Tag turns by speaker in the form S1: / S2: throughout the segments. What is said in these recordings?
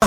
S1: la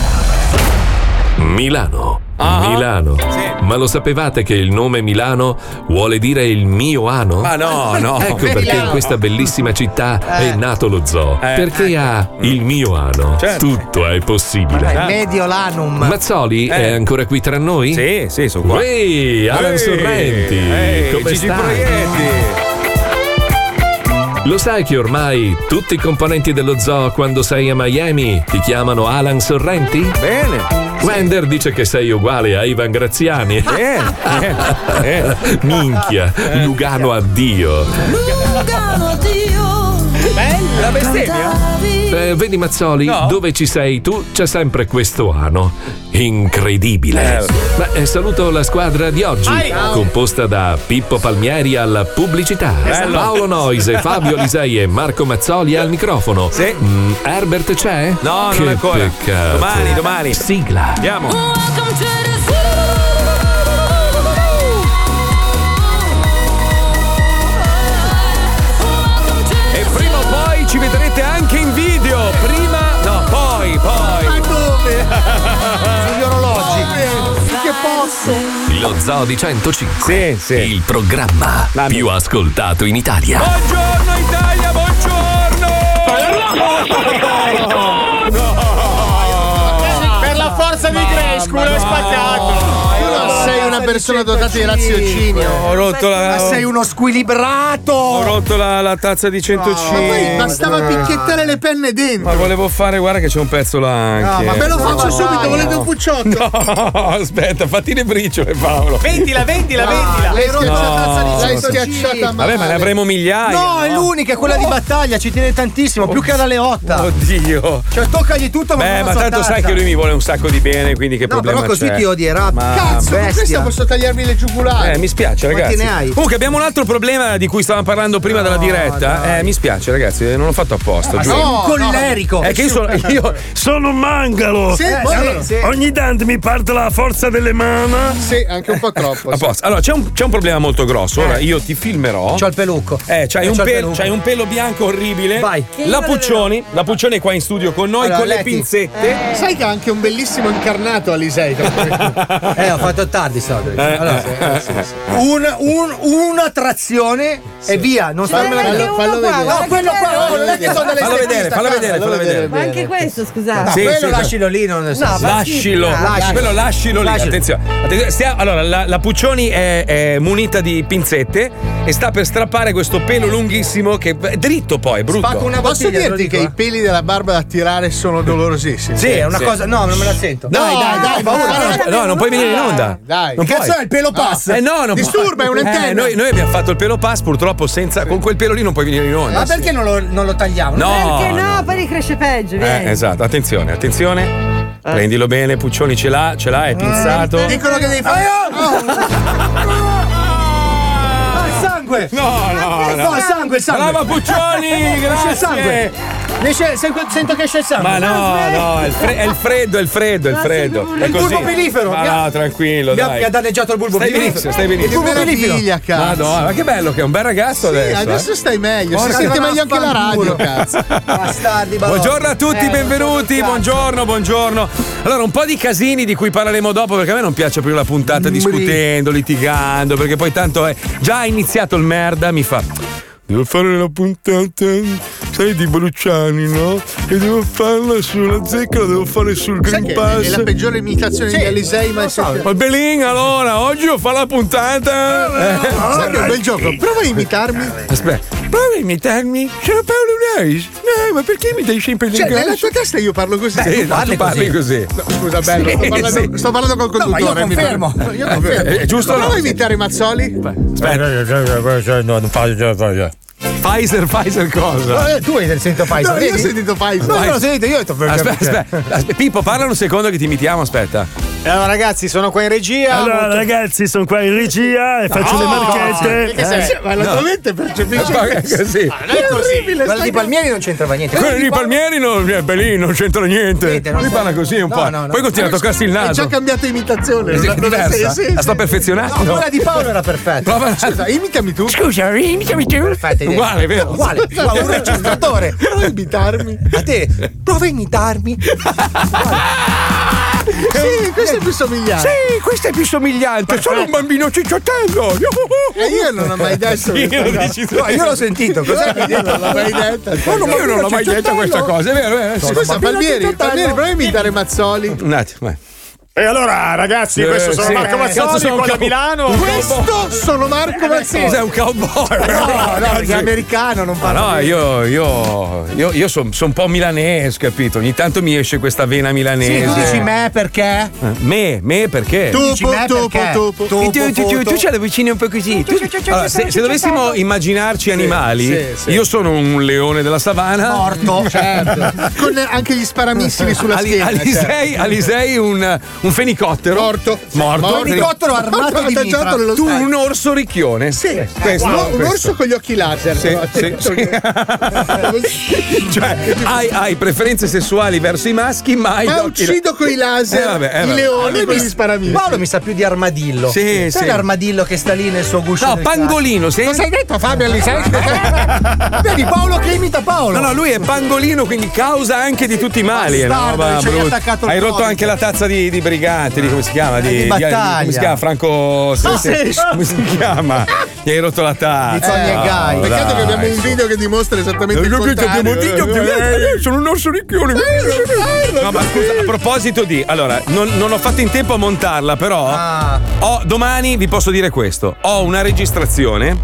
S2: Milano.
S3: Ah.
S2: Milano. Ma lo sapevate che il nome Milano vuole dire il mio ano?
S3: Ma Ah, no, no.
S2: Ecco perché in
S3: Milano.
S2: questa bellissima città è nato lo zoo.
S3: Eh.
S2: perché ha il mio ano.
S3: Certo.
S2: Tutto è possibile.
S4: Dai, medio lanum.
S2: Mazzoli
S3: Eh.
S2: è ancora qui tra noi? Sì, sì, sono
S3: qua.
S2: Ehi, Alan
S3: Ehi,
S2: Sorrenti.
S3: ehi,
S2: come
S3: Gigi
S2: stai? Lo sai che ormai tutti i componenti dello zoo quando sei a Miami ti chiamano Alan Sorrenti? Bene. Wender dice che sei uguale a Ivan
S5: Ah,
S2: Graziani. Eh, Minchia,
S3: Eh,
S2: Lugano addio.
S5: Lugano Dio. Bella
S2: Eh, vedi Mazzoli, dove ci sei tu c'è sempre questo ano. Incredibile. Ma, eh, saluto la squadra di oggi,
S6: Vai.
S2: composta da Pippo Palmieri alla pubblicità,
S6: Bello.
S2: Paolo Noise, Fabio Lisei e Marco Mazzoli al microfono. Mm, Herbert c'è?
S3: No,
S2: che
S3: non ancora.
S2: Peccato.
S3: Domani, domani.
S2: Sigla.
S3: Andiamo. E prima o poi ci vedrete anche in video. Prima, no, poi, poi.
S4: Ma dove? Sugli orologi. Che posso?
S2: Lo Zoo di 105. Il programma più ascoltato in Italia.
S3: Buongiorno Italia, buongiorno!
S7: Per la forza di Gresculo è spaccato.
S4: Ah. Tu non sei una persona dotata di raziocinio.
S3: Ho rotto la-
S4: Ma sei uno squilibrato.
S3: Ho rotto la, la tazza di 105.
S4: Ma poi bastava picchiettare le penne dentro.
S3: Ma volevo fare, guarda che c'è un pezzo là anche.
S4: No, ma ve lo faccio subito, volete un fucciotto?
S3: No, aspetta, fatti le briciole Paolo.
S7: Vendila, vendila, vendila.
S4: L'hai
S3: rotto la tazza di
S4: L'hai
S3: Sant'Ogino.
S4: schiacciata male.
S3: Vabbè, ma ne avremo migliaia.
S4: No, è l'unica, quella
S1: Oh.
S4: di battaglia, ci tiene tantissimo, più che alla Leotta.
S3: Oddio.
S4: Cioè, toccagli tutto, ma
S3: Beh,
S4: non la
S3: ma tanto sai
S4: saltazza.
S3: che lui mi vuole un sacco di bene, quindi che
S4: No,
S3: problema
S4: però così
S3: c'è?
S4: ti odierà.
S3: Ma-
S4: Cazzo, con questa posso tagliarmi le giugulari.
S3: Eh, mi spiace, ragazzi. Uh,
S4: Quanti ne hai?
S3: Comunque, abbiamo un altro problema di cui stavamo parlando prima della diretta. Eh, mi spiace, ragazzi, non l'ho fatto apposta.
S4: Ma
S3: giuro.
S4: sei un collerico.
S3: È che io sono, io sono un mangalo.
S4: Sì, Eh, sì,
S3: Allora,
S4: sì.
S3: Ogni tanto mi parte la forza delle mani.
S4: Sì, anche un Ah, po' troppo.
S3: A posto. Allora, c'è un, c'è un problema molto grosso. Ora io ti filmerò.
S4: C'ho il pelucco.
S3: Eh, c'hai,
S4: Io
S3: un,
S4: c'ho il
S3: pel-
S4: peluccio.
S3: c'hai un pelo bianco orribile.
S4: Vai.
S7: Che
S3: La
S7: io non
S3: Puccioni, la Puccioni è qua in studio con noi
S4: Allora,
S3: con le
S4: Leti,
S3: pinzette.
S4: eh, Sai che ha anche un bellissimo incarnato Alisei.
S1: Eh, ho fatto tardi stavolta.
S3: Eh,
S1: Allora,
S4: Un, un, una trazione e via, non
S8: Ce n'è
S4: starmela
S8: anche uno qua, guarda
S4: No,
S8: che
S4: quello qua,
S8: bello.
S4: oh, non è che sono delle
S3: Fallo vedere,
S4: interviste,
S3: fallo
S4: calma,
S3: vedere, fallo vedere.
S8: Ma anche questo, scusate.
S4: No,
S3: Sì,
S4: quello
S3: sì,
S4: lascilo lì, non è
S8: No, ma sì,
S3: Lascilo,
S8: bravo.
S4: Lascilo.
S3: quello lascilo lì.
S4: Lascilo.
S3: Attenzione. Attenzione, stia- allora, la, la Puccioni è, è munita di pinzette e sta per strappare questo pelo lunghissimo che è dritto poi, è brutto.
S4: Spacco una
S1: Posso
S4: bottiglia, te lo
S1: dirti che
S4: dico, eh.
S1: i
S4: peli della barba da tirare sono dolorosissimi.
S1: sì, è una
S3: sì.
S1: cosa. No, non me la sento.
S4: Dai, dai, dai,
S3: No,
S4: paura.
S3: no, no, non puoi venire in onda.
S4: Dai.
S3: non
S4: Che
S3: puoi.
S4: cazzo è il pelo pass?
S3: Eh no, non puoi.
S4: Disturba, è un'antenna.
S3: Eh, noi, noi abbiamo fatto il pelo pass, purtroppo senza, con quel pelo lì non puoi venire in onda.
S1: Ma perché non lo, non lo tagliamo?
S3: No,
S8: Perché no, poi ricresce peggio, vieni.
S3: Eh, esatto, attenzione, attenzione. Prendilo bene, Puccioni ce l'ha, ce l'ha, è pinzato.
S4: Dicono che devi fare. Ah, il sangue!
S3: No, no,
S4: No, il sangue, il sangue!
S3: Brava Puccioni,
S4: Esce il sangue!
S3: grazie.
S4: Esce- sen- sento che esce il sangue!
S3: Ma no, no, è il, fre- è il freddo, è il freddo, è il freddo. È
S4: Il
S3: così.
S4: bulbo pelifero, mi
S3: Ma
S4: ha-
S3: no, tranquillo,
S4: Mi ha, mi
S3: dai.
S4: ha danneggiato il bulbo
S3: Stai benissimo, stai benissimo.
S4: bulbo
S3: Meraviglia, Madonna, ma che bello che è un bel ragazzo adesso. eh.
S4: adesso stai meglio, si
S3: Porca
S4: sente
S3: vaffanculo.
S4: meglio anche la radio, cazzo. Eh, Bastardi,
S3: Buongiorno a tutti, benvenuti, buongiorno, buongiorno. Allora, un po' di casini di cui parleremo dopo perché a me non piace più la puntata
S4: Mm,
S3: discutendo, litigando, perché poi tanto è già è iniziato il merda, mi fa Devo fare la puntata, sai, di Bruciani, no? E devo farla sulla zecca, la devo fare sul Green Pass.
S4: È la peggiore imitazione di Alisei, ma so.
S3: Ma Belin, allora, oggi ho fatto la puntata. Eh,
S4: Sai che è un bel gioco, prova a imitarmi.
S3: Aspetta, prova a imitarmi. Sono Paolo Nois. No, ma perché mi dai sempre il
S4: Cioè, nella
S3: ringrasso?
S4: tua testa io parlo così.
S3: Sì, no, tu parli così.
S4: Scusa, bello, sto, parlando,
S3: sì.
S4: sto parlando col
S1: ma io
S4: conduttore. mi
S1: confermo.
S4: pare. Io confermo.
S3: Eh, è giusto o no? eh,
S4: Prova a imitare Mazzoli.
S3: Aspetta.
S9: non faccio
S3: Pfizer, Pfizer cosa?
S4: Eh, tu hai sentito Pfizer?
S6: No, io ho sentito Pfizer.
S4: No, io l'ho sentito, io ho detto perché-
S3: Aspetta,
S4: perché?
S3: aspetta, aspetta. Pippo, parla un secondo che ti imitiamo, aspetta.
S7: Allora, ragazzi, sono qua in regia.
S9: Allora,
S7: Molto-
S9: ragazzi, sono qua in regia e faccio le marchette.
S7: Che
S1: eh,
S7: sei?
S6: Ma la tua mente
S1: cioè,
S6: percepisce
S3: Eh. Ma così.
S7: Non è così.
S4: Quello di Palmieri non c'entrava niente.
S3: Quello di Palmieri non è bellino, non c'entra niente.
S4: Niente, non
S3: Lui
S4: so.
S3: parla così un
S4: No,
S3: po'.
S4: no, no.
S3: Poi continua a toccarsi il
S6: Hai
S3: naso.
S6: già cambiato imitazione.
S3: È
S6: non ha
S3: diversa.
S6: senso.
S3: La sto perfezionando.
S4: Quella di Paolo era perfetta.
S3: Prova-
S6: Scusa, imitami tu.
S3: Scusa, imitami tu.
S4: Perfetta idea.
S3: Uguale, vero?
S4: Uguale. Ma un registratore.
S6: Prova a imitarmi.
S4: A te, prova a imitarmi.
S6: Sì, questo è più somigliante.
S3: Sì, questo è più somigliante. Sono un bambino cicciottello.
S6: E io non ho mai detto.
S3: Io lo dici tu.
S4: No, io l'ho sentito. Cos'è che
S6: Io non l'ho mai detta.
S3: Io non, io non l'ho mai detto questa cosa, è vero? È vero. Sì,
S6: Scusa, Palmieri, Palmieri, prova a imitare Mazzoli.
S3: Un attimo, vai. Eh,
S7: E allora, ragazzi, questo sono
S3: sì.
S7: Marco
S3: Cazzo,
S7: Mazzoli,
S3: sono
S7: qua da
S3: capo-
S7: Milano.
S6: Questo sono Marco Mazzoli.
S3: Sei un cowboy.
S4: Eh, No, no, è americano, non
S3: Ma
S4: parla.
S3: no, io, io, io, io sono un po' milanese, capito? Ogni tanto mi esce questa vena
S4: Sì,
S3: milanese. Eh,
S4: tu dici me perché?
S3: Me, me perché?
S4: Dici me perché?
S6: Topo, topo,
S3: tu, tu, tu, tu,
S6: topo.
S3: ce la vicini un po' così. Tu- Allora, se, se dovessimo immaginarci animali,
S6: sì, sì.
S3: io sono un leone della savana.
S4: Morto, certo.
S6: Con anche gli sparamissili sulla
S3: Ali-
S6: schiena. cioè.
S3: Alisei, Alisei un, un fenicottero.
S6: Morto.
S3: Morto.
S6: Morto.
S4: Elicottero armato di
S6: Attacciato
S4: mitra.
S6: nello
S3: Tu
S6: stadio.
S3: un orso ricchione. Eh. Sì. Questo,
S6: No, Eh, un
S3: questo.
S6: orso con gli occhi laser.
S3: Sì,
S6: però,
S3: sì,
S6: dentro
S3: sì.
S6: che-
S3: Cioè, hai, hai preferenze sessuali verso i maschi, ma hai
S6: Ma
S3: gli occhi-
S6: uccido con i laser
S3: Eh, vabbè, eh,
S6: i
S3: vabbè.
S6: leoni con gli sparamissili.
S4: Paolo Ah, mi sa più di armadillo.
S3: Sì,
S4: Sai
S3: sì.
S4: l'armadillo che sta lì nel suo guscio?
S3: No,
S4: del
S3: pangolino, sì.
S6: Cosa hai detto Fabio Alisei?
S4: cazzo? Vedi Paolo che imita Paolo.
S3: No, no, lui è pangolino, quindi causa anche di tutti i mali. è una
S4: Bastardo,
S3: roba
S4: ci hai
S3: brutta.
S4: attaccato il
S3: Hai rotto
S4: codice.
S3: anche la tazza di, di brigante, di come si chiama? Di, di-
S4: battaglia. Ah,
S3: come si chiama? Franco. Come si chiama? Gli hai rotto la tazza. Eh,
S4: Di Tony e Guy.
S3: dai,
S6: Peccato che abbiamo
S3: su.
S6: un video che dimostra esattamente il
S3: Io che ti
S6: contrario.
S3: abbiamo detto che- eh, sono un orso ricchione. No, ma scusa, a proposito di. Allora, non, non ho fatto in tempo a montarla, però.
S4: Ah.
S3: ho- domani vi posso dire questo: ho una registrazione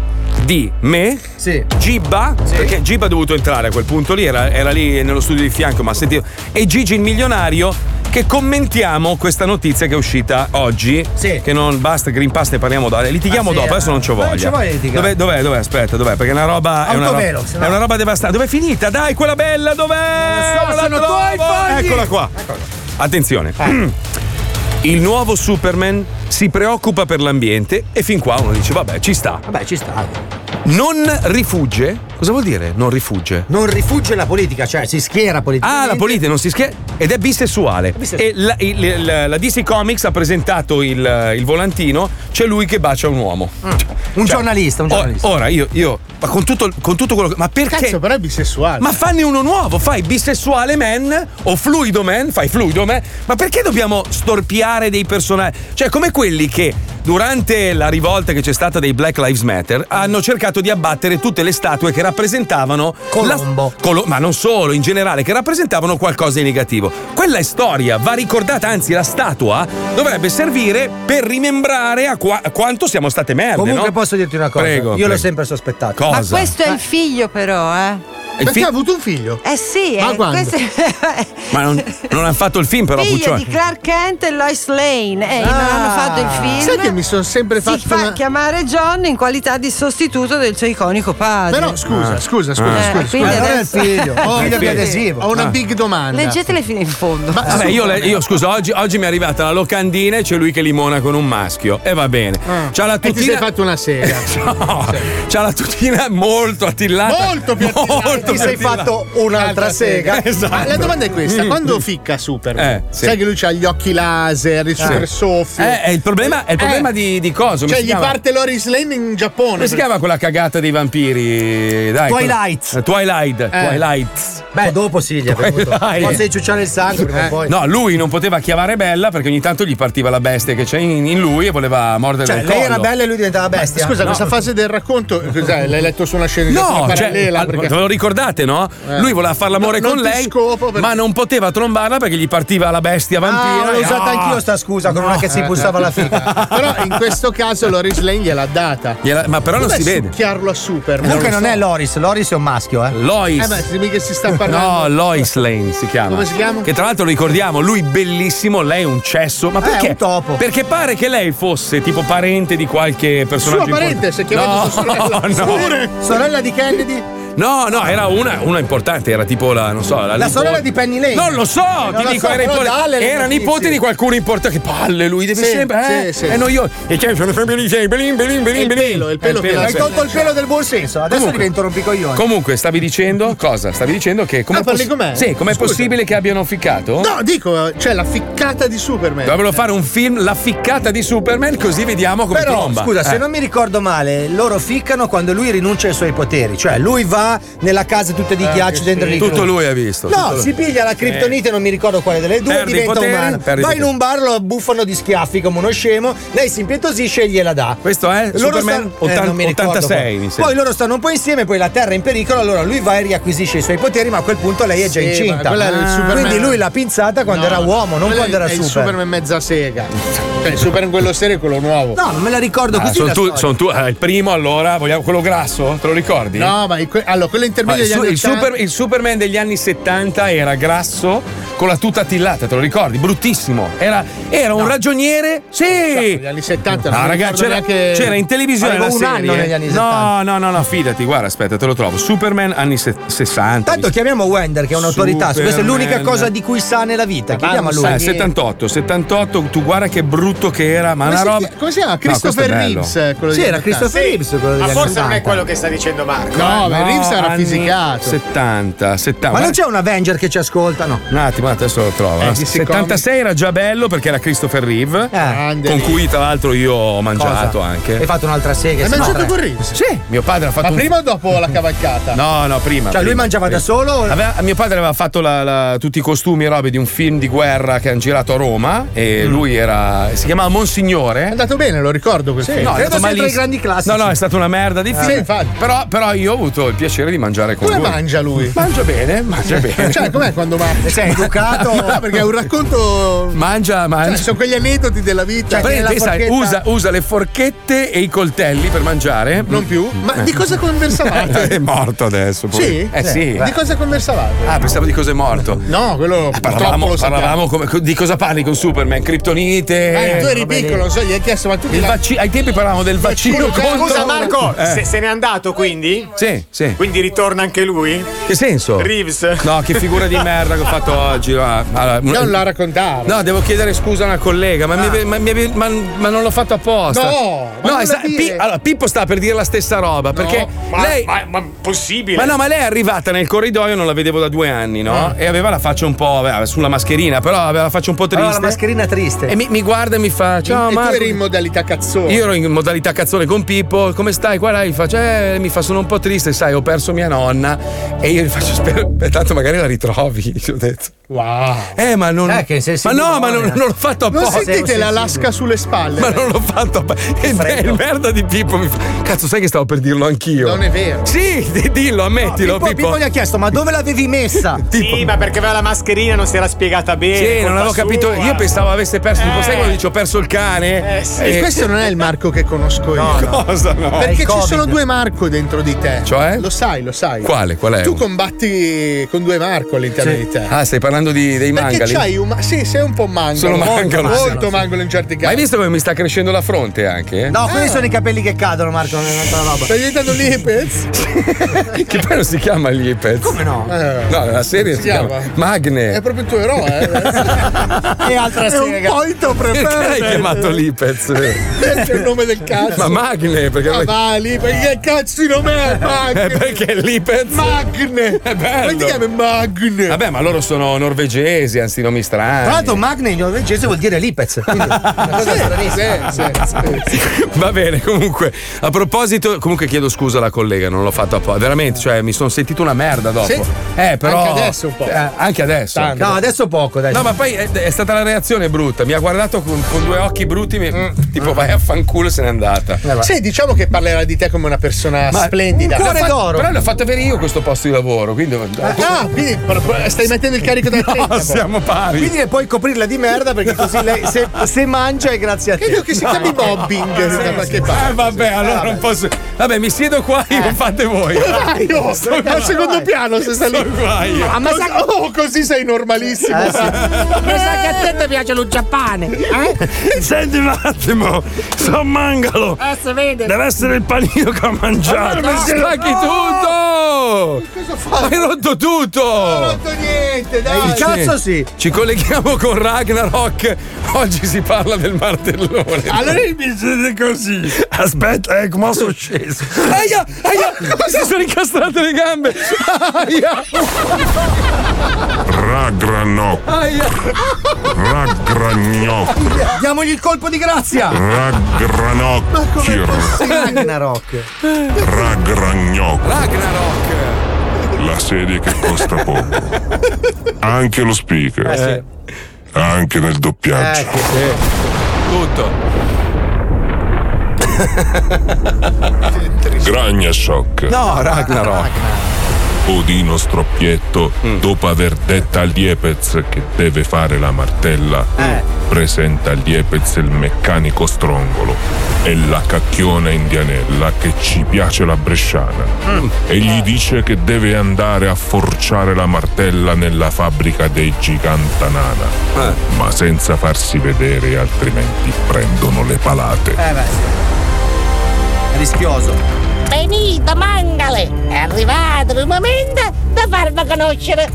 S3: di me.
S4: Sì.
S3: Gibba, perché Gibba ha dovuto entrare a quel punto lì, era, era lì nello studio di fianco, ma sentivo. E Gigi il milionario che commentiamo questa notizia che è uscita oggi.
S4: Sì.
S3: Che non basta Green Pass, ne parliamo dopo. Litighiamo
S4: Ah, sì,
S3: dopo,
S4: eh.
S3: adesso non c'ho
S4: Ma
S3: voglia.
S4: non c'ho voglia di litigare.
S3: Dov'è, dov'è, dov'è? Aspetta, dov'è? Perché è una roba. È una, roba
S4: Autovelox, no?
S3: è una roba devastante. Dov'è finita? Dai, quella bella, dov'è?
S4: Non lo so,
S3: La
S4: sono
S3: trovo!
S4: tuoi fogli! Eh.
S3: Eccola qua. Attenzione. Mm. Il nuovo Superman si preoccupa per l'ambiente e fin qua uno dice vabbè ci sta.
S4: Vabbè, ci sta.
S3: Non rifugge. Cosa vuol dire non rifugge?
S4: Non rifugge la politica, cioè si schiera politica.
S3: Ah, la politica non si scherza. Ed è bisessuale.
S4: bisessuale.
S3: E la, il- il- la- la DC Comics ha presentato il, il volantino, c'è lui che bacia un uomo.
S4: Un giornalista, un
S3: O-
S4: giornalista.
S3: ora io, io Cioè, oh, ma con tutto, con tutto quello che. Ma perché?
S6: Cazzo, però è bisessuale.
S3: Ma fanne uno nuovo, fai bisessuale man o fluido man, fai fluido man. Ma perché dobbiamo storpiare dei personaggi? Cioè, come quelli che durante la rivolta che c'è stata dei Black Lives Matter hanno cercato di abbattere tutte le statue che rappresentavano
S4: Colombo.
S3: la- Colo- ma non solo, in generale, che rappresentavano qualcosa di negativo. Quella è storia, va ricordata, anzi la statua dovrebbe servire per rimembrare a, qua- a quanto siamo state merde,
S4: Comunque
S3: no?
S4: posso dirti una cosa.
S3: Prego,
S4: io
S3: prego.
S4: l'ho sempre sospettato.
S8: Ma
S3: Cosa?
S8: questo è il figlio, però, eh?
S3: Il
S6: Perché
S3: fi-
S6: ha avuto un figlio?
S8: Eh sì,
S6: Ma
S8: eh,
S6: quando?
S8: questo è
S3: Ma non, non hanno fatto il film però,
S8: figlio
S3: Puccioni.
S8: di Clark Kent e Lois Lane. Eh, non hanno fatto il film.
S6: Sai che mi sono sempre
S8: si
S6: fatto
S8: fa
S6: una-
S8: chiamare John in qualità di sostituto del suo iconico padre.
S6: Però scusa, scusa, scusa,
S8: Eh,
S6: scusa.
S8: quindi
S6: scusa.
S4: Ma non è il
S8: adesso-
S4: figlio, è
S6: Ho-
S4: il figlio di
S6: eh, Ho
S4: adesivo.
S6: una big domanda.
S8: Leggetele fino in fondo.
S6: Ma
S3: Ah. Vabbè,
S6: su-
S3: io, le- io, scusa, oggi, oggi mi è arrivata la locandina e c'è lui che limona con un maschio. E va bene. C'ha la
S6: Ah. e ti sei
S3: tutina.
S6: fatto una sega.
S3: No, c'ha la tutina molto attillata.
S6: Molto più attillata.
S3: Molto
S6: Ti
S3: più
S6: sei
S3: attillata.
S4: fatto un'altra sega.
S3: Esatto.
S6: Ma la domanda è questa: quando ficca Superman?
S3: Eh, sì.
S6: Sai che lui ha gli occhi laser, il super soffio.
S3: Eh, è il problema, è il problema
S6: Eh.
S3: di, di cosa? Come
S6: Cioè,
S3: si
S6: gli
S3: chiama?
S6: parte Loris Lane in Giappone.
S3: Come si chiama quella cagata dei vampiri? Dai, quella-
S4: Twilight.
S3: Twilight.
S6: Eh.
S3: Twilight.
S4: Beh, dopo sì, gli è venuto.
S3: Dai.
S4: Forse di ciucciare il sangue prima
S1: Eh,
S4: o
S3: Eh,
S4: poi.
S3: No, lui non poteva chiamare Bella perché ogni tanto gli partiva la bestia che c'è in, in lui e voleva mordere
S4: Cioè,
S3: il
S4: lei
S3: collo.
S4: era bella e lui diventava bestia.
S6: Scusa, questa fase del racconto, eh, cos'è? L'hai letto su una scena
S3: No, cioè,
S6: parallela?
S3: al-
S6: perché-
S3: te lo ricordate, no? Lui voleva fare l'amore
S6: No,
S3: con
S6: non ti
S3: lei,
S6: scopo perché-
S3: ma non poteva trombarla perché gli partiva la bestia vampira.
S1: Ah, l'ho usata
S3: Ah.
S1: anch'io sta scusa con una che si pulsava la figa.
S6: Però in questo caso Loris Lane gliel'ha data.
S3: Gliela- ma però non
S6: Com'è
S3: si vede.
S6: succhiarlo a Super.
S1: Comunque non
S6: lo
S1: è Loris, Loris è un maschio, eh.
S3: Lois.
S6: so. Eh, ma se mica si sta parlando.
S3: No, Lois Lane si chiama.
S6: Come si chiama?
S3: Che tra l'altro ricordiamo, lui bellissimo, lei un cesso. Ma perché?
S1: un topo.
S3: Perché pare che lei fosse tipo parente di qualche personaggio.
S6: Sua parente, si è chiamata
S3: importante.
S6: sua sorella.
S3: no,
S6: Pure.
S1: Sorella di Kennedy?
S3: No, no, no, era una, una importante, era tipo la, non so, la,
S1: La
S3: nipote-
S1: sorella di Penny Lane.
S3: Non lo so, ti
S1: lo
S3: dico,
S1: so,
S3: era,
S1: però
S3: nipote-
S1: dalle le
S3: era
S1: notizie.
S3: nipote di qualcuno importante. Che palle lui, deve
S6: Sì,
S3: sempre, eh?
S6: sì, sì.
S3: È noioso. E c'è sono sempre lì, sei, belin, belin, belin,
S6: il
S3: belin.
S6: pelo, il pelo
S3: È
S6: che
S1: Hai
S6: la-
S1: tolto il pelo del buon senso, adesso
S3: Comunque.
S1: divento un rompicoglione.
S3: Comunque, stavi dicendo cosa? Stavi dicendo che com'è,
S6: Ah, parli
S3: poss-
S6: con me?
S3: Sì, com'è
S6: Scusa.
S3: possibile che abbiano ficcato?
S6: No, dico, c'è la ficcata di Superman.
S3: Dovrebbero fare un film La ficcata di Superman così vediamo come
S1: Però,
S3: tromba.
S1: scusa,
S3: Eh.
S1: se non mi ricordo male, loro ficcano quando lui rinuncia ai suoi poteri. Cioè, lui va nella casa tutta
S6: Eh,
S1: di ghiaccio dentro lì.
S3: Tutto lui ha visto. tutto
S1: No,
S3: lui.
S1: si piglia la criptonite, non mi ricordo quale delle due,
S3: Perdi i
S1: diventa
S3: poteri,
S1: umano.
S3: perdi i
S1: Va in
S3: poteri.
S1: un bar, lo buffano di schiaffi come uno scemo, lei si impietosisce e gliela dà.
S3: Questo è
S1: Loro
S3: Superman
S1: stanno- eh, non mi ricordo
S3: 86,
S1: qua.
S3: mi sembra.
S1: Poi loro stanno un po' insieme, poi la Terra è in pericolo, allora lui va e riacquisisce i suoi poteri, ma a quel punto lei è già
S6: Sì, ma
S1: incinta. Ah.
S6: quello era il Superman-
S1: Quindi lui l'ha pinzata quando
S6: No,
S1: era
S6: no,
S1: uomo, non
S6: quello
S1: quando
S6: è-
S1: era
S6: è
S1: super.
S6: il Superman mezza sega. Cioè, il Superman quello serio e quello nuovo.
S1: No, non me la ricordo
S3: Ah,
S1: così.
S3: sono
S1: la
S3: tu,
S1: storia.
S3: sono tu- ah, il primo allora, vogliamo quello grasso? Te lo ricordi?
S6: No, ma il que- allora, quello
S3: Ma
S6: intermedio
S3: il,
S6: degli
S3: su-
S6: anni
S3: il
S6: 80
S3: Super- il Superman degli anni 70 era grasso con la tuta attillata, te lo ricordi? Bruttissimo. Era, era un ragioniere. Sì!
S6: Gli anni 70
S3: No,
S6: non mi
S3: raga,
S6: ricordo
S3: c'era,
S6: neanche-
S3: c'era in televisione
S1: Avevo
S3: la
S1: un
S3: serie.
S1: anno negli anni
S3: no, no, no, no, fidati, guarda, aspetta, te lo trovo. Superman anni se- 60.
S1: Tanto
S3: mi
S1: chiamiamo Wender, che è un'autorità. su Questa è l'unica
S3: Superman.
S1: cosa di cui sa nella vita. Chiamiamo a lui.
S3: sa. Eh, 78, 78, tu guarda che brutto che era, ma
S6: Come
S3: una
S6: si
S3: roba.
S6: chi- come si chiama?
S3: No, questo è
S6: Christopher
S3: bello.
S6: Reeves. eh, quello
S1: Sì,
S6: degli
S1: era
S6: anni Ah, 80.
S1: Christopher Reeves quello degli
S10: Ma
S1: anni
S10: forse non è
S1: 80.
S10: quello che sta dicendo Marco.
S6: No, ma Reeves era
S3: anni
S6: fisicato.
S3: 70, 70.
S1: Ma non
S3: guarda-
S1: c'è un Avenger che ci ascolta, no?
S3: Un attimo, adesso lo trovo.
S6: Eh,
S3: eh.
S6: DC
S3: 76 era già bello perché era Christopher Reeve,
S6: Grande
S3: con
S6: Reeves.
S3: cui tra l'altro io ho
S1: Cosa?
S3: mangiato
S1: Hai
S3: anche.
S1: fatto un'altra sega.
S6: Hai
S1: se no,
S6: mangiato
S1: tre.
S6: con Reeves?
S3: Sì, mio padre ha fatto
S6: Ma
S3: un-
S6: prima o dopo la cavalcata?
S3: No, no, prima.
S1: Cioè, lui
S3: prima,
S1: mangiava
S3: prima.
S1: da solo? o-
S3: Aveva- mio padre aveva fatto la- la- tutti i costumi e robe di un film di guerra che hanno girato a Roma e lui era. si chiamava
S6: Mm. È
S3: Monsignore.
S6: andato bene, lo ricordo quel film.
S3: No, è
S1: credo
S3: stato
S1: sia tra i
S3: malissimo.
S1: grandi classici.
S3: No, no, è stata una merda di film.
S6: Eh, infatti.
S3: però, però io ho avuto il piacere di mangiare con
S6: Come
S3: lui.
S6: mangia lui?
S3: Mangia bene, mangia bene.
S6: Cioè, com'è quando mangia?
S1: Sei educato?
S6: No, perché è un racconto.
S3: mangia,
S6: Cioè,
S3: mangia.
S6: sono quegli aneddoti della vita.
S3: Prendi,
S6: Cioè, Nella
S3: sai,
S6: forchetta-
S3: usa, usa le forchette e i coltelli per mangiare. Eh.
S6: Non più? Ma di cosa conversavate?
S3: è morto adesso. poi.
S6: Sì?
S3: Eh sì.
S6: Di cosa conversavate?
S3: Ah, pensavo di cosa è morto.
S6: No, quello purtroppo
S3: Parlavamo,
S6: lo sappiamo.
S3: parlavamo come- di cosa parli con Superman, Kryptonite.
S6: Eh, tu eri piccolo, non so, gli hai chiesto, ma tu ti
S3: Il
S6: la-
S3: vacci- ai tempi parlavamo del vaccino
S6: Scusa,
S3: contro-
S10: Scusa Marco,
S3: Eh,
S10: se, se n'è andato quindi?
S3: Sì, sì. Eh,
S10: Quindi ritorna anche lui?
S3: Che senso?
S10: Reeves?
S3: No, che figura di merda che ho fatto oggi. va. Allora,
S6: Non la raccontare.
S3: No, devo chiedere scusa a una collega, ma, mi ave- ma mi ave- ma- ma non l'ho fatto apposta.
S6: Ah. No, ma non la
S3: esa-
S6: dire.
S3: Pi- allora, Pippo sta per dire la stessa roba, perché
S10: Ma,
S3: lei...
S10: ma- ma possibile?
S3: Ma no, ma lei è arrivata nel corridoio, non la vedevo da due anni,
S6: Ah.
S3: no? E aveva la faccia un po', beh, sulla mascherina, però aveva la faccia un po'
S1: Aveva
S3: triste.
S1: la mascherina triste.
S3: E mi, mi guarda e mi fa, ciao
S6: e tu
S3: Marco.
S6: eri in modalità cazzone.
S3: Io ero in modalità cazzone con Pippo, come stai? Qua là, gli faccio, eh, mi fa sono un po' triste, sai, ho perso mia nonna. E io gli faccio, spero, beh, tanto magari la ritrovi, gli ho detto.
S6: Wow.
S3: Eh, ma non.
S1: Eh, che se si
S3: ma no,
S1: muore,
S3: ma non,
S1: eh.
S3: non l'ho fatto
S6: Non
S3: apposta.
S6: sentite la lasca sulle spalle?
S3: Ma non l'ho fatto apposta. E beh, il merda di Pippo mi fa. Cazzo, sai che stavo per dirlo anch'io?
S6: Non è vero.
S3: Sì, di- dillo, ammettilo,
S1: Pippo,
S3: Pippo.
S1: Pippo gli ha chiesto, ma dove l'avevi messa?
S10: Sì, ma perché aveva la mascherina non si era spiegata bene.
S3: Sì, non
S10: colpa
S3: avevo capito.
S10: sua.
S3: Io pensavo avesse perso. tipo,
S10: Eh.
S3: sai quando dici ho perso il cane?
S10: Eh, sì.
S6: E questo non è il Marco che conosco io.
S3: Cosa no?
S6: Perché
S1: il
S6: ci
S1: Covid.
S6: sono due Marco dentro di te.
S3: Cioè?
S6: Lo sai, lo sai.
S3: Quale? Qual è?
S6: Tu combatti con due Marco all'interno di te.
S3: Ah, stai parlando di- dei
S6: Perché
S3: mangali?
S6: c'hai un. ma- Sì, sei un po' mangolo.
S3: Sono mangalo.
S6: Molto, molto mangolo in certi
S3: Ma hai
S6: casi.
S3: visto come mi sta crescendo la fronte anche?
S1: No, quelli sono i capelli che cadono, Marco, non è un'altra roba.
S6: Stai diventando lipez?
S3: Che poi non si chiama gli pezzi. Come no? No, la serie si,
S6: Si
S3: chiama,
S6: chiama?
S3: Magne.
S6: È proprio il tuo eroe. eh.
S1: E altra
S6: È un
S1: sega.
S6: pointo
S3: Perché l'hai chiamato Lipez?
S6: Questo è il nome del cazzo.
S3: Ma Magne, perché
S6: Ah, Vali, perché cazzo di nome è
S3: Eh,
S6: Magne?
S3: perché Lipez?
S6: Magne!
S3: bello.
S6: Come ti chiami Magne?
S3: Vabbè, ma loro sono norvegesi, anzi nomi strani.
S1: Tra l'altro, Magne in norvegese vuol dire Lipez. quindi una cosa stranissima.
S3: Va bene, comunque. A proposito, comunque chiedo scusa alla collega, non l'ho fatto apposta. Veramente, cioè, mi sono sentito una merda dopo.
S1: Sì.
S3: Eh, però.
S1: Anche adesso un po'.
S3: Eh, anche adesso.
S1: Tanto. No, adesso poco, dai.
S3: No, ma poi è, è stata la reazione brutta. Mi ha guardato con, con due occhi brutti, mi-
S6: Mm.
S3: tipo, vai a fanculo e se n'è andata.
S6: Sì, diciamo che parlerà di te come una persona
S3: Eh, Ma-
S6: splendida.
S3: L'ho
S6: L'ho
S3: fatto-
S6: fatto-
S3: Però l'ho fatta avere io questo posto di lavoro, Eh, quindi.
S6: Ah, quindi pro- pro- stai mettendo il carico da 30.
S3: No,
S6: poi.
S3: siamo pari.
S1: Quindi puoi coprirla di merda perché così lei se, se mangia è grazie a te.
S6: Credo che si
S3: Ah,
S6: chiami mobbing da qualche parte.
S3: Eh vabbè, allora non posso. Vabbè, mi siedo qua, io fate voi.
S6: Dai, oh, al secondo piano se stai lì.
S3: Qua io.
S6: Ah, ma sa- oh, così sei normalissimo.
S11: Eh, sa che a te ti piace lo Giappone, eh?
S4: Senti un attimo, sono mangalo.
S11: Eh, si vede.
S4: Deve essere il panino che ho mangiato.
S3: Mi stacchi
S4: Ah,
S3: tutto!
S6: Cosa fai?
S3: Hai rotto
S6: Non ho
S3: tutto!
S6: fatto niente, dai.
S1: Il cazzo sì.
S3: Ci colleghiamo con Ragnarok. Oggi si parla del martellone.
S6: Ah,
S10: Ah,
S4: Allora mi siete così. Aspetta, eh, come sono sceso?
S3: Aia, aia, si sono incastrate le gambe. Aia,
S12: Ragranò,
S11: Ah,
S3: aia.
S12: ragragnò,
S1: Diamogli il colpo di grazia.
S12: ragranocchio,
S1: Ragnarok.
S12: ragragnò,
S3: Ragnarok.
S12: la serie che costa poco. Anche lo speaker,
S3: Eh,
S12: anche nel doppiaggio.
S3: Tutto.
S12: Gragna shock.
S3: No, Ragnarok.
S12: Odino Stroppietto,
S3: Mm.
S12: dopo aver detta a Liepez che deve fare la martella,
S3: Eh.
S12: presenta a Liepez il meccanico strongolo e la cacchiona indianella che ci piace la bresciana e gli dice che deve andare a forciare la martella nella fabbrica dei gigantanana, ma senza farsi vedere altrimenti prendono le palate.
S3: Eh,
S1: Rischioso.
S11: Venite, mangale! È arrivato il momento di farvi conoscere!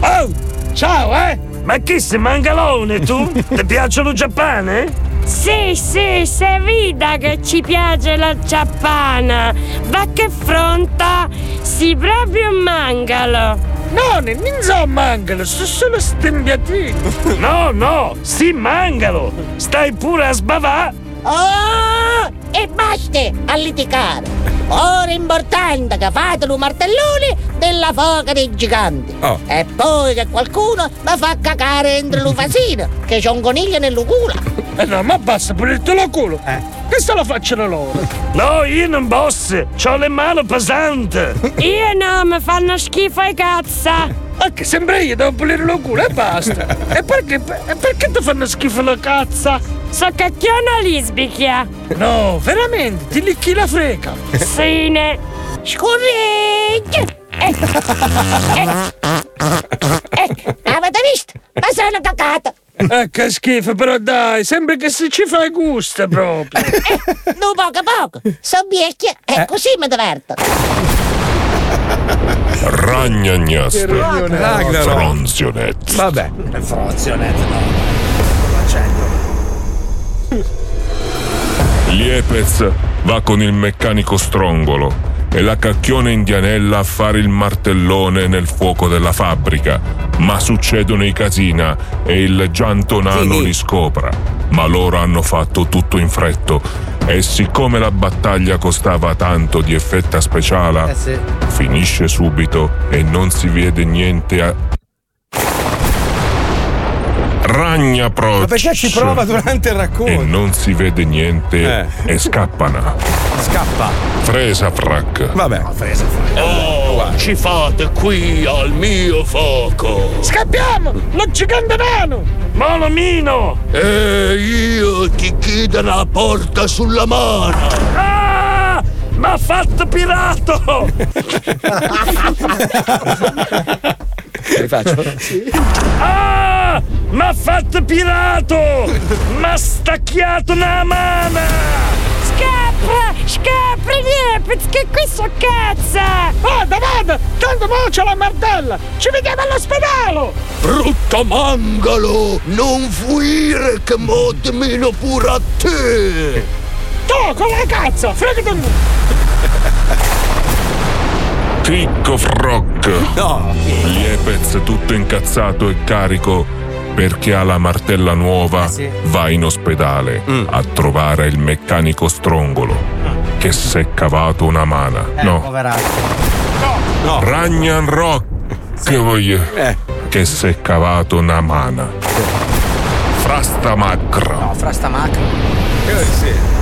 S4: Oh,
S11: Ciao, eh!
S4: ma chi sei mangalone tu? Ti piace lo Giappone?
S11: Sì, sì, se veda che ci piace la giappana, va che fronta, si proprio mangalo.
S4: No, non so mangalo, sono solo stembiatino. No, no, si mangalo. Stai pure a sbavà.
S11: Oh, e basta a litigare. Ora è importante che fate lo martellone della foca dei giganti.
S3: Oh.
S11: E poi che qualcuno mi fa cacare entro l'ufasino, che c'è un coniglio nell'ucula.
S4: Eh no, ma basta pure il tuo culo.
S11: Che se lo facciano loro?
S4: Eh. No, io non posso, ho le mani pesanti.
S11: Io no, mi fanno schifo i cazza.
S4: Ma che sembra io devo pulire lo culo e basta. e perché, e perché ti fanno schifo la cazza?
S11: So cacchiona lisbichia.
S4: No, veramente, ti licchi la frega.
S11: Sine. Scorregge. Eh. Eh. Eh. Avete visto? Ma sono attaccata.
S4: Ah, che schifo, però dai, sembra che se ci fai gusto proprio.
S9: Eh,
S11: No, poco a poco. Sono vecchia e così mi diverto.
S12: Ragnagnaste,
S3: Ragnarok.
S12: Fronzionet,
S3: Vabbè.
S12: Liepez va con il meccanico strongolo e la cacchione indianella a fare il martellone nel fuoco della fabbrica, ma succedono i casina e il giantonano li scopra, ma loro hanno fatto tutto in fretto e siccome la battaglia costava tanto di effetta speciale,
S3: Eh,
S12: finisce subito e non si vede niente a... Ragna Proc.
S3: Ma perché ci prova durante il
S12: e
S3: racconto?
S12: non si vede niente e scappano.
S3: Eh. Scappa.
S12: Fresa frac.
S3: Vabbè.
S4: Oh, Ci fate qui al mio fuoco. Scappiamo, lo gigantanano. Molomino. E io ti chiedo la porta sulla mano. Ah, m'ha fatto pirato. Ah, m'ha fatto pirato. M'ha stacchiato una mano.
S11: Scappa! Scappa, Liepez, che qui so cazza! Vada, vada! Tanto mo c'è la martella! Ci vediamo all'ospedale!
S4: Brutta mangalo, non fuire che modmino pure a te!
S11: Tu, con la cazza! Fregati!
S12: Kick of Rock.
S3: No.
S12: Liepez tutto incazzato e carico perché ha la martella
S3: Eh,
S12: nuova, va in ospedale
S3: Mm.
S12: a trovare il meccanico strongolo che si è cavato una mano.
S3: Eh.
S12: no. Ragnan Rock. Che voglio.
S3: Eh.
S12: Che si è cavato una mano. Frasta macro.
S6: No, frasta macro.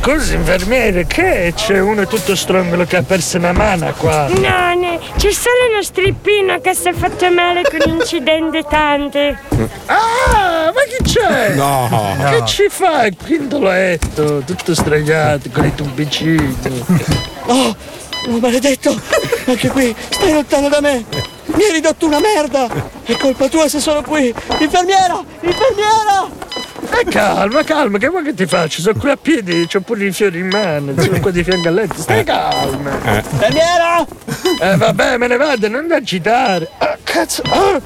S9: Scusi, infermiere, che c'è uno tutto strongolo che ha perso una mano qua?
S11: No, ne- c'è solo uno strippino che si è fatto male con un incidente tante.
S9: Ah, ma chi c'è?
S3: No.
S9: Che
S3: No.
S9: ci fai? Quindoletto, tutto stregato, con i tubicini.
S13: Oh, oh, maledetto! Anche qui, stai lontano da me! Mi hai ridotto una merda! È colpa tua se sono qui! Infermiera! Infermiera!
S9: Eh, calma, calma, che vuoi che ti faccio? Sono qui a piedi, c'ho pure i fiori in mano, sono qua di fianco al letto, stai calma.
S13: Infermiera!
S9: Eh, vabbè, me ne vado, non da agitare. Ah, cazzo. ah.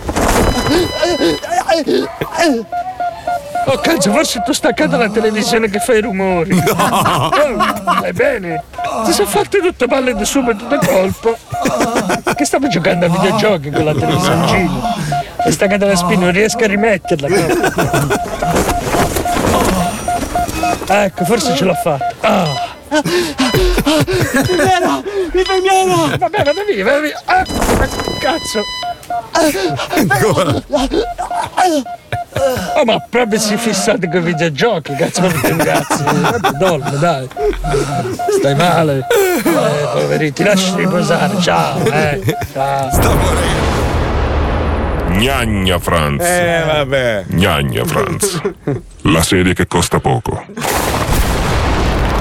S9: Oh, cazzo, forse ti ho staccato la televisione che fa i rumori.
S13: No.
S9: Oh, Stai bene? Ti sei fatto tutto palle di subito da colpo. Che stavo giocando a videogiochi con la televisioncina. È staccata la spina, non riesco a rimetterla. cavolo. Ecco, forse ce l'ho fatta. Ah.
S13: Infermiera! Infermiera!
S9: Vabbè, vado via, vado via! Ah, cazzo!
S13: Ancora!
S9: Oh, ma proprio si fissate con i videogiochi, cazzo, non ti ingazzi. Vabbè, Dormo, dai. Stai male. Eh, poverino, ti lascio riposare. Ciao, eh. Ciao.
S12: Gnagna Franz.
S3: Eh, vabbè.
S12: Gnagna Franz. La serie che costa poco.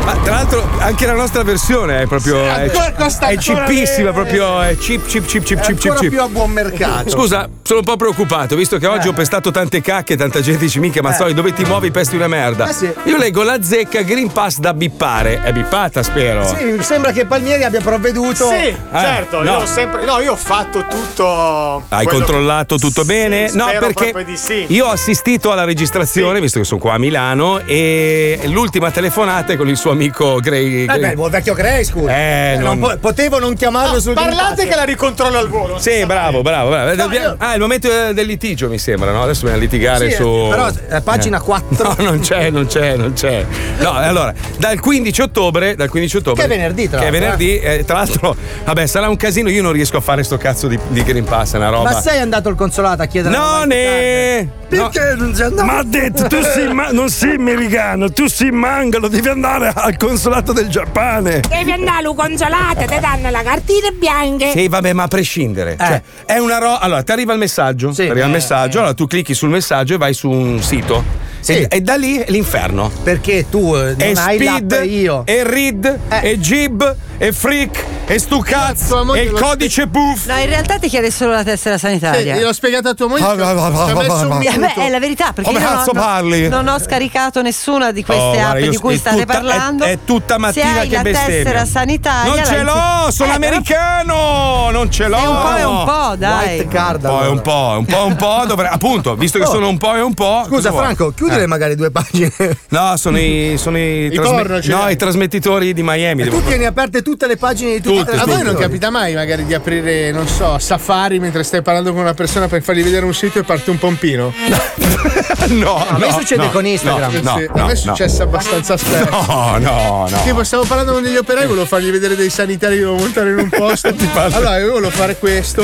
S3: Ma tra l'altro anche la nostra versione è proprio.
S12: Sì,
S3: è,
S12: ancora costa
S3: è
S12: ancora
S3: cheapissima,
S12: meno.
S3: proprio. È cheap, cheap, cheap, cheap,
S12: È
S3: cheap, cheap,
S12: ancora
S3: cheap.
S12: più a buon mercato.
S3: Scusa, sono un po' preoccupato, visto che
S7: Eh.
S3: oggi ho pestato tante cacche, tanta gente dice mica, ma Mazzoli, dove ti muovi pesti una merda.
S4: Eh, sì.
S3: Io leggo la zecca Green Pass da bippare. È bippata, spero.
S4: Sì, sembra che Palmieri abbia provveduto. Eh,
S7: Sì, certo, io
S3: no.
S7: ho sempre. No, io ho fatto tutto.
S3: Hai
S7: quello-
S3: controllato tutto bene?
S7: Sì,
S3: no,
S7: spero
S3: perché
S7: proprio di sì.
S3: io ho assistito alla registrazione, visto che sono qua a Milano, e l'ultima telefonata è con il suo amico Grey.
S4: Eh beh, il buon vecchio Grey, scusa.
S3: Eh, non-
S4: po- potevo non chiamarlo sul
S7: Ah, Parlate
S4: Green
S7: che la ricontrollo al volo.
S3: Sì, bravo, bravo, bravo. Dobbiamo- Ah, è il momento eh, del litigio, mi sembra, no? Adesso dobbiamo litigare
S4: Sì,
S3: su.
S4: però, eh, pagina 4.
S3: No, non c'è, non c'è, non c'è. No, allora, dal 15 ottobre. Dal 15 ottobre
S4: Che è venerdì, tra
S3: Che è
S4: l'altro,
S3: venerdì, eh, tra l'altro, vabbè, sarà un casino. Io non riesco a fare sto cazzo di, di Green Pass, è una
S4: Pass.
S3: roba.
S4: Ma sei andato al consolato a chiedere
S3: No, ne!
S4: Perché non sei andato?
S9: Ma ha detto, tu sei ma- non sei americano, tu sei mangalo, devi andare al consolato del Giappone.
S14: Devi andare al consolato, ti danno la cartina bianca.
S3: Sì, vabbè, ma a prescindere.
S4: Eh.
S3: Cioè, è una roba. Allora, ti arriva il messaggio. Ti arriva il
S4: eh.
S3: messaggio, allora tu clicchi sul messaggio e vai su un sito. E, e da lì è l'inferno.
S4: Perché tu eh, non
S3: e
S4: hai l'app
S3: Speed,
S4: io. Eh.
S3: e Read, e Jib, e Freak, e Stucazzo, e il codice Puff.
S8: No, in realtà ti chiede solo la tessera sanitaria.
S6: Sì, gliel'ho spiegato a tua moglie, Ah, ci ho- va, va, va, ci ho va, messo va,
S3: ah,
S6: un va.
S8: Eh,
S6: minuto.
S8: beh, è la verità, perché
S6: Come
S8: io
S6: cazzo
S8: non,
S6: parli?
S8: non ho scaricato nessuna di queste
S3: Oh,
S8: app
S3: guarda, io
S8: di cui
S3: è
S8: state
S3: tutta-
S8: parlando.
S3: è- è tutta mattina
S8: Se hai
S3: che
S8: la
S3: bestemmia.
S8: tessera sanitaria.
S3: Non ce
S8: la-
S3: l'ho, sono
S8: Eh, però-
S3: americano! Non ce l'ho!
S8: È un po' e un po', dai. White card,
S3: Un po' e un po', un po' e un po'. dovrei- appunto, visto che
S4: Oh.
S3: sono un po' e un po'. cosa
S4: Scusa,
S3: vuoi?
S4: Franco, chiudere
S3: Eh.
S4: magari due pagine.
S3: No, sono i. Sono i, trasme-
S4: pornoci,
S3: no,
S4: dai.
S3: i trasmettitori di Miami.
S4: Tu
S3: devo-
S4: tieni aperte tutte le pagine di tutti. i
S6: a voi non
S4: telespettatori.
S6: capita mai magari di aprire, non so, Safari mentre stai parlando con una persona per fargli vedere un sito e parte un pompino?
S3: No,
S6: A me succede con Instagram.
S3: No,
S6: Sì,
S3: no,
S6: a me è
S3: no.
S6: successo abbastanza spesso.
S3: No, no, no.
S6: Tipo, stavo parlando con degli operai, volevo fargli vedere dei sanitari che dovevo montare in un posto. allora, io volevo fare questo.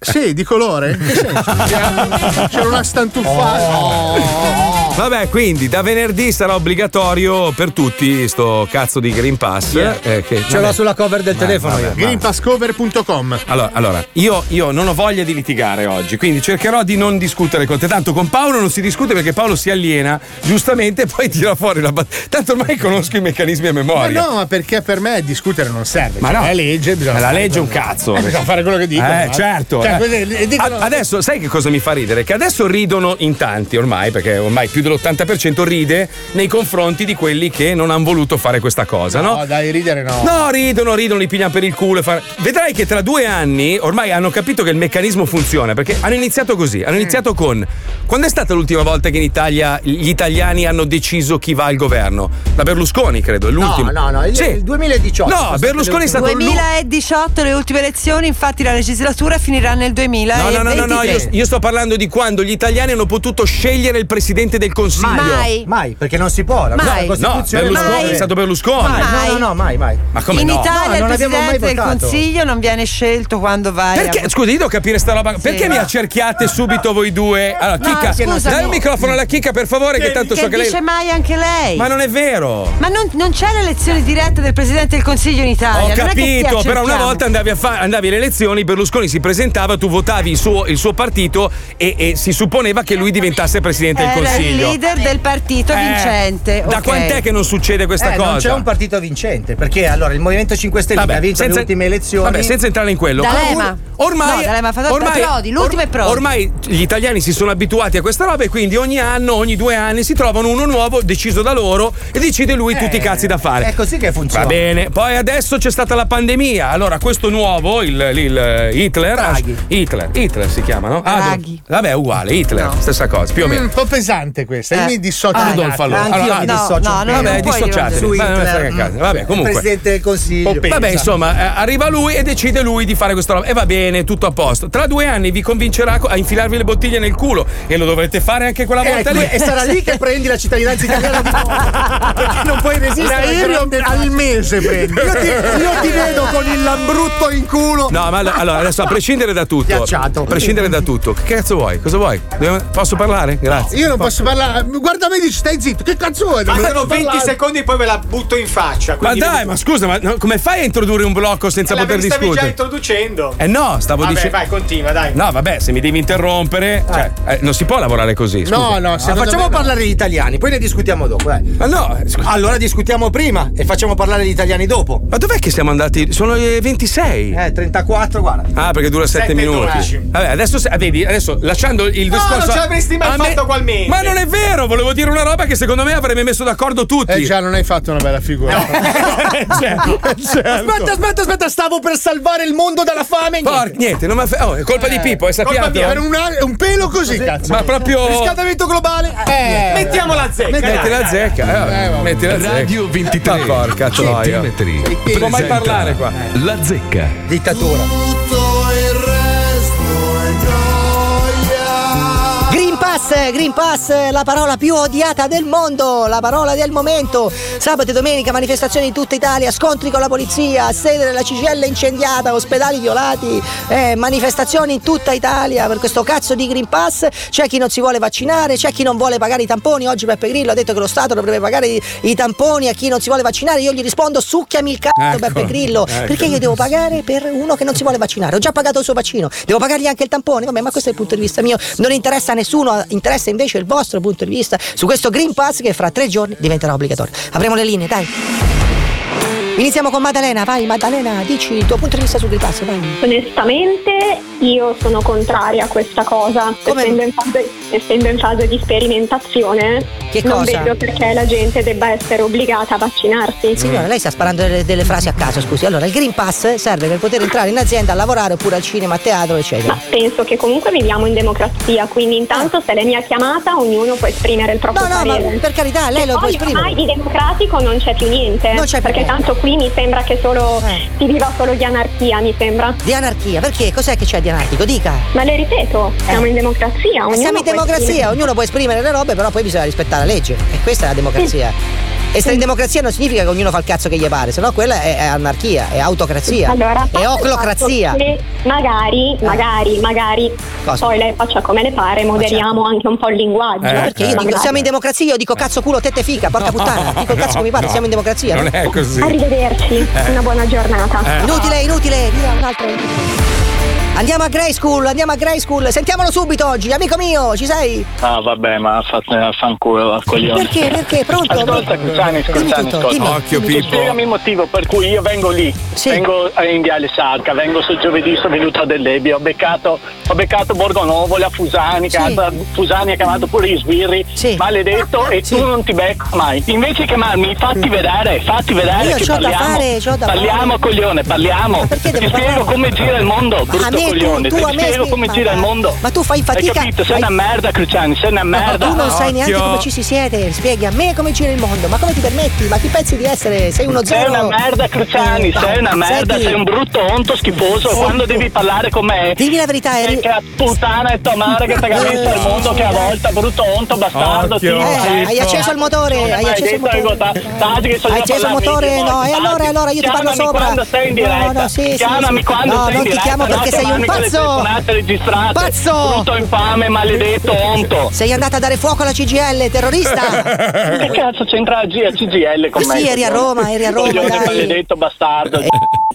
S6: Sì, di colore. In Che senso? C'era, c'era una
S3: Oh,
S6: stantuffata.
S3: Vabbè, quindi da venerdì sarà obbligatorio per tutti sto cazzo di Green Pass. eh, che-
S4: Ce l'ho
S3: vabbè.
S4: sulla cover del
S3: Vabbè,
S4: telefono
S3: vabbè,
S4: io.
S3: vabbè.
S6: Greenpasscover.com
S3: Allora, allora, io, io non ho voglia di litigare oggi, quindi cercherò di non discutere con te. Tanto con Paolo non si discute perché Paolo si aliena, giustamente, poi tira fuori la bat- Tanto ormai conosco i meccanismi a
S6: Ma
S3: memoria.
S6: no, ma perché per me discutere non serve.
S3: Ma
S6: Cioè,
S3: no.
S6: È legge, bisogna
S3: Ma la
S6: fare
S3: legge è un
S6: quello-
S3: cazzo.
S6: Eh, bisogna fare quello che dicono.
S3: Eh,
S6: ma-
S3: certo.
S6: Cioè,
S3: eh.
S6: così, dicono-
S3: A- adesso, sai che cosa mi fa ridere? Che adesso ridono in tanti ormai, perché ormai più dell'80% ride nei confronti di quelli che non hanno voluto fare questa cosa, no?
S6: dai, ridere no.
S3: No, ridono, ridono, li pigliano per il culo. e fa- Vedrai che tra due anni ormai hanno capito che il meccanismo funziona perché hanno iniziato così.
S4: Mm.
S3: Hanno iniziato con. Quando è stata l'ultima volta che in Italia gli italiani hanno deciso chi va al governo? La Berlusconi, credo, è l'ultima.
S4: No, no, no, il,
S3: Sì.
S4: il 2018.
S3: No,
S4: sono state
S3: Berlusconi è
S4: le
S3: stato
S4: ultime.
S8: 2018 le ultime elezioni, infatti la legislatura finirà nel 2000.
S3: No, no, no, no, no, io, io sto parlando di quando gli italiani hanno potuto scegliere il presidente del consiglio.
S8: Mai.
S4: Mai, perché non si può. La
S3: Mai. No,
S4: Costituzione
S3: Berlusconi,
S4: non-
S3: è stato Berlusconi.
S4: Mai.
S8: Mai.
S4: No, no, no, mai, mai.
S3: Ma come
S8: in
S3: no?
S8: Italia
S4: No, non
S8: il
S4: abbiamo mai
S8: presidente del
S4: votato.
S8: consiglio non viene scelto quando vai a
S3: Perché, scusa, io devo capire sta roba. Perché mi accerchiate subito voi due? Allora,
S8: No,
S3: Chicca,
S8: scusami.
S3: dai il microfono alla Chicca, per favore, che, tanto so che lei.
S8: dice mai anche lei.
S3: Ma non è vero.
S8: Ma non, non c'è l'elezione diretta del presidente del consiglio in Italia.
S3: Ho
S8: non è che ti
S3: capito, però una
S8: accerchiamo.
S3: volta andavi, a fa- andavi alle elezioni, Berlusconi si presentava, tu votavi il suo, il suo partito e, e si supponeva che lui diventasse presidente del
S8: Era il
S3: consiglio.
S8: leader del partito
S3: Eh,
S8: vincente.
S3: Da
S8: ok.
S3: quant'è che non succede questa
S4: Eh,
S3: cosa?
S4: Non c'è un partito vincente, perché allora il Movimento 5 Stelle
S3: Vabbè,
S4: che ha vinto
S3: senza-
S4: le ultime elezioni.
S3: Vabbè, senza entrare in quello.
S8: D'Alema.
S3: Ormai,
S8: No, D'Alema ha fatto
S3: ormai-
S8: Prodi, l'ultimo è Prodi.
S3: Ormai gli italiani si sono abituati a questa roba e quindi ogni anno, ogni due anni si trovano uno nuovo deciso da loro e decide lui tutti i cazzi da fare.
S4: Eh, È così che funziona.
S3: Va bene, poi adesso c'è stata la pandemia, allora questo nuovo, il, il Hitler,
S6: Draghi.
S3: Hitler, Hitler si chiama, no? Adolf-
S6: Draghi.
S3: Vabbè, è uguale, Hitler, stessa cosa, più o meno.
S6: Mm, Un po' pesante questa,
S3: Eh.
S6: io mi dissocio.
S3: Adolf, allora. Allora, Ad- Vabbè, Eh, dissociatevi. Vabbè, non frega cazzo. Vabbè, comunque.
S4: Presidente del Consiglio.
S3: Vabbè, insomma, eh, arriva lui e decide lui di fare questa roba. E va bene, tutto a posto. Tra due anni vi convincerà co- a infilarvi le bottiglie nel culo. E lo dovrete fare anche quella
S4: Eh,
S3: volta
S6: ecco,
S4: qui-
S3: lì.
S4: e sarà lì che prendi la cittadinanza italiana perché non puoi resistere
S6: L'aereo al mese prendi.
S4: Io ti, io ti vedo con il lambrutto in culo.
S3: No, ma allo- allora adesso a prescindere da tutto.
S6: Ghiacciato.
S3: A prescindere da tutto. Che cazzo vuoi? Cosa vuoi? Dobbiamo- Posso parlare? Grazie.
S6: Io non posso parlare. Guarda me e dici, stai zitto, che cazzo vuoi? Non
S7: Mancano
S6: devo
S7: 20
S6: parlare.
S7: secondi e poi ve la butto in faccia.
S3: Ma
S7: quindi-
S3: dai, ma scusa, ma no, come fai a introdurre un blocco senza
S7: Eh,
S3: poter
S7: l'avevi- stavi già
S3: discutere?
S7: introducendo.
S3: Eh no, stavo
S7: Vabbè,
S3: dicendo.
S7: vai, Ah. continua, dai.
S3: No, vabbè, se mi devi interrompere, cioè, eh, non si può lavorare così. scusa. Ah,
S4: No, no,
S3: Ma
S4: facciamo parlare gli italiani, poi ne discutiamo dopo. dai. allora discutiamo prima e facciamo parlare gli italiani dopo.
S3: Ma dov'è che siamo andati? Sono le 26.
S4: Eh, 34, guarda.
S3: Ah, perché dura 7
S4: Sette e
S3: minuti.
S4: dodici.
S3: Vabbè, adesso se- ah, vedi, adesso lasciando il
S7: No,
S3: discorso.
S7: non ce l'avresti mai
S3: a
S7: fatto ugualmente.
S3: Ma non è vero, volevo dire una roba che secondo me avrebbe messo d'accordo tutti.
S6: Eh già, non hai fatto una bella figura.
S3: Cioè, certo.
S4: Aspetta, aspetta, aspetta, stavo per salvare il mondo dalla fame.
S3: Porca, niente, non mi fa- oh, è colpa di Pippo, è sappiato.
S6: Eh, Per un, a- un pelo così, cazzo.
S3: Ma proprio-
S6: Riscaldamento globale. Eh.
S7: Mettiamo la zecca.
S3: Metti
S7: dai,
S3: la
S7: dai.
S3: zecca, eh, vabbè,
S7: Eh, vabbè.
S3: metti la zecca.
S2: Radio 23
S3: Ma porca troia.
S2: centimetri.
S3: Non può mai
S2: Presenta
S3: parlare qua.
S2: La zecca.
S4: Dittatura.
S15: Green Pass, Green Pass, la parola più odiata del mondo, la parola del momento. Sabato e domenica manifestazioni in tutta Italia, scontri con la polizia, sede della CGL incendiata, ospedali violati, eh, manifestazioni in tutta Italia per questo cazzo di Green Pass. C'è chi non si vuole vaccinare, c'è chi non vuole pagare i tamponi. Oggi Beppe Grillo ha detto che lo Stato dovrebbe pagare i, i tamponi a chi non si vuole vaccinare. Io gli rispondo succhiami il cazzo
S16: Ecco,
S15: Beppe Grillo,
S16: ecco.
S15: perché io devo pagare per uno che non si vuole vaccinare. Ho già pagato il suo vaccino, devo pagargli anche il tampone. Vabbè, ma questo è il punto di vista mio. Non interessa a nessuno, interessa invece il vostro punto di vista su questo Green Pass che fra tre giorni diventerà obbligatorio. Avremo le linee, dai. Iniziamo con Maddalena, vai Maddalena, dici il tuo punto di vista sul Green Pass, vai.
S17: Onestamente io sono contraria a questa cosa, essendo in, fase, essendo in fase di sperimentazione
S15: Che
S17: non
S15: cosa?
S17: vedo perché la gente debba essere obbligata a vaccinarsi.
S15: Signora, lei sta sparando delle, delle frasi a caso, scusi. Allora, il Green Pass serve per poter entrare in azienda a lavorare oppure al cinema, a teatro, eccetera.
S17: Ma penso che comunque viviamo in democrazia, quindi intanto se lei mi ha chiamata ognuno può esprimere il proprio
S15: No, no, ma
S17: parere.
S15: per carità, lei
S17: E
S15: lo può
S17: poi
S15: esprimere.
S17: ormai di democratico non c'è più niente, perché tanto qui mi sembra che solo si viva solo di anarchia, mi sembra.
S15: Eh. Di anarchia, perché? Cos'è che c'è di anarchico? Dica. Eh.
S17: Ma le ripeto, siamo in democrazia, ognuno
S15: Siamo in
S17: può
S15: democrazia,
S17: esprimere-
S15: ognuno può esprimere le robe, però poi bisogna rispettare la legge. E questa è la democrazia. E stare in democrazia non significa che ognuno fa il cazzo che gli pare, sennò quella è, è anarchia, è autocrazia,
S17: Allora, a parte
S15: è
S17: il
S15: oclocrazia.
S17: fatto che Magari,
S15: Eh.
S17: magari, magari poi lei faccia come le pare, moderiamo anche un po' il linguaggio.
S15: certo. Ma perché io dico
S17: Magari. Eh.
S15: siamo in democrazia, io dico cazzo culo, tette fica, porca puttana, dico il cazzo che mi pare,
S17: Ah. no.
S15: siamo in democrazia.
S17: Non è
S3: così.
S17: Arrivederci,
S15: Eh.
S17: una buona giornata.
S15: Inutile, inutile, via un altro. Andiamo a Grey School, andiamo a Grey School. Sentiamolo subito oggi, amico mio, ci sei?
S18: Ah, vabbè, ma fatene al fanculo, al coglione.
S15: Perché? Perché? Pronto?
S18: Ascolta, Cruciani, Cruciani, ascolta.
S5: Occhio,
S18: Ti Spiegami il motivo per cui io vengo lì, vengo eh, in Viale Sarca, vengo su giovedì, sono venuto a Del Debbio, ho beccato, ho beccato Borgonovo, la Fusani, che ha- Fusani ha chiamato pure gli sbirri, maledetto, e tu non ti becco mai. Invece che mi fatti vedere, fatti vedere
S15: Mm. Io
S18: che
S15: c'ho da
S18: parliamo.
S15: fare, c'ho da fare.
S18: parliamo, coglione, parliamo. Ti spiego come gira il mondo,
S15: Ma a
S18: brutto
S15: me tu-
S18: coglione,
S15: tu
S18: ti
S15: a me
S18: spiego
S15: spi-
S18: come
S15: ma-
S18: gira il
S15: ma-
S18: mondo.
S15: ma tu fai fatica-
S18: Hai capito? Sei
S15: fai-
S18: una merda, Cruciani, sei una merda.
S15: Ma tu non sai neanche come ci si siede, spieghi a me come gira il mondo, ma come ti permetti? Ma chi pensi di essere? Sei uno
S18: Sei
S15: zero. Ah,
S18: una merda, Cruciani, sei una merda,
S15: Senti.
S18: sei un brutto onto schifoso.
S15: Senti.
S18: Quando devi parlare con me,
S15: Dimmi la verità,
S18: sei
S15: eri-
S18: che la puttana e tua madre che ti ha messo al mondo che a volte, brutto onto, bastardo.
S15: Eh,
S18: tipo,
S15: hai
S18: zitto.
S15: acceso il motore, hai
S18: Hai
S15: acceso il
S18: detto che
S15: motore.
S18: guarda- tagli che sono
S15: Hai
S18: io a
S15: acceso il
S18: parlare,
S15: motore?
S18: minchia,
S15: No, e
S18: tagli.
S15: allora, allora io ti parlo
S18: Chiamami
S15: sopra.
S18: quando sei in diretta.
S15: No, no, sì, sì,
S18: Chiamami
S15: sì.
S18: quando
S15: No,
S18: sei in
S15: non ti
S18: diretta,
S15: chiamo
S18: no,
S15: perché sei un
S18: chiamami con le
S15: pazzo.
S18: telefonate registrate.
S15: Pazzo.
S18: Brutto infame, maledetto onto.
S15: Sei andata a dare fuoco alla CGL, terrorista!
S18: Che cazzo c'entra la G- CGL con
S15: Eh
S18: me?
S15: sì, eri a Roma, eri a Roma,
S18: Coglione
S15: dai.
S18: maledetto bastardo.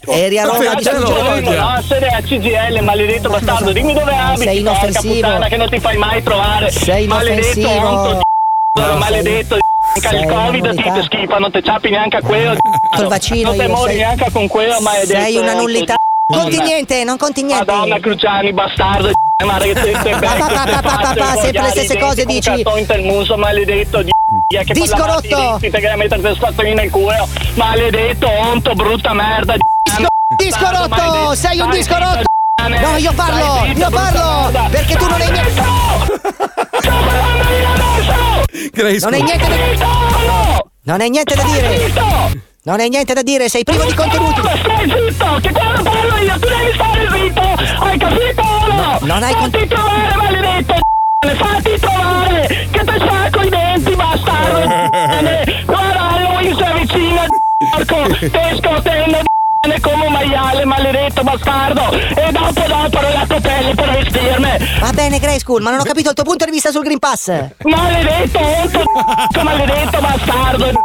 S15: eri a Roma,
S18: Cazzo,
S15: distruggi
S18: non
S15: la
S18: vengo,
S15: voglia.
S18: No, sei a CGL, maledetto bastardo. Dimmi dove abiti,
S15: Sei
S18: porca
S15: inoffensivo.
S18: puttana, che non ti fai mai trovare.
S15: Sei
S18: maledetto
S15: inoffensivo.
S18: onto di c***o, maledetto di c***o,
S15: sei
S18: il covid ti ti schifa, non ti ciappi neanche a quello.
S15: Col vaccino
S18: Non ti
S15: io,
S18: muori
S15: sei-
S18: neanche con quello, maledetto.
S15: Sei una
S18: onto di
S15: nullità.
S18: c***o.
S15: Conti niente, non conti niente.
S18: Madonna Cruciani, bastardo. di c***o, Ma che te te
S15: Pa, pa, pa, pa, pa, pa,
S18: becco,
S15: sempre le
S18: vogliare
S15: stesse
S18: i denti con
S15: cose dici. Mm.
S18: un cartone per il muso, maledetto di c***a, che
S15: Disco
S18: parla male di
S15: rotto.
S18: denti, Te che la mettere per spazzolino nel culo, maledetto onto, brutta merda di c***a,
S15: Disco
S18: bastardo,
S15: rotto!
S18: maledetto.
S15: Sei un
S18: Dai,
S15: disco
S18: zitto,
S15: rotto!
S18: cane.
S15: No, io
S18: Dai,
S15: parlo!
S18: zitto,
S15: Io
S18: brutta merda.
S15: parlo! Perché tu non hai niente. Non hai niente da. Non hai niente da dire! Non hai niente da dire, sei privo di contenuti!
S18: Stai zitto! Che quando parlo io tu devi stare zitto! Hai capito o no?
S15: non hai
S18: Fatti trovare, maledetto! c***o, Fatti trovare! Che te sacco i denti, bastardo! c***o. Guarda, Halloween si avvicina, porco! Te scotendo, c***o, come un maiale, maledetto bastardo! E dopo, dopo, la tua pelle per vestirmi!
S15: Va bene, Grey School, ma non ho capito il tuo punto di vista sul Green Pass.
S18: Maledetto, onto, c***o, maledetto bastardo! c***o.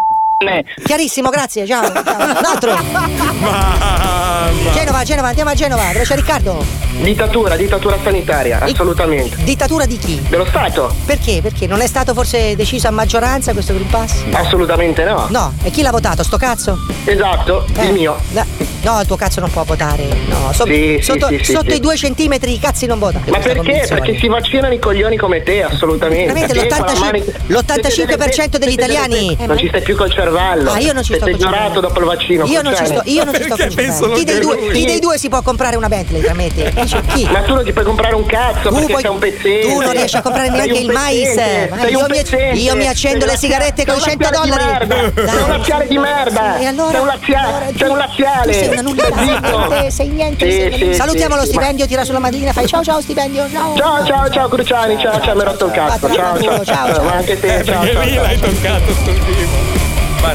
S15: Chiarissimo, grazie, ciao. ciao. L'altro.
S5: Mamma.
S15: Genova, Genova, andiamo a Genova, dove c'è Riccardo?
S11: Dittatura, dittatura sanitaria, assolutamente.
S15: Dittatura di chi?
S11: Dello Stato?
S15: Perché? Perché non è stato forse deciso a maggioranza questo Green Pass?
S11: Assolutamente no.
S15: No, e chi l'ha votato? Sto cazzo?
S11: Esatto,
S15: Eh,
S11: il mio.
S15: no, No, il tuo cazzo non può votare. No, so-
S11: Sì, sì,
S15: sotto,
S11: sì, sì,
S15: sotto
S11: sì.
S15: i due centimetri i cazzi non votano.
S11: Ma
S15: Questa
S11: perché?
S15: convinzione.
S11: Perché si vaccinano i coglioni come te, assolutamente. Cioè,
S15: Veramente
S11: Te, Palamari-
S15: l'85%, l'85% degli italiani.
S11: Non ci stai più col cervello.
S15: Ah, io non ci
S11: Sei
S15: sto col
S11: peggiorato
S15: cervello.
S11: dopo il vaccino. cioè.
S15: Io non ci sto,
S11: Cruciani.
S15: io non ci sto col cervello. Chi dei, due, chi dei due si può comprare una Bentley, tra me e te? Dici, chi?
S11: Ma tu non ti puoi comprare un
S15: Tu
S11: cazzo Esatto, perché
S15: puoi-
S11: sei un pezzente.
S15: tu non riesci a comprare
S11: Sei
S15: neanche
S11: un
S15: il mais.
S11: pezzente,
S15: Ma
S11: sei
S15: io
S11: un
S15: mi-
S11: pezzente,
S15: io mi accendo
S11: sei
S15: le
S11: un
S15: sigarette con
S11: lazia-
S15: 100
S11: sei un
S15: dollari.
S11: lazia di merda,
S15: Dai.
S11: Sei un laziale di
S15: Sì,
S11: merda.
S15: e allora-
S11: sei un laziale. Sei un laziale.
S15: Tu sei una nullità,
S11: Stai zitto.
S15: sei- sei niente,
S11: Sì,
S15: sei-
S11: sì,
S15: Salutiamo
S11: sì,
S15: lo
S11: sì,
S15: stipendio, tira sulla madrina, fai ciao ciao stipendio, ciao.
S11: Ciao ciao ciao Cruciani, ciao ciao, mi hai rotto il cazzo, ciao ciao, ma anche te, ciao ciao.
S5: l'hai toccato sul vivo.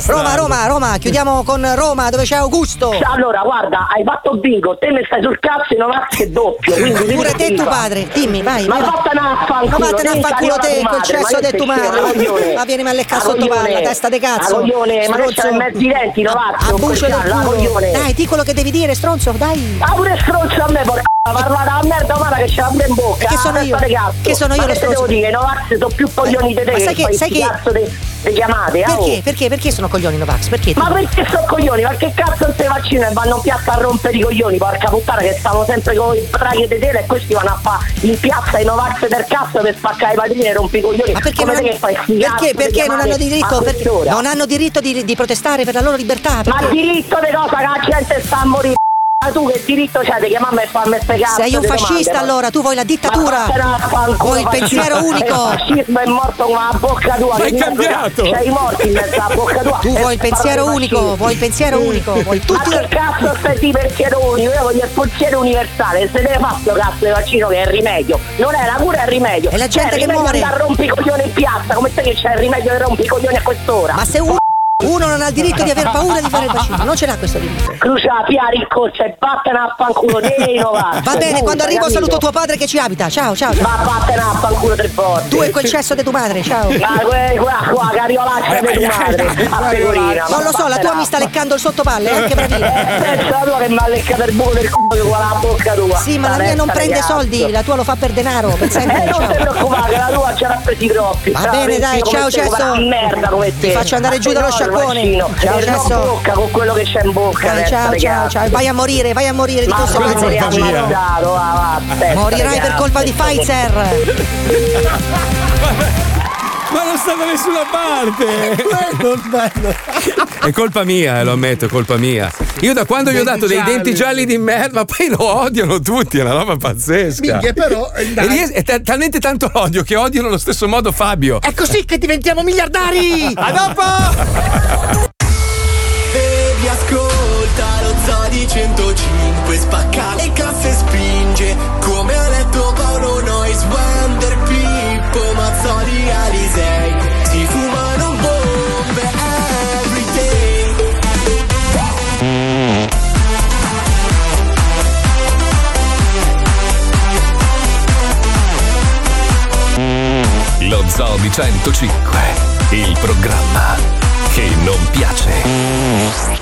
S15: Roma, Roma, Roma, chiudiamo con Roma dove c'è Augusto.
S14: Allora, guarda, hai fatto bingo, te mi stai sul cazzo e non hai che doppio. Quindi
S15: Pure te
S14: tu
S15: tuo padre, dimmi, vai.
S14: Ma
S15: vai.
S14: vattene a
S15: Ma
S14: fanculo,
S15: vattene a
S14: devi
S15: fanculo
S14: salire
S15: te,
S14: alla
S15: col
S14: madre,
S15: cesso
S14: ma io
S15: del tuo
S14: sei scemo,
S15: madre.
S14: coglione.
S15: Ma vieni a leccare sotto
S14: Coglione.
S15: palla, testa de cazzo.
S14: Coglione, ma adesso hai mezzi denti, no,
S15: A
S14: vazzo,
S15: bucio del
S14: coglione,
S15: culo.
S14: coglione.
S15: Dai, di quello che devi dire, stronzo, dai.
S14: Ah, pure stronzo a me, porca c***a, parlare a merda, guarda che ce l'ha pure in bocca.
S15: E che sono
S14: ah,
S15: io?
S14: testa de cazzo.
S15: Che sono io
S14: Ma
S15: lo
S14: che te
S15: stronzo?
S14: devo dire, no, vazzo, sono più coglioni di te
S15: Eh, Ma sai che-
S14: che
S15: sai
S14: fai
S15: che-
S14: il cazzo de de chiamate, ah, oh.
S15: Perché? Perché? Perché sono coglioni Novax? Perché?
S14: Ma perché sono coglioni? Ma che cazzo non si vaccino e vanno in piazza a rompere i coglioni? Porca puttana che stavano sempre con i braghi di tela e questi vanno a fare in piazza i Novax del cazzo per spaccare i padrini e rompi i coglioni.
S15: Ma perché
S14: Come
S15: non,
S14: te che fai sti
S15: perché,
S14: cazzi di
S15: perché non
S14: chiamate
S15: hanno diritto,
S19: Ah,
S14: a
S15: perché
S14: quest'ora?
S15: non hanno diritto di, di protestare per la loro libertà?
S14: Ma
S15: perché-
S14: diritto di cosa che la gente sta a morire? Ma tu che diritto c'hai di chiamarmi e farmi queste cazzo?
S15: Sei un
S14: di domande,
S15: fascista
S14: ma-
S15: allora, tu vuoi la dittatura,
S14: Ma vattene a fanculo,
S15: vuoi il
S14: fascista.
S15: pensiero unico.
S14: Il fascismo è morto con la bocca tua.
S15: Ma hai
S14: che merda,
S15: cambiato?
S14: Sei morto in mezzo alla bocca tua.
S15: Tu
S14: E
S15: vuoi il pensiero
S14: parlo di
S15: unico,
S14: fascismo.
S15: vuoi il pensiero
S14: Sì.
S15: unico, vuoi tutti-
S14: Ma che cazzo stai di pensiero unico? Io voglio il pensiero universale. Se ne fa sto cazzo di vaccino che è il rimedio. Non è la cura, è il rimedio.
S15: È la gente
S14: Cioè, il
S15: che
S14: rimedio
S15: muore.
S14: è andare a rompi i coglioni in piazza. Come te che c'è il rimedio che rompi i coglioni a quest'ora?
S15: Ma se uno, uno non ha il diritto di aver paura di fare il vaccino, non ce l'ha questo diritto.
S14: Crucia, pia, riccorcia e vattene a fanculo dei Novax.
S15: Va bene,
S14: Punto,
S15: quando arrivo
S14: capito?
S15: saluto tuo padre che ci abita, ciao ciao. ciao.
S14: Ma vattene a fanculo tre volte.
S15: Tu e quel cesso di tua madre, ciao.
S14: Ma que- qua, qua, cariolaccia di tua madre. A pecorina.
S15: Non lo so, la tua mi sta leccando il sottopalle, eh, anche per dire.
S14: Pensa la tua che mi ha leccato il buco del c***o con la bocca tua.
S15: Sì, ma la mia non prende soldi, la tua lo fa per denaro. Per sempre,
S14: Eh, non
S15: ciao.
S14: ti preoccupare, la tua ce l'ha presi troppi.
S15: Va
S14: Te la
S15: bene,
S14: metti
S15: dai,
S14: come
S15: ciao
S14: te, come
S15: Cesso.
S14: una merda come te.
S15: Ti faccio andare giù dallo
S14: No,
S15: sciacquone.
S14: Marcino,
S15: Ciao
S14: eh, no,
S15: Cesso.
S14: bocca con quello che c'è in bocca.
S15: Dai,
S14: adesso,
S15: ciao, ciao,
S14: ragazzi.
S15: ciao. Vai a morire, vai a morire di
S14: Ma
S15: conseguenza.
S14: vai a morire, ammazzato,
S19: ah,
S14: va, va, aspetta,
S15: Morirai per
S14: ragazzi.
S15: colpa di Pfizer.
S3: Ma non sta da nessuna parte! È colpa mia, eh, lo ammetto, è colpa mia. Io da quando gli ho
S20: Denti
S3: dato dei
S20: gialli.
S3: denti gialli di merda, poi lo odiano tutti, è una roba pazzesca.
S20: Minchia, però, eh,
S3: E
S20: dai.
S3: ries- è ta- talmente tanto odio che odiano allo stesso modo Fabio.
S21: È così che diventiamo miliardari!
S3: A dopo!
S21: Bevi, ascolta lo Zodi 105, spacca le casse spinge, come ha detto Paolo Nois, Wander Pippo, Mazzoli, Alisei, si fumano bombe every day.
S2: Lo Zoo di 105, il programma che non piace.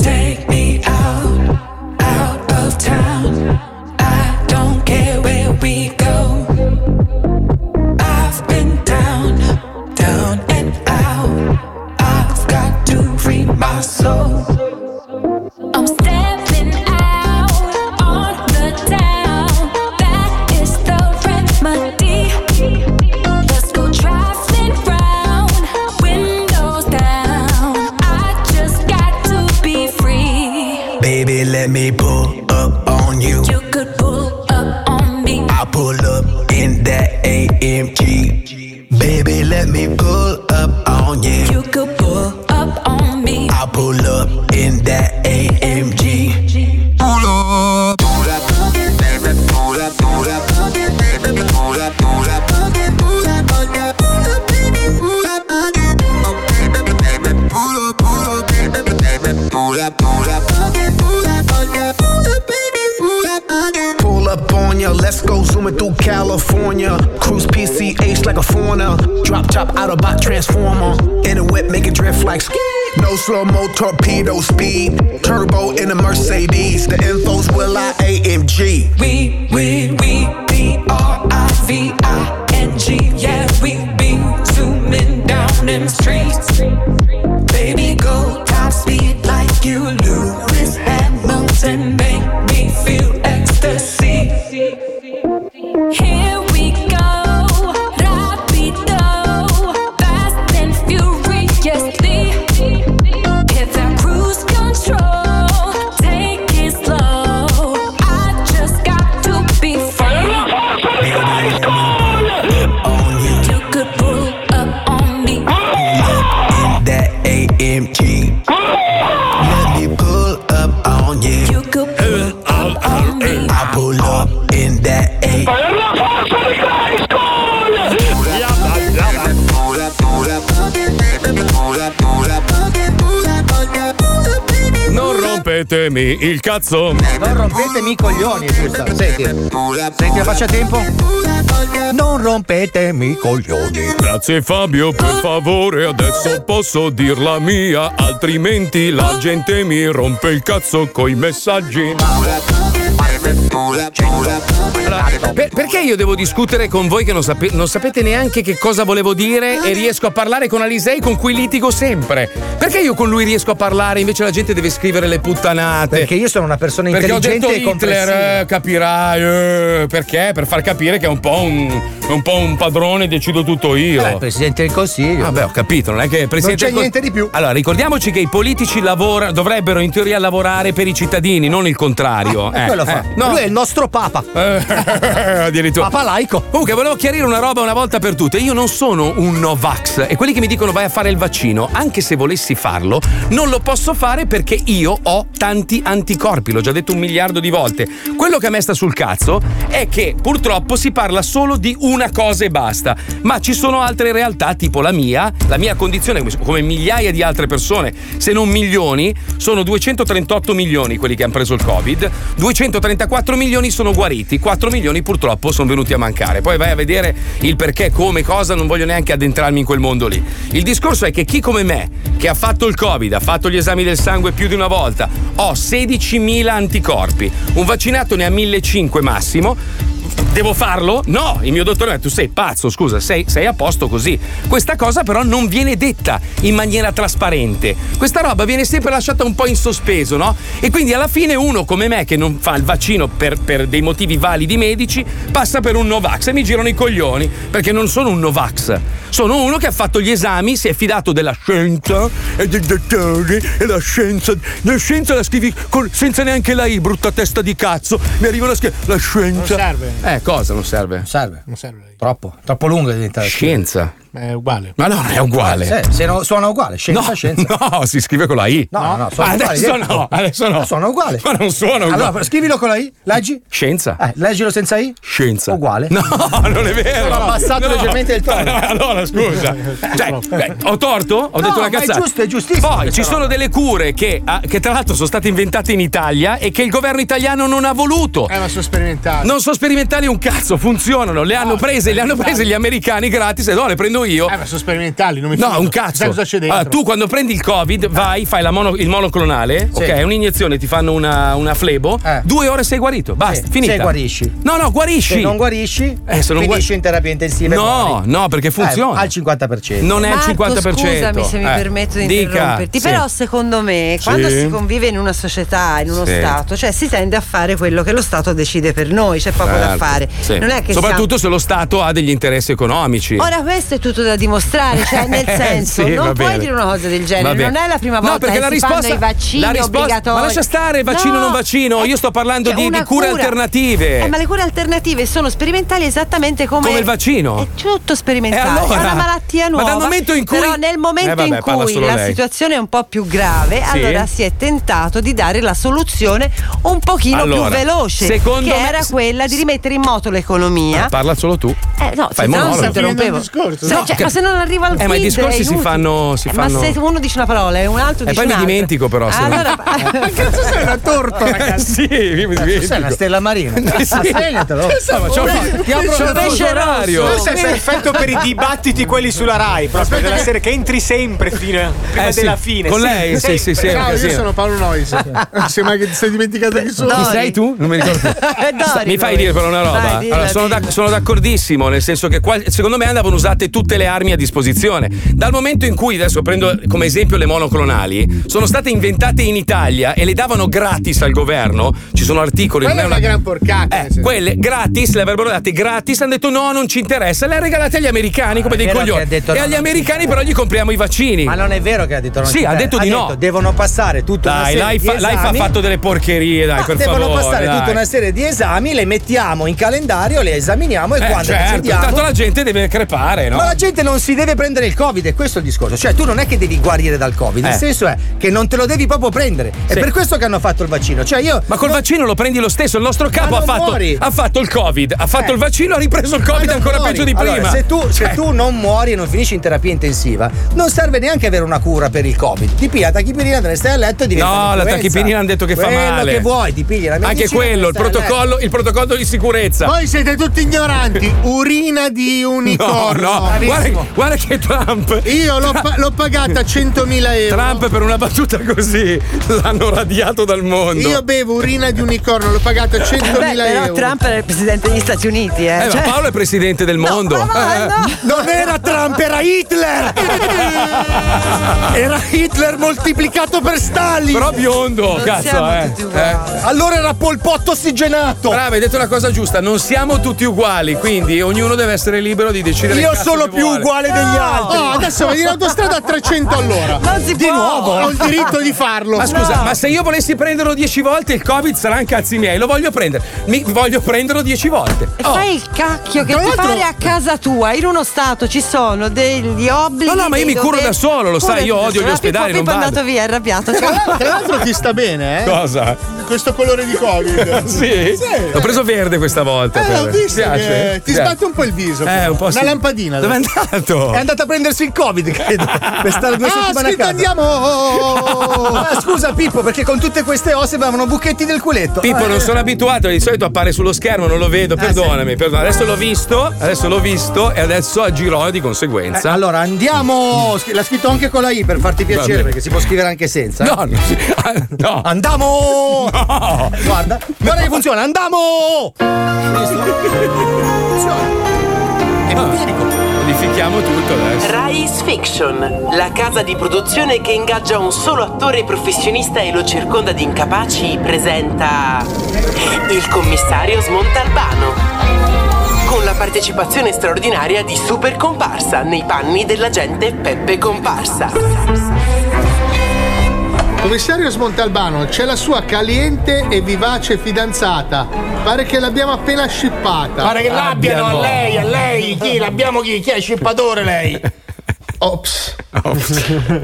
S5: Take me out, out of town. I don't care where we go. I've been down, down and out. I've got to free my soul. I'm stepping out on the town. That is the remedy. Let's go traveling round, windows down. I just got to be free.
S21: Baby, let me pull up on you.
S5: You could pull up on me.
S21: I pull up in that AMG. Baby, let me pull up on you.
S5: You could pull up on me.
S21: I pull up in that AMG. Pull up. Pull up. Pull up. Pull up. Pull up. Pull up.
S10: Pull up on ya, let's go zooming through California. Cruise PCH like a foreigner. Drop top Autobot transformer. In a whip, make it drift like ski. No slow mo torpedo speed. Turbo in a Mercedes. The info's will I AMG.
S5: We, we, we, B R I V I N G. Yeah, we be zooming down them streets. Baby, go top speed like you Lewis Hamilton. Make me feel ecstasy. Here we go, rapido, fast and furiously. Hit that cruise control, take it slow. I just got to be free. You could pull up on me.
S21: In that AMG. Let me pull up on you.
S5: You could pull up on me.
S21: I pull up in that AMG.
S3: Non rompetemi il cazzo.
S1: Non rompetemi i coglioni, è giusta. Senti, senti, la faccia a tempo. Non rompetemi i coglioni.
S3: Grazie Fabio, per favore, adesso posso dir la mia, altrimenti la gente mi rompe il cazzo coi messaggi. Per- perché io devo discutere con voi che non, sape- non sapete neanche che cosa volevo dire e riesco a parlare con Alisei con cui litigo sempre? Perché io con lui riesco a parlare invece la gente deve scrivere le puttanate?
S1: Perché io sono una persona
S3: Perché ho
S1: intelligente
S3: detto
S1: e comprensiva.
S3: Hitler, eh, capirai, eh, perché? Per far capire che è un po' un, è un, po' un padrone, decido tutto io.
S1: Eh, Presidente del Consiglio.
S3: Vabbè, ho capito, non è che Presidente
S1: Non c'è
S3: del
S1: niente di più.
S3: Allora, ricordiamoci che i politici lavora- dovrebbero in teoria lavorare per i cittadini, non il contrario.
S1: Ah,
S3: eh,
S1: quello fa.
S3: eh,
S15: Lui è il nostro papa.
S3: Eh, addirittura.
S15: Papa laico.
S3: Comunque, volevo chiarire una roba una volta per tutte. Io non sono un Novax e quelli che mi dicono vai a fare il vaccino, anche se volessi farlo, non lo posso fare perché io ho tanti anticorpi. L'ho già detto un miliardo di volte. Quello che a me sta sul cazzo è che purtroppo si parla solo di una cosa e basta. Ma ci sono altre realtà, tipo la mia, la mia condizione, come- come migliaia di altre persone, se non milioni, sono 238 milioni quelli che hanno preso il Covid, 234 milioni sono guariti, 4 milioni purtroppo sono venuti a mancare. Poi vai a vedere il perché, come, cosa, non voglio neanche addentrarmi in quel mondo lì. Il discorso è che chi come me, che ha fatto il Covid, ha fatto gli esami del sangue più di una volta, ho 16.000 anticorpi, un vaccinato ne ha 1.500 massimo, Devo farlo? No, il mio dottore mi ha detto tu sei pazzo, scusa, sei, sei a posto così. Questa cosa però non viene detta in maniera trasparente. Questa roba viene sempre lasciata un po' in sospeso, no? E quindi alla fine uno come me che non fa il vaccino per, per dei motivi validi medici passa per un Novax e mi girano i coglioni perché non sono un Novax. Sono uno che ha fatto gli esami, si è fidato della scienza e dei dottori e la scienza. La scienza la scrivi col- senza neanche la I, brutta testa di cazzo. Mi arriva la schiena. La scienza.
S6: Non serve.
S3: Eh, cosa non serve? Non
S1: serve.
S6: Non serve.
S1: Troppo, troppo lunga diventa.
S3: Scienza.
S6: È uguale.
S3: Ma no, non è uguale.
S1: Eh, se no- suona uguale, scienza,
S3: no,
S1: scienza.
S3: No, si scrive con la I.
S1: No, no, no, sono
S3: adesso
S1: uguali,
S3: no,
S1: detto.
S3: adesso no.
S1: Ma sono uguali.
S3: Ma non sono uguali.
S1: Allora, scrivilo con la I, leggi.
S3: Scienza.
S1: Eh, leggilo senza I?
S3: Scienza.
S1: Uguale.
S3: No, non è vero.
S1: Sono abbassato
S3: No.
S1: leggermente il tono.
S3: Ah, no, allora, scusa. Cioè, beh, ho torto? Ho
S1: No,
S3: detto
S1: ma
S3: una
S1: è
S3: cazzata.
S1: giusto, è giustissimo
S3: Poi
S1: questa
S3: ci sono
S1: roba.
S3: delle cure che, ah, che tra l'altro sono state inventate in Italia e che il governo italiano non ha voluto.
S6: Eh, ma sono sperimentali.
S3: Non sono sperimentali un cazzo, funzionano. Le hanno prese, le hanno prese gli americani gratis e no, le prendo io.
S6: Eh, ma sono sperimentali, non mi
S3: No,
S6: fido.
S3: un cazzo. Ah,
S6: Sai cosa c'è dentro?
S3: Allora, tu quando prendi il
S1: Eh.
S3: Covid vai, fai la mono- il monoclonale,
S6: Sì.
S3: ok, è un'iniezione, ti fanno una, una flebo, due ore sei guarito, basta,
S1: Eh. Sì,
S3: finita.
S1: se guarisci.
S3: No, no, guarisci.
S1: Se non guarisci,
S3: Eh, se non
S1: finisci
S3: guar-
S1: in terapia intensiva. e
S3: No,
S1: muori.
S3: no, perché funziona.
S1: Eh, al 50%.
S3: Non è al
S8: Marco,
S3: 50%.
S8: Scusami se mi
S3: Eh,
S8: permetto di
S3: dica.
S8: interromperti,
S3: Sì.
S8: però secondo me
S3: Sì.
S8: quando si convive in una società, in uno
S3: Sì.
S8: Stato, cioè si tende a fare quello che lo Stato decide per noi, c'è poco da
S3: Certo.
S8: fare.
S3: Sì.
S8: Non è che
S3: Soprattutto se lo Stato ha degli interessi economici.
S8: siamo- Ora questo è tutto da dimostrare, cioè nel
S3: Eh,
S8: senso
S3: sì, va
S8: non puoi
S3: bene.
S8: dire una cosa del
S3: Va
S8: genere,
S3: bene.
S8: non è la prima
S3: No,
S8: volta
S3: perché
S8: che
S3: la
S8: si
S3: risposta-
S8: fanno i vaccini
S3: la risposta-
S8: obbligatori.
S3: ma lascia stare, vaccino, non vaccino, io sto parlando di- di
S8: una
S3: cure
S8: cura.
S3: alternative.
S8: Eh, ma le cure alternative sono sperimentali esattamente come,
S3: Come il vaccino.
S8: È tutto sperimentale,
S3: E allora?
S8: è una malattia
S3: Ma
S8: nuova.
S3: dal momento in cui-
S8: Però nel momento
S3: Eh, vabbè,
S8: in
S3: parla
S8: cui
S3: solo
S8: la
S3: lei.
S8: situazione è un po' più grave,
S3: Sì.
S8: allora si è tentato di dare la soluzione un pochino
S3: Allora,
S8: più veloce,
S3: secondo
S8: che
S3: me-
S8: era quella di rimettere in moto
S3: Eh,
S8: l'economia.
S3: parla solo tu.
S8: Eh, no,
S3: Fai
S8: se no non
S3: monologo.
S8: si interrompevo.
S3: Sto finendo il discorso.
S8: Se-
S3: No,
S8: cioè,
S3: che-
S8: ma se non arriva al
S3: Eh, ma i
S8: quid,
S3: discorsi
S8: è
S3: si
S8: inutile.
S3: fanno- si
S8: Eh,
S3: fanno-
S8: Ma se uno dice una parola e un altro
S3: E poi
S8: dice
S3: mi
S8: un'altra. Ah,
S3: dimentico però. se no.
S8: Allora,
S6: Cazzo sei una torta, ragazzi.
S3: sì, io mi dimentico.
S1: sei una stella marina.
S3: Sì, sì.
S1: Assegnatelo.
S3: Che sa, ma c'ho-
S1: Ti apro
S3: c'ho
S1: la
S3: il fuso
S1: pesce rosso.
S3: orario.
S7: Tu sei perfetto per i dibattiti quelli sulla Rai, proprio della serie che entri sempre fino a- prima
S3: Eh, sì.
S7: della fine.
S3: Con lei? Sì, sì, sì, è un
S6: Ciao, io
S3: casino.
S6: sono Paolo Nois. Semmai che ti sei dimenticato chi sono.
S3: Chi sei tu? Non mi ricordo più. Eh, Mi fai dire però una roba.
S6: Vai, dilla,
S3: Allora, sono, d'ac- sono d'accordissimo, nel senso che qual- secondo me andavano usate tutte le armi a disposizione. Dal momento in cui, adesso prendo come esempio le monoclonali, sono state inventate in Italia e le davano gratis al governo, ci sono articoli,
S6: Quella è
S3: non è
S6: una gran porcata. nel senso.
S3: Quelle gratis le avrebbero date gratis, hanno detto no, non ci interessa, le ha regalate agli americani come dei
S1: Ah, vero che
S3: coglioni.
S1: ha detto
S3: e
S1: no,
S3: agli
S1: non ci
S3: americani però gli compriamo i vaccini.
S1: Ma non è vero che ha detto no.
S3: Sì, ha detto di no.
S1: Devono passare tutta una
S3: Dai,
S1: serie
S3: l'AIFA,
S1: di
S3: l'AIFA ha
S1: esami.
S3: fatto delle porcherie, dai,
S1: Ah,
S3: per
S1: devono
S3: favore.
S1: passare
S3: dai.
S1: tutta una serie di esami, le mettiamo in calendario, le esaminiamo e
S3: Eh,
S1: quando
S3: certo,
S1: decidiamo-
S3: tanto la gente deve crepare, no?
S1: Ma la gente non si deve prendere il Covid, è questo il discorso. Cioè, tu non è che devi guarire dal Covid,
S3: Eh.
S1: il senso è che non te lo devi proprio prendere. È
S3: Sì.
S1: per questo che hanno fatto il vaccino. Cioè, io.
S3: Ma col vaccino lo prendi lo stesso, il nostro capo
S1: Ma
S3: ha
S1: non
S3: fatto,
S1: muori. Eh.
S3: ha fatto il Covid, ha fatto il vaccino, ha ripreso il Covid
S1: Ma non
S3: ancora
S1: muori.
S3: peggio di prima. Eh,
S1: Allora, se, tu, se tu non muori e non finisci in terapia intensiva, non serve neanche avere una cura per il Covid. Ti pigli la tachipirina, te ne stai a letto e diventa.
S3: No, la
S1: un'influenza.
S3: tachipirina hanno detto che fa
S1: Quello
S3: male.
S1: che vuoi, ti pigli la medicina,
S3: Anche quello, il
S1: te ne stai a
S3: protocollo, il protocollo di sicurezza.
S6: Voi siete tutti ignoranti. Urina di
S3: No,
S6: unicorno.
S3: no, guarda,
S6: Bravissimo.
S3: guarda che Trump.
S6: Io l'ho, pa- l'ho pagata 100.000 euro.
S3: Trump per una battuta così l'hanno radiato dal mondo.
S6: Io bevo urina di unicorno, l'ho pagata 100.000
S8: Eh, Beh, però
S6: euro.
S8: Trump era il presidente degli Stati Uniti, eh.
S3: Eh, ma
S8: Cioè-
S3: Paolo è presidente del mondo. Eh.
S4: Non era Trump, era Hitler! Era Hitler moltiplicato per Stalin!
S3: Però biondo, cazzo, eh. Eh.
S4: Allora era polpotto ossigenato!
S3: Bravo, hai detto la cosa giusta, non siamo tutti uguali, quindi ognuno deve essere libero di decidere. il
S4: Io
S3: cazzo
S4: sono
S3: che
S6: più uguale
S1: degli altri.
S6: Oh, adesso vedi l'autostrada a 300 all'ora. di nuovo, ho il diritto di farlo.
S5: Ma scusa, ma se io volessi prenderlo 10 volte, il Covid sarà in cazzi miei. Lo voglio prendere. Mi voglio prenderlo 10 volte.
S8: E fai il cacchio che
S5: Tra
S8: ti
S5: l'altro-
S8: pare a casa tua, in uno stato ci sono degli obblighi.
S5: No, no, ma io
S8: dei
S5: mi curo
S8: doveri.
S5: da solo, lo sai,
S8: Curati
S5: io
S8: da
S5: odio
S8: solo.
S5: gli
S8: Ah,
S5: ospedali,
S8: Pippo, Pippo
S5: non
S8: è
S5: vado.
S8: andato via, è arrabbiato.
S6: Tra tra l'altro ti sta bene, eh?
S5: Cosa?
S6: Questo colore di Covid.
S5: sì? L'ho preso verde questa volta.
S6: Eh,
S5: per-
S6: l'ho visto
S5: Ti piace?
S6: che ti
S5: Ti piace?
S6: sbatte un po' il viso.
S5: Eh, un po'
S6: Una
S5: sì.
S6: lampadina.
S5: Dove è
S6: adesso.
S5: andato?
S6: È andato a prendersi il Covid, credo.
S1: per stare due
S6: Ah,
S1: settimane
S6: scritto
S1: a casa.
S6: andiamo!
S1: Ah, scusa Pippo, perché con tutte queste osse avevano buchetti del culetto. Eh,
S5: Pippo, non sono abituato, di solito appare sullo schermo, non lo vedo, perdonami, perdonami. Adesso l'ho visto, adesso l'ho visto e adesso agirò di
S1: Eh,
S5: conseguenza.
S1: allora andiamo.
S10: Mm.
S1: scri- L'ha scritto anche con la I per farti
S5: Va bene.
S1: piacere, perché si può scrivere anche senza.
S5: No, no, sì. Ah, no.
S1: Andiamo! Guarda, guarda che funziona, andiamo!
S5: Modifichiamo tutto adesso.
S22: Rise Fiction, la casa di produzione che ingaggia un solo attore professionista e lo circonda di incapaci, presenta il commissario Smontalbano. Con la partecipazione straordinaria di Super Comparsa nei panni dell'agente Peppe Comparsa.
S6: Commissario Smontalbano, c'è la sua caliente e vivace fidanzata. Pare che l'abbiamo appena scippata.
S10: Pare che l'abbiano a lei, a lei, chi? L'abbiamo chi? Chi è scippatore lei?
S6: Ops.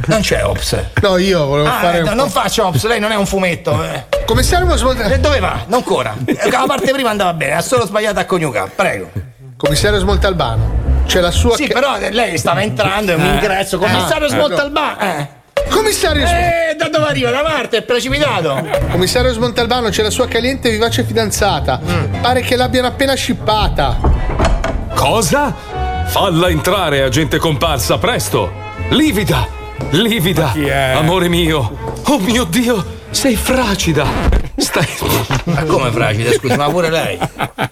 S10: Non c'è Ops.
S6: No, io volevo
S10: Ah,
S6: fare.
S10: no,
S6: un
S10: non faccia Ops, lei non è un fumetto. eh.
S6: Commissario Smontalbano.
S10: Dove va? Non ancora. Eh, La parte prima andava bene, ha solo sbagliato a coniugare, prego.
S6: Commissario Smontalbano, c'è la sua. Eh.
S10: Sì, però lei stava entrando, è un ingresso. Commissario Smontalbano.
S6: Commissario
S10: Eh, da dove arriva? Da Marte, è precipitato.
S6: Commissario Smontalbano, c'è la sua caliente e vivace fidanzata.
S10: Mm.
S6: Pare che l'abbiano appena scippata.
S3: Cosa? Falla entrare, agente comparsa, presto! Livida! Livida! Amore mio! Oh mio Dio! Sei fragida! Stai.
S10: Ma come fragida, scusa, ma pure lei.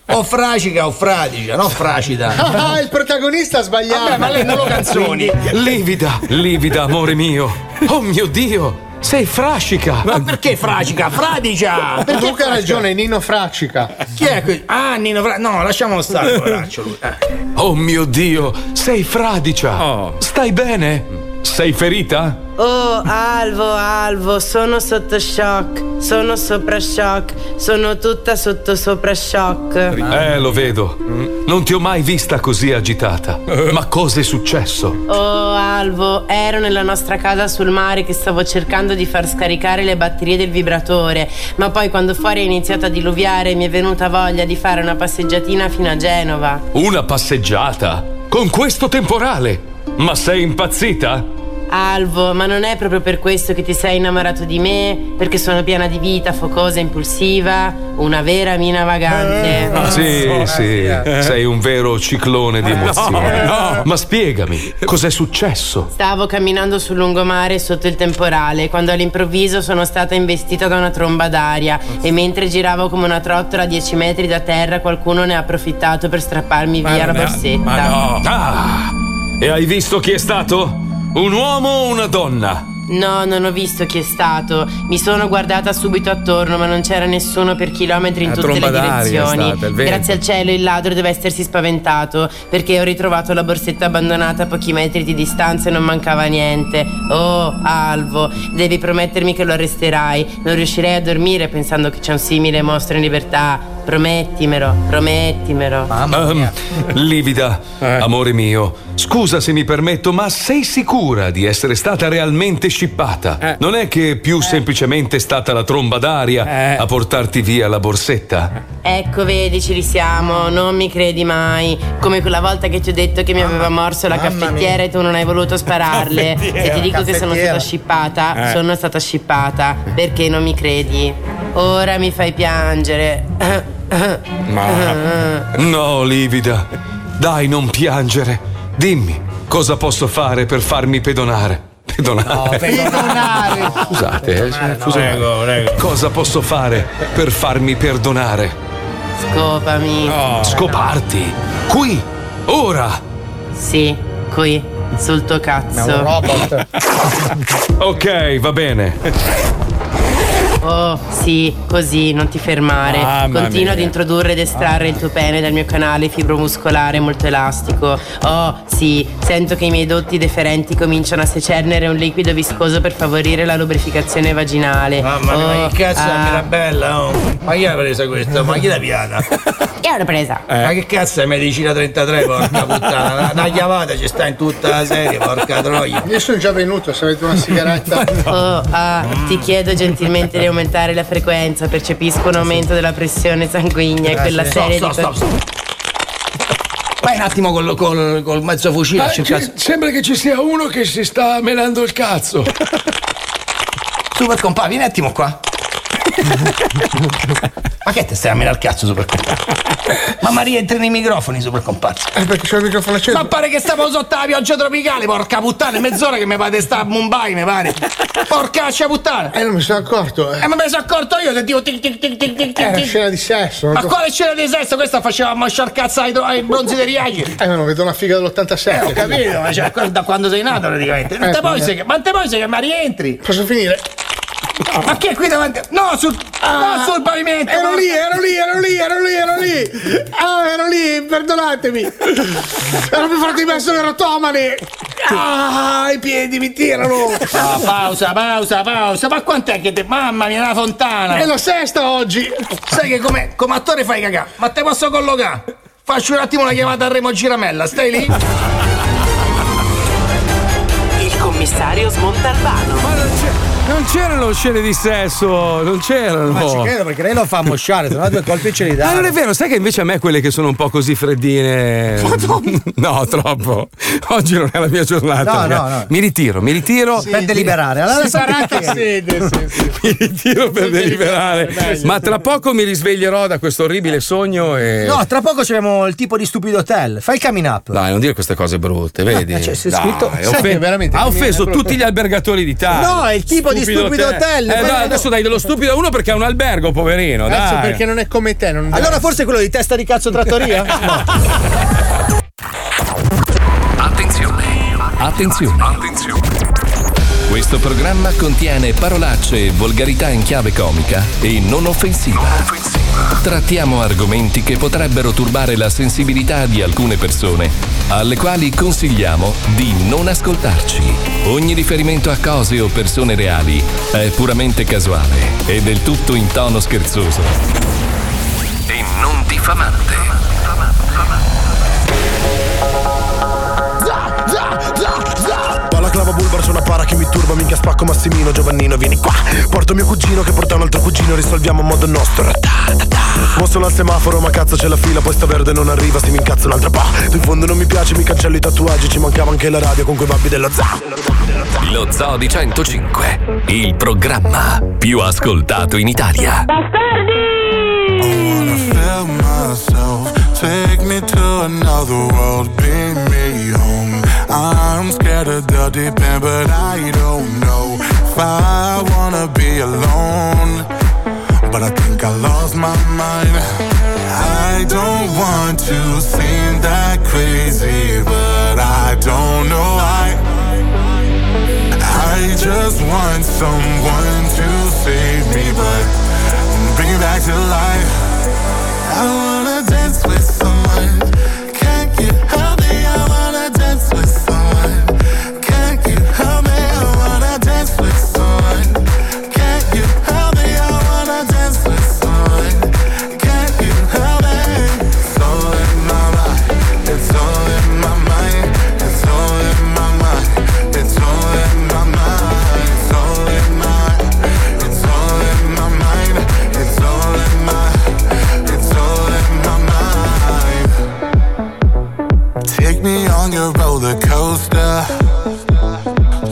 S10: O fracica o fradicia, no fracida.
S6: Ah, ah, il protagonista ha sbagliato.
S10: Vabbè, ma lei non lo canzoni.
S3: Livida! Livida, amore mio! Oh mio Dio! Sei frascica!
S10: Ma perché fradicia? Fradicia! Perché
S6: Luca ha
S10: fradicia?
S6: ragione, Nino Fraccica.
S10: Chi è que- Ah, Nino Fra- No, lasciamolo stare, poveraccio lui. Eh.
S3: Oh mio Dio! Sei fradicia!
S5: Oh.
S3: Stai bene? Sei ferita?
S23: Oh, Alvo, Alvo, sono sotto shock, sono sopra shock, sono tutta sotto sopra shock.
S3: Eh, lo vedo. Non ti ho mai vista così agitata. Ma cosa è successo?
S23: Oh, Alvo, ero nella nostra casa sul mare che stavo cercando di far scaricare le batterie del vibratore, ma poi quando fuori è iniziato a diluviare mi è venuta voglia di fare una passeggiatina fino a Genova.
S3: Una passeggiata? Con questo temporale? Ma sei impazzita?
S23: Alvo, ma non è proprio per questo che ti sei innamorato di me? Perché sono piena di vita, focosa, impulsiva, una vera mina vagante.
S3: Sì, sì, sei un vero ciclone di emozioni. Ma spiegami, cos'è successo?
S23: Stavo camminando sul lungomare sotto il temporale quando all'improvviso sono stata investita da una tromba d'aria e mentre giravo come una trottola a 10 metri da terra qualcuno ne ha approfittato per strapparmi via la borsetta.
S3: Ah, e hai visto chi è stato? Un uomo o una donna?
S23: No, non ho visto chi è stato. Mi sono guardata subito attorno, ma non c'era nessuno per chilometri in
S3: La
S23: tutte
S3: tromba
S23: le
S3: d'aria è
S23: direzioni.
S3: stata, il vento.
S23: Grazie al cielo il ladro deve essersi spaventato, perché ho ritrovato la borsetta abbandonata a pochi metri di distanza e non mancava niente. Oh, Alvo, devi promettermi che lo arresterai. Non riuscirei a dormire pensando che c'è un simile mostro in libertà. Promettimelo, promettimelo.
S3: Ehm, livida, amore mio, scusa se mi permetto, ma sei sicura di essere stata realmente scippata? Non è che è più semplicemente stata la tromba d'aria a portarti via la borsetta?
S23: Ecco, vedi, ci risiamo, non mi credi mai. Come quella volta che ti ho detto che mi aveva morso la caffettiera e tu non hai voluto spararle. Se ti dico che sono
S24: Caffettiera.
S23: stata scippata,
S24: Eh.
S23: sono stata scippata. Perché non mi credi? Ora mi fai piangere.
S3: Ma... No, livida, dai, non piangere. Dimmi, cosa posso fare per farmi pedonare? Pedonare? Scusate, eh, scusate. Cosa posso fare per farmi perdonare?
S23: Scopami.
S3: Scoparti. Qui, ora.
S23: Sì, qui, sul tuo cazzo.
S3: Ok, va bene.
S23: Oh, sì, così, non ti fermare.
S25: Mamma
S23: Continua ad
S25: mia.
S23: introdurre ed estrarre il tuo pene dal mio canale fibromuscolare molto elastico. Oh, sì, sento che i miei dotti deferenti cominciano a secernere un liquido viscoso per favorire la lubrificazione vaginale.
S1: Mamma mia, ma
S23: Oh,
S1: che cazzo è
S23: ah.
S1: Mirabella? Oh? Ma chi l'ha presa questa? Ma chi l'ha piata?
S23: Io l'ho presa.
S1: Ma che cazzo è medicina 33, porca puttana? Una- Una chiavata ci sta in tutta la serie, porca troia.
S6: Io sono già venuto, se avete una sigaretta.
S23: Oh, ah, ti chiedo gentilmente di aumentare la frequenza, percepisco un aumento della pressione sanguigna e
S1: Grazie.
S23: quella
S1: Stop,
S23: serie
S1: Eh, stop,
S23: di...
S1: stop, Vai un attimo col, col, col mezzo fucile a cercare.
S26: sembra che Ah, ci sia uno che si sta melando il cazzo.
S1: Super compà, vieni un attimo qua. Ma che te stai a menare il cazzo, super compà? Ma Maria entra nei microfoni, super comparsa.
S3: Eh,
S6: perché c'è il microfono acceso.
S1: Ma pare che stavo sotto la pioggia tropicale, porca puttana, è mezz'ora che mi pare sta a Mumbai, mi pare. Porcaccia puttana!
S6: Eh, non mi sono accorto. Eh,
S1: ma me ne sono accorto io, sentivo tic tic tic tic tic
S6: È
S1: tic.
S6: una
S1: tic.
S6: scena di sesso. non
S1: Ma
S6: so-
S1: quale scena di sesso? Questa faceva mosciar cazzo ai, ai bronzi dei riachi.
S6: Eh, ma non vedo una figa dell'87.
S1: Ho capito, ma cioè, quello da quando sei nato
S6: Eh,
S1: praticamente. Non te poi sei che- Eh, Ma te poi sei che mi rientri?
S6: Posso finire? Ah.
S1: Ma che è qui davanti? No, sul, no, sul pavimento!
S6: Ero lì, ero lì, ero lì, ero lì, ero lì. Ah, ero lì, perdonatemi. Ero più forte di me, sono erotomane. Ah, i piedi mi tirano.
S1: Ah, pausa, pausa, pausa. Ma quant'è che te. Mamma mia, una fontana!
S6: È la sesta oggi.
S1: Sai che come, come attore fai cagà, ma te posso collocare? Faccio un attimo una chiamata a Remo Giramella, stai lì?
S27: Il commissario smonta il vano.
S3: Non c'erano scene di sesso, non c'erano.
S28: Ma
S23: Oh.
S28: ci credo perché lei lo fa mosciare, se no due colpi ce li dà.
S3: Ma non è vero, sai che invece a me quelle che sono un po' così freddine. No, troppo. Oggi non è la mia giornata.
S28: No,
S3: raga.
S28: no, no.
S3: Mi ritiro, mi ritiro.
S28: Per deliberare. Allora sapete che-
S3: Mi ritiro per deliberare. Ma tra poco mi risveglierò da questo orribile sogno
S23: Eh.
S3: e.
S28: No, tra poco c'eremo il tipo di stupido hotel. Fai il coming up.
S3: Dai, non dire queste cose brutte, vedi?
S28: cioè, c'è
S3: Dai,
S28: scritto-
S3: è
S28: Sai
S3: offen-
S28: che veramente
S3: ha
S28: mi viene
S3: offeso
S28: proprio-
S3: tutti gli albergatori d'Italia.
S28: No, è il tipo di stupido hotel.
S3: Eh,
S28: Quello
S3: dai,
S28: no.
S3: adesso dai dello stupido a uno perché è un albergo, poverino.
S28: Cazzo,
S3: dai.
S28: perché
S6: non è come te. Non
S28: Allora forse quello di testa di cazzo trattoria? No.
S2: Attenzione.
S25: Attenzione.
S2: Questo programma contiene parolacce e volgarità in chiave comica e non offensiva. Trattiamo argomenti che potrebbero turbare la sensibilità di alcune persone, alle quali consigliamo di non ascoltarci. Ogni riferimento a cose o persone reali è puramente casuale e del tutto in tono scherzoso.
S25: E non diffamante.
S10: Balaclava bulbar c'è una para che mi turba Minchia spacco Massimino Giovannino vieni qua Porto mio cugino che porta un altro cugino Risolviamo a modo nostro Mo sono al semaforo ma cazzo c'è la fila Poi sta verde non arriva se mi incazzo un'altra po' Tu in fondo non mi piace mi cancello i tatuaggi Ci mancava anche la radio con quei babbi dello za
S2: Lo Zoo di 105, il programma più ascoltato in Italia.
S29: feel myself. Take me to another world, bring me home. I'm scared of the deep end, but I don't know if I wanna be alone. But I think I lost my mind. I don't want to seem that crazy, but I don't know why. I just want someone to save me, but bring me back to life. I wanna dance with someone. Can't get healthy, I wanna dance with someone. Can't get healthy, I wanna dance with someone. Can't get healthy, I wanna dance with someone. Can't get healthy. It's all in my mind. It's all in my mind. It's all in my mind. It's all in my mind. It's all in my. It's all in my mind. It's all in my. It's all in my mind. Take me on your roller coaster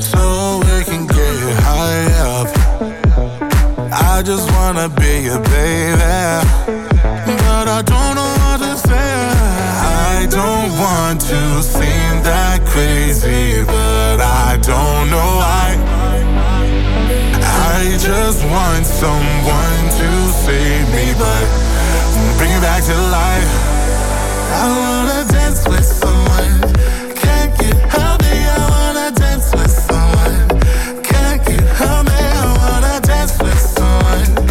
S29: so we can get high up. I just wanna be your baby, but I don't know what to say. I don't want to seem that crazy, but I don't know why. I just want someone to save me, but bring me back to life. I wanna dance with someone. Can't get healthy, I wanna dance with someone. Can't get healthy, I wanna dance with someone.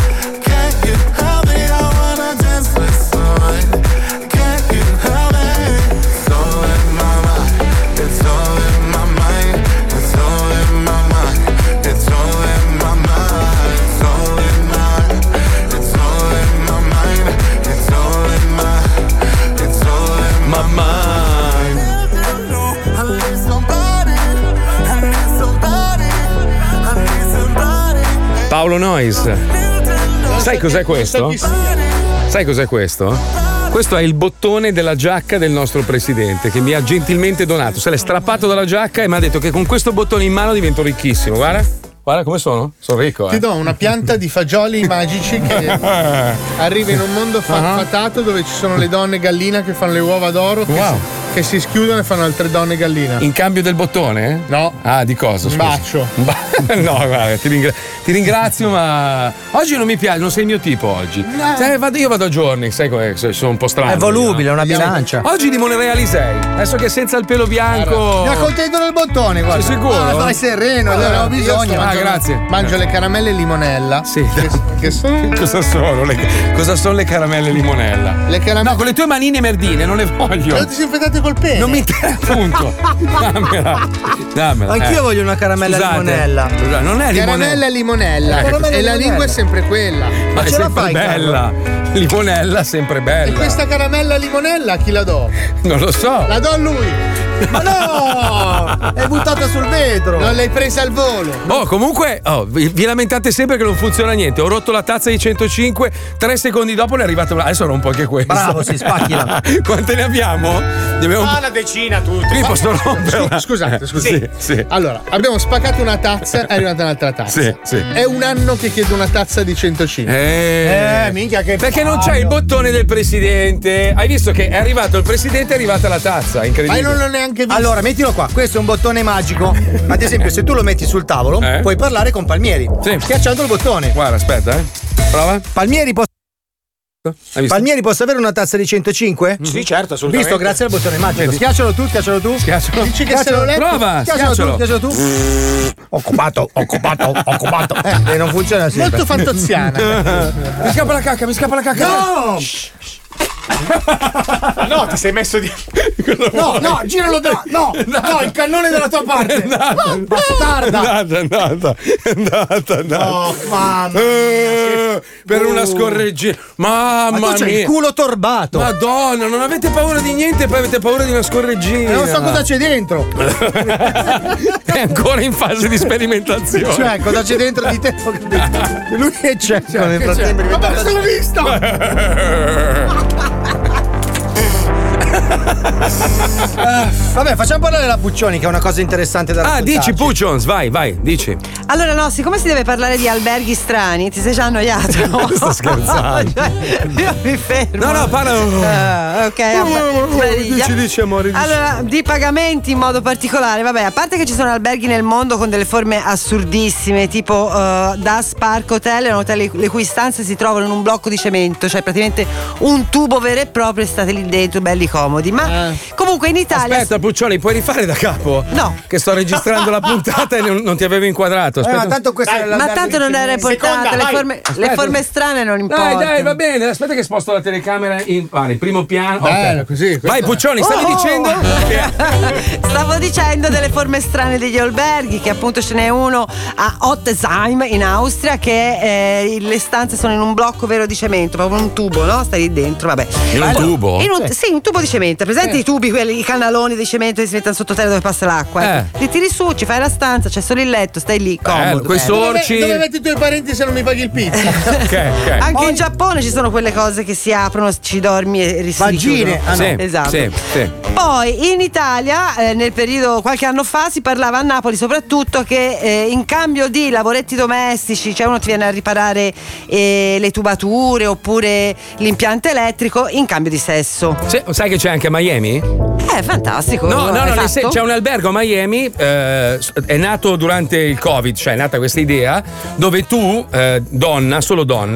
S3: Noise. Sai cos'è questo? Sai cos'è questo? Questo è il bottone della giacca del nostro presidente che mi ha gentilmente donato. Se l'è strappato dalla giacca e mi ha detto che con questo bottone in mano divento ricchissimo. Guarda, guarda come sono. Sono ricco.
S6: Ti
S3: Eh.
S6: do una pianta di fagioli magici che arriva in un mondo fa-
S3: Ah.
S6: fatato dove ci sono le donne gallina che fanno le uova d'oro che,
S3: Wow.
S6: si, che si schiudono e fanno altre donne gallina.
S3: In cambio del bottone? eh?
S6: No.
S3: Ah, di cosa?
S6: Un
S3: Scusa.
S6: bacio.
S3: Un ba- no, guarda, ti, ringra- ti ringrazio, ma oggi non mi piace, non sei il mio tipo oggi.
S1: No.
S3: Sai, vado- io vado a giorni, sai come sono un po' strano.
S1: È volubile,
S3: io, no?
S1: una bilancia.
S3: Oggi limonerei Alisei, adesso che senza il pelo bianco.
S6: Mi accontento del bottone, guarda.
S3: Sei sicuro?
S6: Ah, dai,
S23: Eh,
S6: sereno, ne
S3: Allora,
S6: avevo
S3: io
S6: bisogno.
S3: sto- ah,
S6: Mangio-
S3: grazie.
S6: Mangio le caramelle e limonella.
S3: Sì.
S6: Che, che sono.
S3: Cosa sono, le, cosa sono le caramelle limonella?
S6: Le caramelle.
S3: No, con le tue manine merdine, non le voglio.
S6: Le ho disinfettate col pene. Non mi
S3: interessa. Punto. Dammela. Dammela. eh.
S6: Anch'io voglio una caramella
S3: Scusate.
S6: limonella.
S3: Scusate, Non è limonella.
S6: Caramella e limonella.
S3: Eh,
S6: e la
S3: limonella.
S6: lingua è sempre quella.
S3: Ma è sempre bella. Limonella sempre bella.
S6: E questa caramella limonella a chi la do?
S3: Non lo so.
S6: La do a lui. Ma no! È buttata sul vetro. Non l'hai presa al volo.
S3: Oh, comunque, oh, vi, vi lamentate sempre che non funziona niente. Ho rotto la tazza di 105, tre secondi dopo ne è arrivato. Adesso rompo anche questo.
S7: Bravo, sì, spacchila.
S3: Quante ne abbiamo? Ne abbiamo
S7: Ah, la decina tutti.
S3: Qui posso romperla.
S6: Scu-
S10: Eh,
S6: Scusate,
S3: Sì,
S6: scusate.
S3: sì.
S6: Allora, abbiamo spaccato una tazza, è arrivata un'altra tazza.
S3: Sì, sì.
S6: È un anno che chiedo una tazza di 105.
S3: Eh,
S6: minchia che
S3: Perché non c'è il bottone del presidente. Hai visto che è arrivato il presidente, è arrivata la tazza. Incredibile.
S6: neanche
S3: visto.
S1: Allora, mettilo qua. Questo è un bottone magico. Ad esempio, se tu lo metti sul tavolo,
S3: Eh?
S1: puoi parlare con Palmieri. Schiacciando il bottone.
S3: Guarda, aspetta, eh. Prova.
S1: Palmieri può.
S3: visto?
S1: Palmieri posso avere una tazza di 105?
S7: Sì, certo, assolutamente.
S1: Visto, grazie al bottone magico.
S7: Vedi.
S1: Schiaccialo tu, schiaccialo tu.
S3: Schiaccialo.
S1: Dici che
S6: Schiaccialo.
S1: se l'ho letto.
S6: Prova,
S1: Schiaccialo tu,
S6: schiaccialo.
S1: schiaccialo tu. Occupato, occupato, occupato. Eh, e non funziona sempre.
S6: Molto fantaziana.
S3: mi scappa la cacca, mi scappa la cacca.
S6: No!
S7: No, ti sei messo di.
S10: No, no, giralo da. No, no, il cannone dalla tua parte. No, bastarda.
S3: Andata, andata, andata, andata. Eh, per
S6: Uh.
S3: una scorreggina. Mamma
S1: Ma tu c'hai
S3: mia.
S1: il culo torbato.
S3: Madonna, non avete paura di niente, poi avete paura di una
S4: Eh,
S3: scorreggina.
S1: Non so cosa
S6: c'è
S3: Eh,
S6: dentro.
S3: È ancora in fase di sperimentazione.
S10: ecco.
S6: Cioè, cosa c'è dentro di te? Lui è cieco nel frattempo.
S3: cioè,
S6: Ma perché l'ho visto?
S1: Eh, vabbè, facciamo parlare la Puccioni, che è una cosa interessante da
S3: Ah,
S1: raccontarci.
S3: dici Puccions, vai, vai, dici.
S8: Allora, no, siccome si deve parlare di alberghi strani, ti sei già annoiato. Cioè,
S3: Sto scherzando.
S8: Io mi fermo.
S3: No, no, parla.
S8: Ah, ok. vabbè, meraviglia.
S3: Dici, dici, amore, dici.
S8: Allora, di pagamenti in modo particolare, vabbè, a parte che ci sono alberghi nel mondo con delle forme assurdissime, tipo eh, Das Park Hotel, è un hotel le cui stanze si trovano in un blocco di cemento, cioè praticamente un tubo vero e proprio e state lì dentro, belli comodi. Ma comunque in Italia.
S3: Eh. Aspetta, Puccioni, puoi rifare da capo?
S8: No.
S3: Che sto registrando la puntata e non, non ti avevo inquadrato. Aspetta.
S8: Eh, ma tanto questa Dai, è la- ma tanto non era
S3: Seconda,
S8: importante, le
S3: vai.
S8: forme- le
S3: Aspetta.
S8: forme strane
S3: Dai,
S8: non
S3: dai,
S8: importano.
S3: va bene. Aspetta che sposto la telecamera in ah, in primo piano.
S6: Bello,
S3: Ok.
S6: così,
S3: Vai, Puccioni, stavi
S8: Oh!
S3: dicendo?
S8: Stavo dicendo delle forme strane degli alberghi, che appunto ce n'è uno a Ottesheim in Austria, che eh, le stanze sono in un blocco vero di cemento, proprio un tubo, no? Stai lì dentro, vabbè.
S30: In un
S8: Allora,
S30: tubo?
S8: in un- sì, un tubo di cemento. Presenti i tubi, quelli, i canaloni di cemento che si mettono sottoterra dove passa l'acqua. ecco.
S3: Eh.
S8: Li tiri su, ci fai la stanza, c'è solo il letto, stai lì, comodo.
S3: quei
S8: bello.
S3: sorci.
S6: Dove metti i tuoi parenti se non mi paghi il pizza?
S3: Ok, ok.
S8: Anche in Giappone ci sono quelle cose che si aprono, ci dormi e ris- si
S6: Vagine.
S8: richiudono.
S6: Ah, no.
S3: Sì,
S8: esatto.
S3: sì, sì.
S8: Poi in Italia, eh, nel periodo qualche anno fa, si parlava a Napoli soprattutto che eh, in cambio di lavoretti domestici, cioè uno ti viene a riparare eh, le tubature oppure l'impianto elettrico, in cambio di sesso.
S3: Se- sai che c'è anche a Miami?
S8: È fantastico. esatto.
S3: No, no,
S8: l'hai
S3: no, nel
S8: fatto?
S3: sen- c'è un albergo a Miami, eh, s- è nato durante il Covid, cioè è nata questa idea, dove tu, eh, donna, solo donna,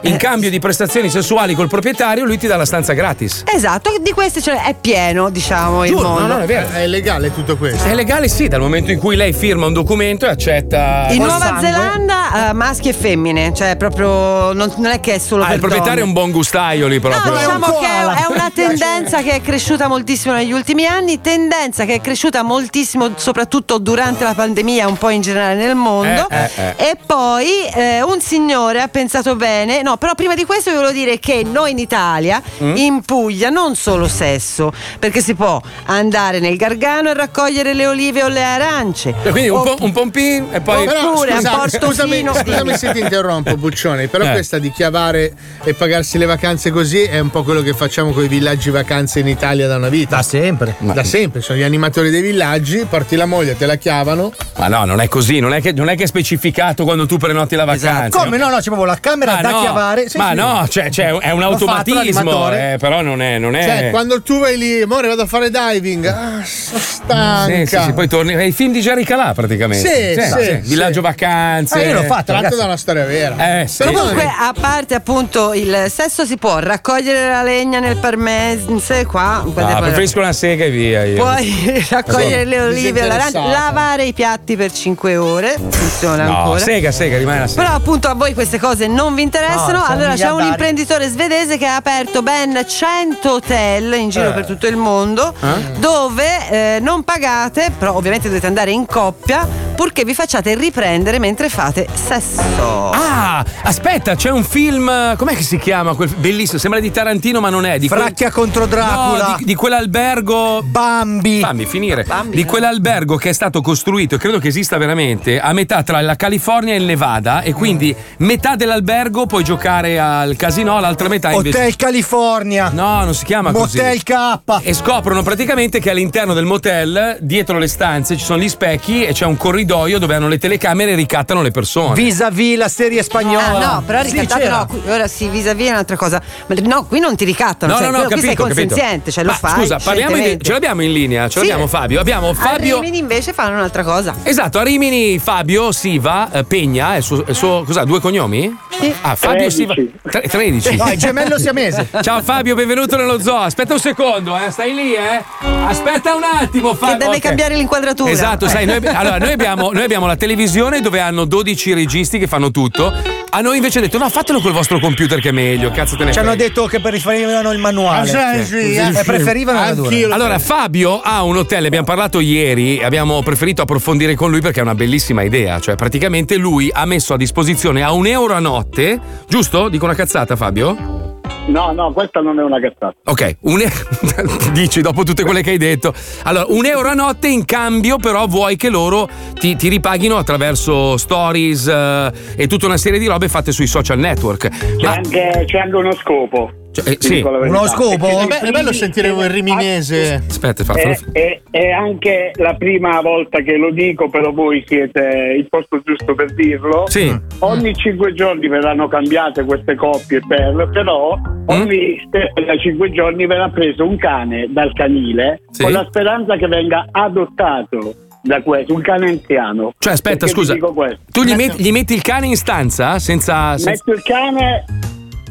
S8: Eh,
S3: in cambio di prestazioni sessuali col proprietario, lui ti dà la stanza gratis.
S8: Esatto, di queste ce n'è- è pieno, diciamo, il
S3: Giuro, no,
S8: mondo.
S3: no, è vero.
S6: È legale tutto questo.
S3: È legale sì, dal momento in cui lei firma un documento e accetta...
S8: In
S3: il
S8: Nuova
S3: sangue.
S8: Zelanda eh, maschi e femmine, cioè proprio non, non è che è solo
S3: Ah,
S8: per
S3: il proprietario è
S8: donne.
S3: un buon gustaio lì proprio.
S8: No, diciamo che è- è una tendenza che è cresciuta moltissimo negli ultimi anni, tendenza che è cresciuta moltissimo soprattutto durante la pandemia, un po' in generale nel mondo.
S5: Eh, eh, eh.
S8: E poi eh, un signore ha pensato bene, no, però prima di questo vi volevo dire che noi in Italia,
S5: Mm.
S8: in Puglia, non solo sesso, perché si può andare nel Gargano e raccogliere le olive o le arance.
S3: E Eh, Quindi un,
S8: Opp-
S3: po- un pompin eh. e poi.
S8: Però, Oppure a
S6: Scusami,
S8: Portofino.
S6: scusami, scusami se ti interrompo, Buccione, però
S3: Eh.
S6: questa di chiavare e pagarsi le vacanze così è un po' quello che facciamo con i villaggi vacanze in Italia da una vita. Da sempre. Da sempre, sono gli animatori dei villaggi, porti la moglie, te la chiavano.
S3: Ma no, non è così, non è che, non è, che è specificato quando tu prenoti la
S6: Ah,
S8: Esatto.
S3: vacanza.
S4: Come no, no, c'è proprio la camera
S3: Ma
S4: da
S3: no,
S4: chiavare.
S3: ma no, cioè, cioè, è un automatismo, eh, però non è. Non è...
S6: Cioè, quando tu vai lì, amore, vado a fare diving. Ah, sono stanca.
S3: Sì, sì, sì, poi torni. È il film di Jerry Calà praticamente.
S6: Sì, sì, sì.
S3: Villaggio Vacanze.
S6: Ah, io l'ho fatto,
S3: Tratto
S6: ragazzi. da una storia vera.
S3: Eh, sì.
S8: Comunque, a parte appunto il sesso, si può raccogliere la legna nel parmense qua.
S3: Ah, preferisco una sega e via. Io.
S8: Puoi raccogliere le olive, all'arancia,
S3: Esatto. Disinteressata.
S8: lavare i piatti per 5 ore, funziona
S3: No,
S8: ancora.
S3: sega, sega, rimane la sega.
S8: Però appunto a voi queste cose non vi interessano,
S3: No, sono
S8: allora c'è un
S3: miliardari.
S8: imprenditore svedese che ha aperto ben 100 hotel in giro
S14: Eh.
S8: per tutto il mondo
S14: Eh.
S8: dove eh, non pagate, però ovviamente dovete andare in coppia, purché vi facciate riprendere mentre fate sesso.
S3: Ah, aspetta, c'è un film. eh, Com'è che si chiama? Quel, bellissimo, sembra di Tarantino, ma non è. Di
S4: Fracchia contro Dracula.
S3: No, di, di quell'albergo.
S4: Bambi. eh.
S3: Fammi finire. di quell'albergo che è stato costruito, e credo che esista veramente, a metà tra la California e il Nevada. E quindi
S4: Mm.
S3: metà dell'albergo puoi giocare al casino, l'altra metà invece.
S4: Hotel California.
S3: No, non si chiama così.
S4: Motel K.
S3: E scoprono praticamente che all'interno del motel, dietro le stanze, ci sono gli specchi e c'è un corridoio dove hanno le telecamere e ricattano le persone.
S4: Vis-à-vis la serie spagnola.
S8: Ah, no, però ricattato
S4: Sì, c'era.
S8: no, qui, ora sì, vis-à-vis è un'altra cosa. Ma No, qui non ti ricattano,
S3: No,
S8: cioè,
S3: no, no,
S8: quello-
S3: ho
S8: qui
S3: capito, ho
S8: sei
S3: capito.
S8: consenziente, cioè
S3: Ma
S8: lo fai.
S3: Scusa, parliamo in,
S8: scientemente.
S3: ce l'abbiamo in linea, ce
S8: Sì.
S3: l'abbiamo Fabio. Abbiamo
S8: A
S3: Fabio.
S8: Rimini invece fanno un'altra cosa.
S3: Esatto, a Rimini Fabio Siva eh, Pegna, è il suo, è il suo- cos'ha, due cognomi?
S8: Sì.
S3: Ah, Fabio Siva tre- 13.
S4: No, è gemello siamese.
S3: Ciao Fabio, benvenuto nello zoo. Aspetta un secondo, eh, stai lì, eh. Aspetta un attimo, Fabio.
S8: Che deve cambiare l'inquadratura.
S3: Esatto, sai, noi, allora, noi, abbiamo, noi abbiamo la televisione dove hanno 12 registi che fanno tutto. A noi invece hanno detto: no, fatelo col vostro computer che è meglio. Cazzo te ne
S4: Ci
S3: frega.
S4: hanno detto che preferivano il manuale.
S3: Ah, sì, sì,
S4: E
S3: sì.
S4: preferivano la dura.
S3: Allora, Fabio ha un hotel, ne abbiamo parlato ieri, abbiamo preferito approfondire con lui perché è una bellissima idea. Cioè, praticamente lui ha messo a disposizione a un euro a notte, giusto? Dico una cazzata, Fabio?
S16: No, no, questa non è una cazzata.
S3: Ok, un e- dici dopo tutte quelle che hai detto. Allora, un euro a notte in cambio, però vuoi che loro ti, ti ripaghino attraverso stories eh, e tutta una serie di robe fatte sui social network.
S16: C'è, anche, c'è anche uno scopo.
S3: Cioè, eh,
S16: Ti
S3: sì.
S16: dico la verità.
S3: Uno scopo?
S16: Perché
S6: È be- è bello sentire un riminese.
S3: Aspetta, fa-
S16: È,
S3: fa-
S16: è- è anche la prima volta che lo dico, però voi siete il posto giusto per dirlo.
S3: Sì.
S16: Ogni cinque giorni verranno cambiate queste coppie, per, però
S3: Mm.
S16: ogni se- da cinque giorni verrà preso un cane dal canile
S3: Sì.
S16: con la speranza che venga adottato da questo, un cane anziano.
S3: Cioè, aspetta,
S16: Perché vi
S3: scusa.
S16: dico questo.
S3: Tu gli metti, gli metti il cane in stanza eh, senza... senza-
S16: Metto il cane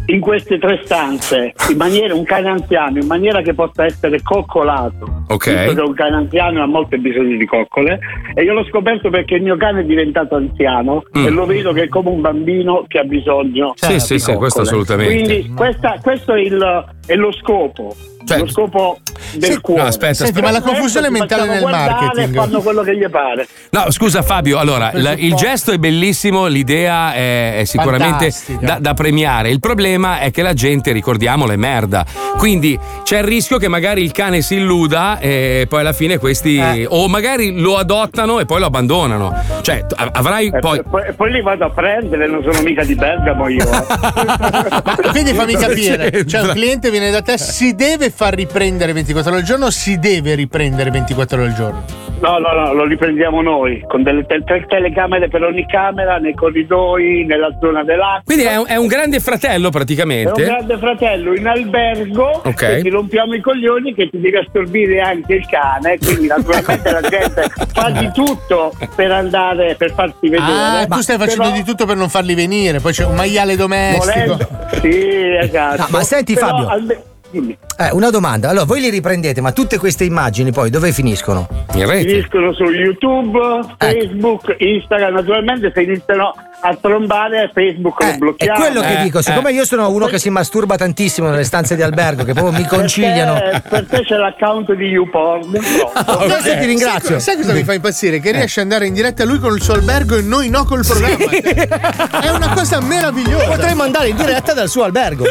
S16: in queste tre stanze, in maniera, un cane anziano, in maniera che possa essere coccolato.
S3: Ok.
S16: Visto che un cane anziano ha molto bisogno di coccole e io l'ho scoperto perché il mio cane è diventato anziano
S3: Mm.
S16: e lo vedo che è come un bambino che ha bisogno.
S3: Sì,
S16: di
S3: sì, sì,
S16: coccole.
S3: questo assolutamente.
S16: Quindi questa- questo è, il- è lo scopo. lo scopo del cuore.
S3: Cioè, no, aspetta, Senti, aspetta. ma la confusione
S16: Adesso ti
S6: mentale
S16: facciamo
S6: nel
S16: guardare e
S6: marketing.
S16: Fanno quello che gli pare.
S3: No, scusa Fabio, allora la- il gesto è bellissimo, l'idea è, è sicuramente
S16: Fantastica.
S3: da, da premiare. Il problema è che la gente, ricordiamolo, è merda. Quindi c'è il rischio che magari il cane si illuda e poi alla fine questi.
S16: Eh.
S3: O magari lo adottano e poi lo abbandonano. Cioè, t- avrai
S16: Eh,
S3: poi.
S16: Poi, poi li vado a prendere, non sono mica di Bergamo io. eh.
S6: Quindi fammi
S16: Ah, Cosa
S6: capire,
S16: c'entra?
S6: cioè un cliente viene da te, si deve far riprendere 24 ore al giorno o si deve riprendere 24 ore al giorno?
S16: No, no, no, lo riprendiamo noi con delle te- tre telecamere per ogni camera, nei corridoi, nella zona dell'acqua.
S3: Quindi è un, è un grande fratello
S16: È un
S3: praticamente.
S16: grande fratello in albergo
S3: Ok.
S16: che ti rompiamo i coglioni che ti deve assorbire anche il cane. Quindi naturalmente la gente fa di tutto per andare, per farsi vedere.
S6: Ah, tu stai facendo
S16: eh, Però-
S6: di tutto per non farli venire, poi c'è un maiale domestico.
S16: Volendo- Sì, esatto.
S4: No, ma senti,
S16: Però
S4: Fabio.
S16: alme- dimmi.
S4: Eh, una domanda. Allora, voi li riprendete, ma tutte queste immagini poi dove finiscono?
S3: In
S16: finiscono su YouTube, Facebook, Instagram. Naturalmente se iniziano a trombare Facebook lo
S1: È
S16: blocchiamo. eh.
S1: quello che dico, siccome io sono uno che si masturba tantissimo nelle stanze di albergo, che proprio mi conciliano.
S16: Perché, perché c'è l'account di YouPorn pronto.
S1: ok. Questo ti ringrazio.
S6: Sai, sai cosa mi fa impazzire? Che riesce ad andare in diretta lui con il suo albergo e noi no col programma. Cioè, È una cosa meravigliosa.
S1: Potremmo andare in diretta dal suo albergo.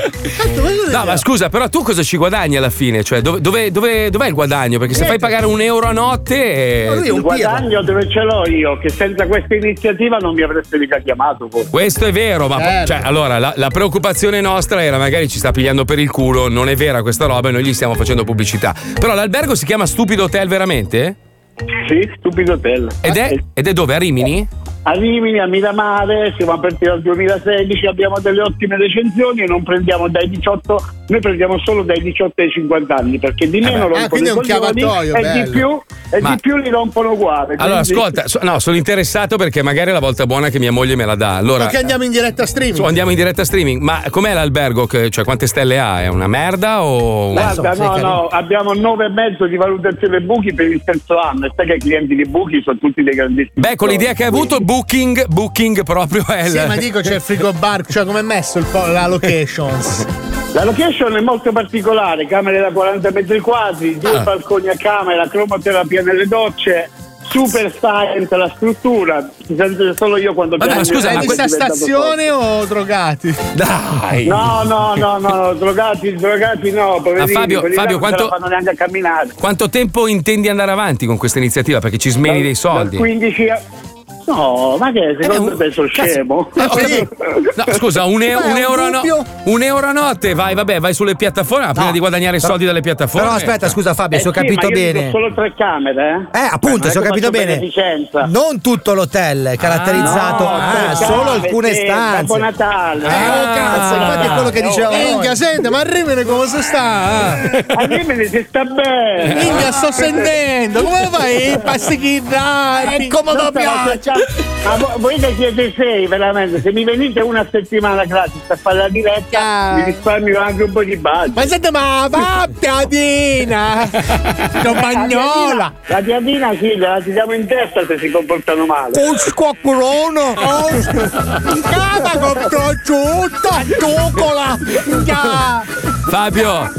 S3: No, ma scusa, però tu cosa ci guadagni alla fine? Cioè, dove, dove- dove- dov'è il guadagno? Perché se fai pagare un euro a notte. eh,
S16: il guadagno dove ce l'ho io, che senza questa iniziativa non mi avreste mica chiamato. forse.
S3: Questo è vero, ma
S16: Certo.
S3: cioè, allora la, la preoccupazione nostra era magari ci sta pigliando per il culo, non è vera questa roba e noi gli stiamo facendo pubblicità. Però l'albergo si chiama Stupido Hotel veramente?
S16: Sì, Stupido Hotel. Eh,
S3: Ed è, ed è dove? A Rimini?
S16: A Rimini, a Miramare, siamo aperti dal 2016, abbiamo delle ottime recensioni e non prendiamo dai 18, noi prendiamo solo dai 18 ai 50 anni, perché
S3: Eh
S16: di meno
S6: beh.
S16: rompono
S6: Ah, quindi
S16: i
S6: è un
S16: coglioni
S6: chiavatoio,
S16: e
S6: bello.
S16: di più e
S3: Ma-
S16: di più li rompono uguale.
S3: Allora,
S16: quindi-
S3: ascolta, so- no, sono interessato perché magari è la volta buona che mia moglie me la dà. Allora,
S6: Che andiamo in diretta streaming.
S3: so, andiamo in diretta streaming, ma com'è l'albergo? Che- Cioè, quante stelle ha? È una merda o.
S16: Guarda, no, no, abbiamo 9,5 di valutazione buchi per il terzo anno e sai che i clienti di buchi sono tutti dei grandissimi.
S3: Beh, con l'idea che hai avuto, Booking, Booking proprio è
S6: Sì,
S3: il-
S6: ma dico c'è il frigo bar, cioè com'è messo il po- la locations?
S16: La location è molto particolare, camere da 40 metri quadri, due
S6: Ah.
S16: balconi a camera, cromoterapia nelle docce, super science la struttura, si sente solo io quando
S6: Vabbè, ma
S16: piango,
S6: scusa,
S16: eh,
S6: è di
S16: poi diventa
S6: stazione o drogati?
S3: Dai!
S16: No, no, no, no, no, drogati, drogati no, poverini,
S3: Ma Fabio,
S16: quelli là
S3: Fabio,
S16: non ce la
S3: quanto-
S16: fanno neanche a camminare.
S3: Quanto tempo intendi andare avanti con questa iniziativa? Perché ci smeni dei soldi.
S16: Dal 15 a... No, ma che
S6: Eh,
S16: secondo te sono scemo?
S3: No, scusa, un, e-
S16: Beh,
S3: un
S16: un
S3: euro a no-
S16: dubbio.
S3: un euro a notte, vai, vabbè, vai sulle piattaforme, ma prima di guadagnare
S1: Però-
S3: soldi dalle piattaforme.
S1: però aspetta, scusa, Fabio, se ho capito
S16: Eh ma io
S1: bene-
S16: dico solo tre camere, eh?
S1: Eh, appunto,
S16: Non è
S1: se ho
S16: che
S1: capito
S16: faccio
S1: bene.
S16: beneficenza.
S1: Non tutto l'hotel è caratterizzato,
S16: No,
S1: ah,
S16: tre
S1: solo
S16: camere,
S1: alcune
S16: sì,
S1: stanze.
S16: Babbo Natale.
S1: Ah,
S6: Eh, oh, Cazzo, infatti è quello
S16: Ah,
S6: che diceva. Minchia, sente, ma a Rimini come si sta? eh?
S16: A Rimini si sta bene. Ah, Eh,
S6: Minchia, sto sentendo. Come fai? Pastichina, è comodo piace.
S16: Ma vo- voi che siete sei, veramente, se mi venite una settimana gratis a fare la diretta, mi risparmio anche un po' di budget.
S6: Ma senti, ma va, piadina! Non bagnola!
S16: La piadina sì, la ti diamo in testa se si comportano male.
S6: Con squacquolone! Cava con prosciutto! Tucola! Minchia!
S3: Fabio,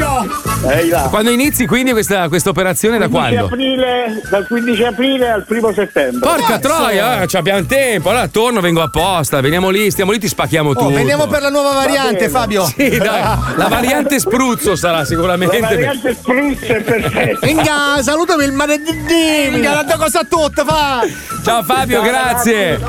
S16: Ehi là.
S3: quando inizi quindi questa, questa operazione da
S16: 15
S3: quando?
S16: aprile, dal 15 aprile al primo settembre.
S3: Porca troia, eh, ci abbiamo tempo. Allora torno, vengo apposta. Veniamo lì, stiamo lì, ti spacchiamo
S1: Oh,
S3: tutto.
S6: Oh, veniamo per la nuova
S16: Va
S6: variante,
S16: bene.
S6: Fabio!
S3: Sì, dai, la variante spruzzo sarà sicuramente.
S16: La variante spruzzo è perfetta.
S6: Minchia, salutami il maledì! Minchia, la tua cosa tutta, fa!
S3: Ciao Fabio,
S6: Ciao,
S3: grazie.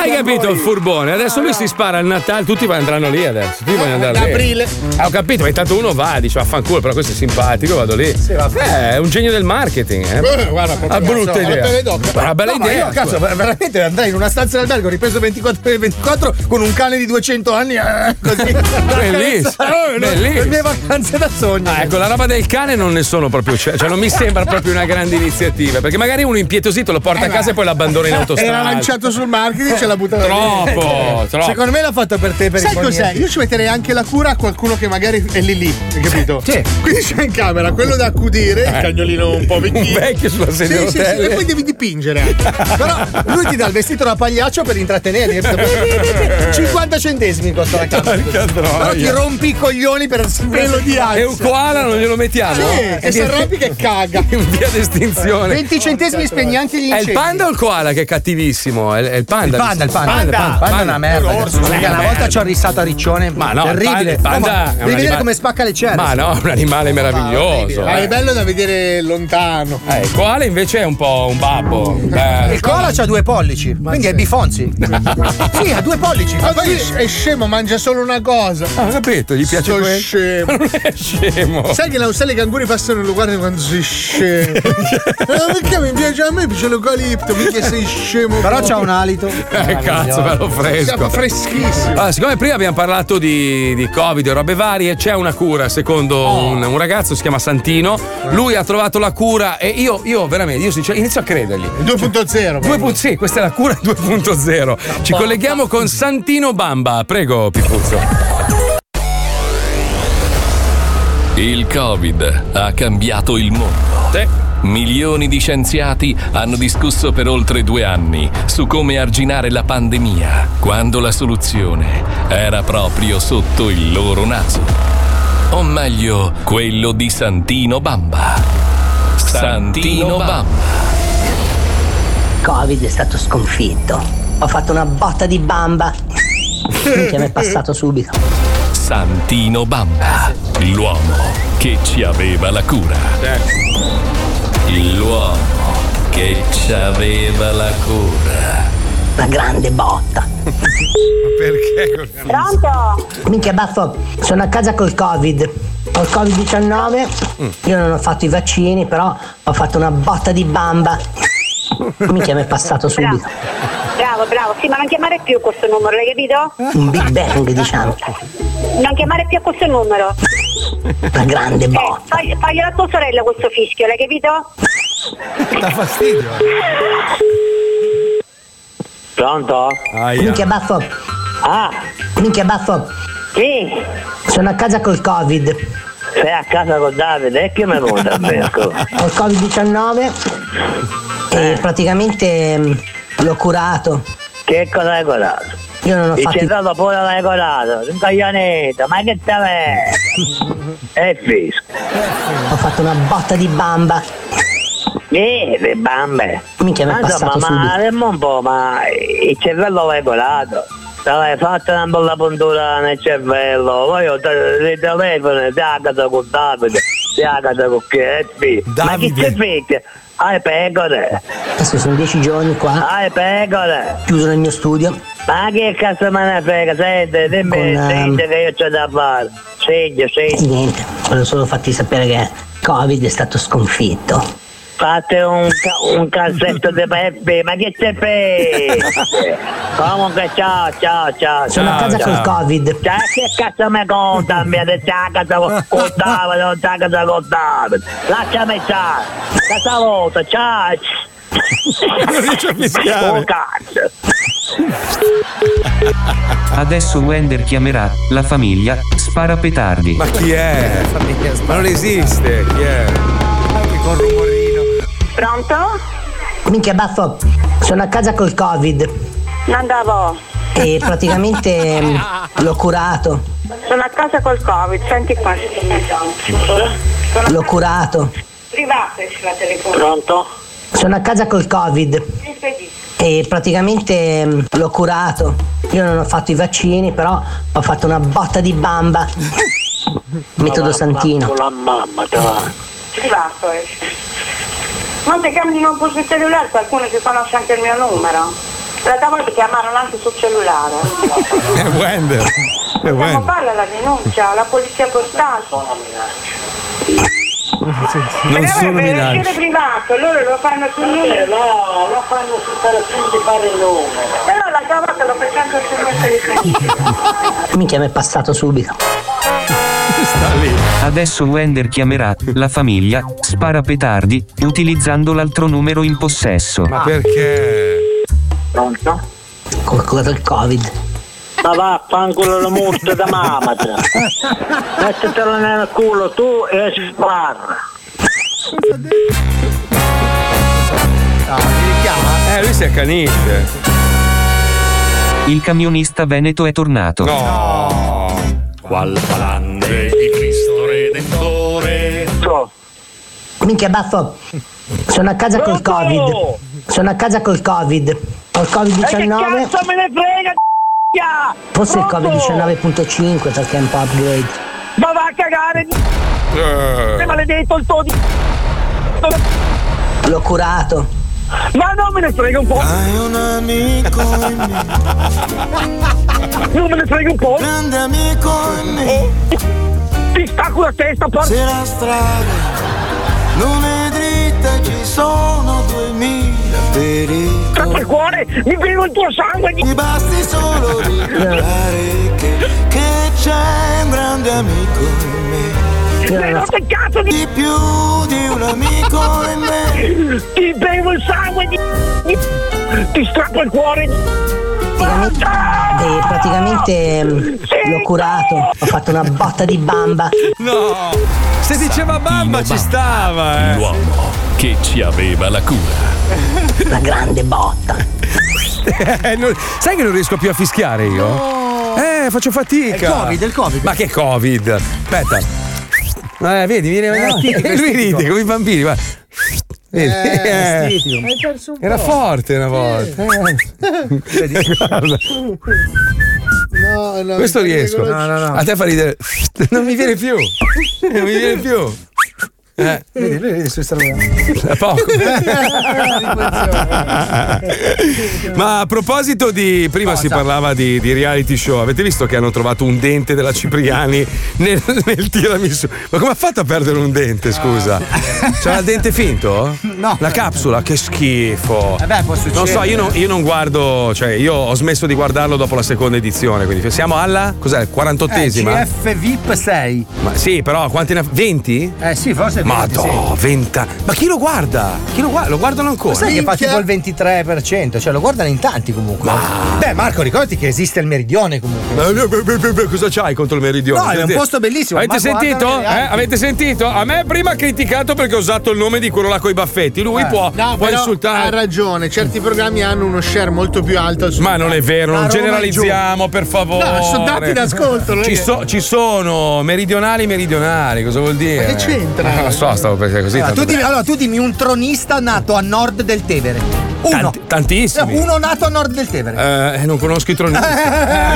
S3: Hai capito il furbone? Adesso lui si spara al Natale, tutti andranno lì adesso. Tutti vogliono andare
S6: ad
S3: lì.
S6: aprile.
S3: Ah, ho capito, ma intanto uno va, dice vaffanculo, però questo è simpatico, vado lì. Eh, è un genio del marketing, eh.
S6: Eh, guarda, porca
S3: Ah, brutta
S6: cazzo,
S3: idea.
S6: la pelle d'oca.
S3: Ma Una bella
S6: No, ma
S3: idea.
S6: Io, cazzo, ver- veramente andrei in una stanza in albergo ripreso 24 per 24 con un cane di 200 anni. eh, così.
S3: Bellissimo,
S6: Eh, no,
S3: bellissimo.
S6: Le mie vacanze da sogno.
S3: Ah, ecco, la roba del cane non ne sono proprio, cioè cioè, non mi sembra proprio una grande iniziativa, perché magari uno impietosito lo porta a casa e poi l'abbandona in autostrada.
S6: Eh, Era lanciato sul marketing e ce l'ha buttata lì.
S3: Troppo, troppo.
S6: Secondo me l'ha fatta per te. Per Sai cos'è? Io ci metterei anche la cura a qualcuno che magari è lì lì, hai capito? Quindi c'è in camera quello da accudire, Eh, il cagnolino un po' vecchio.
S3: Eh. Un vecchio sulla sedia
S6: Sì, sì, sì,
S3: d'hotel.
S6: e poi devi dipingere. anche. Però lui ti dà il vestito da pagliaccio per intrattenerli. capito? 50 centesimi costa la casa. Però ti rompi i coglioni per pelo di ansia.
S3: E un koala non glielo mettiamo?
S6: Sì, che si arrabbi che caga.
S3: In via d'estinzione.
S6: 20 centesimi spegni anche gli
S3: È
S6: incendi.
S3: il panda o il koala che è cattivissimo? È, è il panda. eh,
S1: Il panda, il panda, il panda, il panda è una merda. Eh, Perché una volta ci ho rissato a Riccione,
S3: Ma no,
S1: terribile.
S3: il panda-
S1: No, ma
S3: è un
S1: devi vedere
S3: animale-
S1: come spacca le celle.
S3: Ma no, è un animale meraviglioso.
S6: Ma
S3: eh.
S6: è bello da vedere lontano.
S3: Eh, il koala invece è un po' un babbo. Eh,
S1: Il cola c'ha due pollici, quindi è bifonzi. sì, ha
S3: Eh,
S1: due pollici.
S6: Ma lui è scemo, mangia solo una cosa.
S3: Ah, ho capito, gli piace
S6: Sto
S3: quello.
S6: scemo.
S3: Non è scemo.
S6: Sai che l'Australia e i canguri passano e lo guardano quando sei scemo. Eh, Ma perché mi piace a me piace l'eucalipto, mica sei scemo.
S1: Però
S6: proprio.
S1: c'ha un alito.
S3: Eh, cazzo, bello fresco.
S6: Siamo freschissimi.
S3: Allora, siccome prima abbiamo parlato di, di Covid e robe varie, c'è una cura secondo
S1: Oh.
S3: un, un ragazzo, si chiama Santino.
S1: Eh.
S3: Lui ha trovato la cura e io, io veramente, io sincer- inizio a credergli.
S6: 2.0.
S3: Due pu- sì, questa è la cura 2.0. Ci colleghiamo con Santino Bamba. Prego, Pippuzzo.
S2: Il Covid ha cambiato il mondo.
S3: Sì.
S2: Milioni di scienziati hanno discusso per oltre due anni su come arginare la pandemia, quando la soluzione era proprio sotto il loro naso. O meglio, quello di Santino Bamba. Santino Bamba.
S14: Covid è stato sconfitto. Ho fatto una botta di bamba. Minchia, mi è passato subito.
S2: Santino Bamba, l'uomo che ci aveva la cura. L'uomo che ci aveva la cura.
S14: Una grande botta.
S3: Perché?
S14: Pronto? Minchia Baffo, sono a casa col Covid. Ho il Covid-19, io non ho fatto i vaccini, però ho fatto una botta di bamba. Minchia, mi è passato subito.
S19: Bravo, bravo. Sì, ma non chiamare più questo numero, l'hai capito?
S14: Un big bang, diciamo.
S19: Non chiamare più questo numero.
S14: Una grande botta.
S19: Fagli- Faglielo a tua sorella questo fischio, l'hai capito?
S3: Dà fastidio.
S14: Pronto? Minchia Baffo. Ah. Minchia Baffo. Sì. Sono a casa col Covid.
S31: Sei a casa con Davide, e che mi venuto a Berco?
S14: Ho il Covid-19 e praticamente mm, l'ho curato.
S31: Che cosa hai colato?
S14: Io non ho
S31: Il
S14: fatto i
S31: centrale pure l'hai colato, un coglionetto, ma che te ne E fisco.
S3: Eh,
S14: Ho fatto una botta di bamba.
S31: Eh, le bambe.
S14: Minchia, mi è
S31: Ma
S14: passato
S31: Insomma, ma
S14: subito.
S31: avremmo un po', ma il cervello l'hai colato. Te l'hai fatta una bella puntura nel cervello, poi ho te- il telefono, ti ha cagato con Davide, ti ha cagato con Chietti. Ma chi ti fitta? Hai pecore,
S14: Adesso sono dieci giorni qua,
S31: hai pecore.
S14: chiuso nel mio studio.
S31: Ma che cazzo me ne frega, senti, dimmi,
S14: ehm,
S31: senti che io c'ho da fare. Segno,
S14: E
S31: segno.
S14: niente, volevo solo farti sapere che Covid è stato sconfitto.
S31: Fate un, ca- un calzetto di Peppe, ma che c'è Peppe? Comunque ciao, ciao, ciao.
S14: Sono a
S31: ciao,
S14: casa col
S31: ciao.
S14: Covid.
S31: Cioè, che cazzo mi conta a me? Te c'è a casa con con Davide, non c'è a casa con Davide. Lasciami ciao. Questa volta, ciao. Non riesce a
S3: fischiare.
S31: Oh cazzo.
S30: Adesso Wender chiamerà la famiglia Spara Petardi.
S3: Ma chi è? Ma non esiste, chi è? Con rumorino.
S14: Pronto? Minchia Baffo, sono a casa col Covid.
S19: Non andavo.
S14: E praticamente mm, l'ho curato.
S19: Sono a casa col Covid, senti qua.
S14: L'ho curato.
S19: Private la telefono.
S14: Pronto? Sono a casa col Covid. E praticamente mm, l'ho curato. Io non ho fatto i vaccini, però ho fatto una botta di bamba. Metodo Santino.
S31: La mamma te va.
S19: Privato. eh. Non ti chiami di nuovo sul cellulare, qualcuno si conosce anche il mio numero. L'altra volta chiamarono anche sul cellulare.
S3: È Wender. È
S10: Eh.
S19: Dobbiamo
S3: Wender.
S19: farla la denuncia, la polizia postale.
S3: Non sono
S19: è
S3: minacce.
S19: privato, loro lo fanno sul numero. No, lo fanno sul telefono di fare il numero. Però l'altra volta lo facciamo sul mio telefono.
S14: Minchia, mi è passato subito.
S30: Adesso Wender chiamerà la famiglia Spara Petardi utilizzando l'altro numero in possesso.
S3: Ma perché?
S31: Pronto?
S14: Qualcuno del Covid.
S31: Ma vaffanculo la morte da mamma te. Mettetelo nel culo tu e sbarra.
S3: Ah, Eh, lui si accanisce.
S30: Il camionista veneto è tornato.
S3: Qual
S30: palande
S3: di
S1: Eh
S3: Cristo Redentore.
S14: Minchia Baffo, sono a casa col Covid. Sono a casa col Covid. Ho il Covid-19.
S31: Eh, Cazzo me ne frega, c***a!
S14: Forse il
S31: Pronto?
S14: Covid-19.5 perché è un po' upgrade.
S31: Ma va a cagare, c***a,
S14: Eh.
S31: sei maledetto il tuo di...
S14: L'ho curato.
S31: Ma non me ne frega un po'. Non me ne frega un po'. Grande amico Ti stacco la testa, porca.
S5: Se la strada non è dritta ci sono duemila pericoli. Cazzo il cuore, mi bevo il tuo sangue. Mi basti solo ricordare che, che c'è un grande amico in me.
S31: Ma che cazzo di...
S5: Di più di un amico in me.
S31: Ti bevo il sangue di... di- Ti strappo il cuore di...
S14: Praticamente, e praticamente mm, l'ho curato. Ho fatto una botta di bamba.
S3: No! Se diceva bamba ci stava, eh!
S2: L'uomo che ci aveva la cura.
S14: La grande botta.
S3: Eh, non- sai che non riesco più a fischiare io? Eh, faccio fatica.
S4: È il Covid, è il Covid.
S3: Ma che Covid? Aspetta. Eh, vedi, viene
S4: Eh, stitico,
S3: lui
S4: stitico.
S3: ride come i bambini, guarda. Vedi? Eh.
S4: Hai perso un
S3: Era forte una volta. Eh, guarda.
S6: No, no,
S3: Questo
S6: mi
S3: riesco.
S6: prego, non-
S3: A te fa ridere. Non mi viene più. Non mi viene più. Eh.
S4: Vedi, lui vedi, sui
S3: È Eh, poco. Ma a proposito di. Prima si parlava di, di reality show. Avete visto che hanno trovato un dente della Cipriani nel, nel tiramisù? Ma come ha fatto a perdere un dente, scusa? C'era il dente finto? No. La capsula, che schifo.
S4: Vabbè, può succedere.
S3: Non so, io
S1: Eh,
S3: non, io non guardo, cioè io ho smesso di guardarlo dopo la seconda edizione, quindi siamo alla, cos'è, 48esima?
S4: Eh, CF VIP 6.
S3: Ma sì, però quanti ne ha? 20?
S4: Eh sì, forse 20,
S3: Ma no, 20. Ma chi lo guarda? Chi lo guarda? Lo guardano ancora?
S1: Ma sai che fa tipo il 23%, cioè lo guardano in tanti comunque. Beh, Marco, ricordati che esiste il meridione comunque.
S3: Ma- Eh, beh, beh, beh, beh, Cosa c'hai contro il meridione?
S1: No, è un posto bellissimo,
S3: Avete
S1: ma
S3: sentito?
S1: guardano le
S3: Eh,
S1: alpi.
S3: avete sentito? A me prima ha criticato perché ho usato il nome di quello là con i baffetti. Lui
S6: Eh.
S3: può,
S6: No,
S3: può
S6: però
S3: insultare.
S6: Ha ragione, certi programmi hanno uno share molto più alto.
S3: Ma non è vero, non generalizziamo, per favore.
S6: No, sono dati d'ascolto. non è
S3: Ci,
S6: che-
S3: so- ci sono meridionali e meridionali, cosa vuol dire?
S1: Ma che c'entra?
S3: Non lo so, stavo perché così.
S1: allora,
S3: tanto
S1: tu dimmi,
S3: per-
S1: allora, tu dimmi un tronista nato a nord del Tevere. Uno.
S3: Tanti- tantissimi.
S1: Uno nato a nord del Tevere.
S3: Eh, non conosco i Ah, tronisti.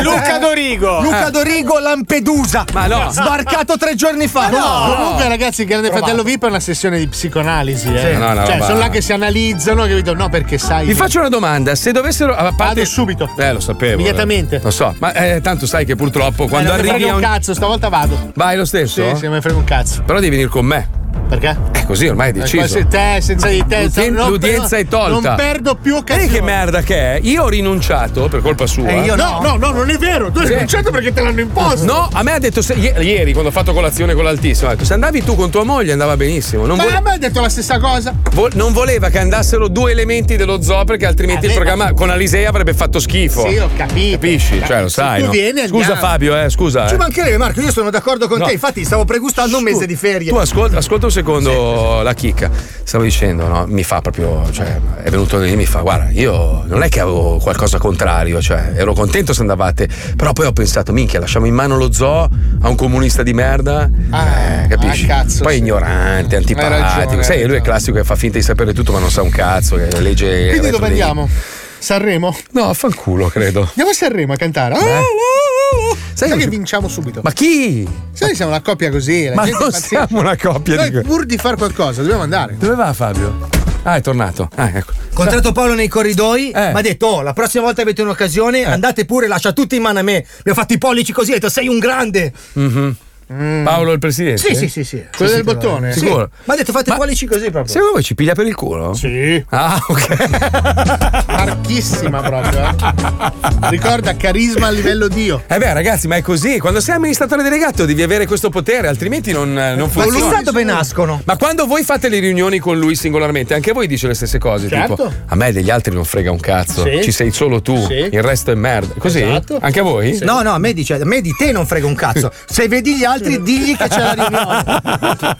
S1: Luca Dorigo. Luca Dorigo Lampedusa. Ma
S3: eh. no.
S1: Sbarcato tre giorni fa.
S6: Ah, No, comunque ragazzi, il Grande
S1: Provato.
S6: Fratello VIP è una sessione di psicoanalisi.
S3: Sì.
S6: Eh.
S3: No, no,
S6: cioè,
S3: roba-
S6: sono là che si analizzano, capito? No, perché sai.
S3: Vi faccio una domanda, se dovessero. A parte... Vado subito. Eh, lo sapevo.
S6: Immediatamente.
S3: Lo so, ma eh, tanto sai che purtroppo
S6: Eh,
S3: quando
S6: non mi
S3: arrivi.
S6: frega
S3: a
S6: un
S3: un-
S6: cazzo, stavolta vado.
S3: Vai lo stesso?
S6: Sì, sì, me frega un cazzo.
S3: Però devi venire con me.
S6: Perché?
S3: Eh, così ormai è deciso.
S6: Eh, se te, senza di te,
S3: L'udien-
S6: non-
S3: l'udienza è tolta.
S6: Non perdo più
S3: Vedi
S6: occasione.
S3: che merda che è? Io ho rinunciato per colpa sua.
S6: Eh, io no. no, no, non è vero. Tu hai
S3: Sì.
S6: rinunciato perché te l'hanno imposto.
S3: No, a me ha detto se- i- ieri quando ho fatto colazione con l'Altissimo, ha detto se andavi tu con tua moglie andava benissimo. Non,
S6: ma
S3: vole-
S6: a me hai detto la stessa cosa.
S3: vo- non voleva che andassero due elementi dello zoo perché altrimenti il programma con Alisei avrebbe fatto schifo.
S6: Sì, ho capito.
S3: Capisci? Cioè, lo
S6: Se
S3: sai.
S6: tu
S3: no?
S6: vieni,
S3: scusa
S6: andiamo.
S3: Fabio, eh, scusa.
S1: Ci
S3: eh.
S1: mancherebbe Marco, io sono d'accordo con
S3: No.
S1: te, infatti stavo pregustando un mese di ferie.
S3: Tu ascolta, ascolta un secondo la chicca. Stavo dicendo, no? Mi fa proprio. Cioè, è venuto lì e mi fa: guarda, io non è che avevo qualcosa contrario, cioè, ero contento se andavate. Però poi ho pensato, minchia, lasciamo in mano lo zoo a un comunista di merda.
S6: Ah,
S3: eh, capisci? poi è ignorante,
S6: Hai ragione,
S3: antipatico.
S6: hai
S3: Sai, lui è classico che fa finta di sapere tutto, ma non sa un cazzo, che legge.
S6: Quindi dove
S3: retrolinea.
S6: andiamo? Sanremo?
S3: No, fanculo, credo.
S6: Andiamo a Sanremo a cantare. Ah,
S3: Eh?
S6: ah, ah. Sai, che vinciamo subito.
S3: Ma chi?
S6: Sai, siamo una coppia così. La
S3: Ma
S6: gente
S3: non
S6: è pazzesca.
S3: siamo una coppia
S6: Noi,
S3: di-
S6: pur di fare qualcosa, dobbiamo andare.
S3: Dove va Fabio? Ah, è tornato. Ah, ecco.
S1: Contratto Paolo nei corridoi, mi ha detto: Oh, la prossima volta avete un'occasione, andate pure, lascia tutti in mano a me. Mi ho fatto i pollici così, ho detto: Sei un grande.
S3: Mhm. Paolo il presidente?
S1: Sì, sì, sì, sì.
S3: Quello
S1: Sì,
S3: del
S1: sì,
S3: bottone?
S1: sì.
S3: Sicuro?
S1: Ma ha detto: Fate i pollici così proprio.
S3: Secondo voi ci piglia per il culo? Sì. Ah, ok.
S6: Marchissima proprio. eh. Ricorda, carisma a livello Dio.
S3: Eh beh, ragazzi, ma è così. Quando sei amministratore delegato devi avere questo potere, altrimenti non, eh, non
S1: Ma
S3: funziona.
S1: chissà dove nascono.
S3: Ma quando voi fate le riunioni con lui singolarmente, anche voi dice le stesse
S1: Certo.
S3: cose. Cioè, Tipo, esatto. a me degli altri non frega un cazzo.
S1: Sì.
S3: Ci sei solo tu.
S1: Sì.
S3: Il resto è merda. Così?
S6: Esatto.
S3: Anche a voi?
S1: No, no, a me dice: A me di te non frega un cazzo. Se vedi gli altri, digli che c'è la riunione.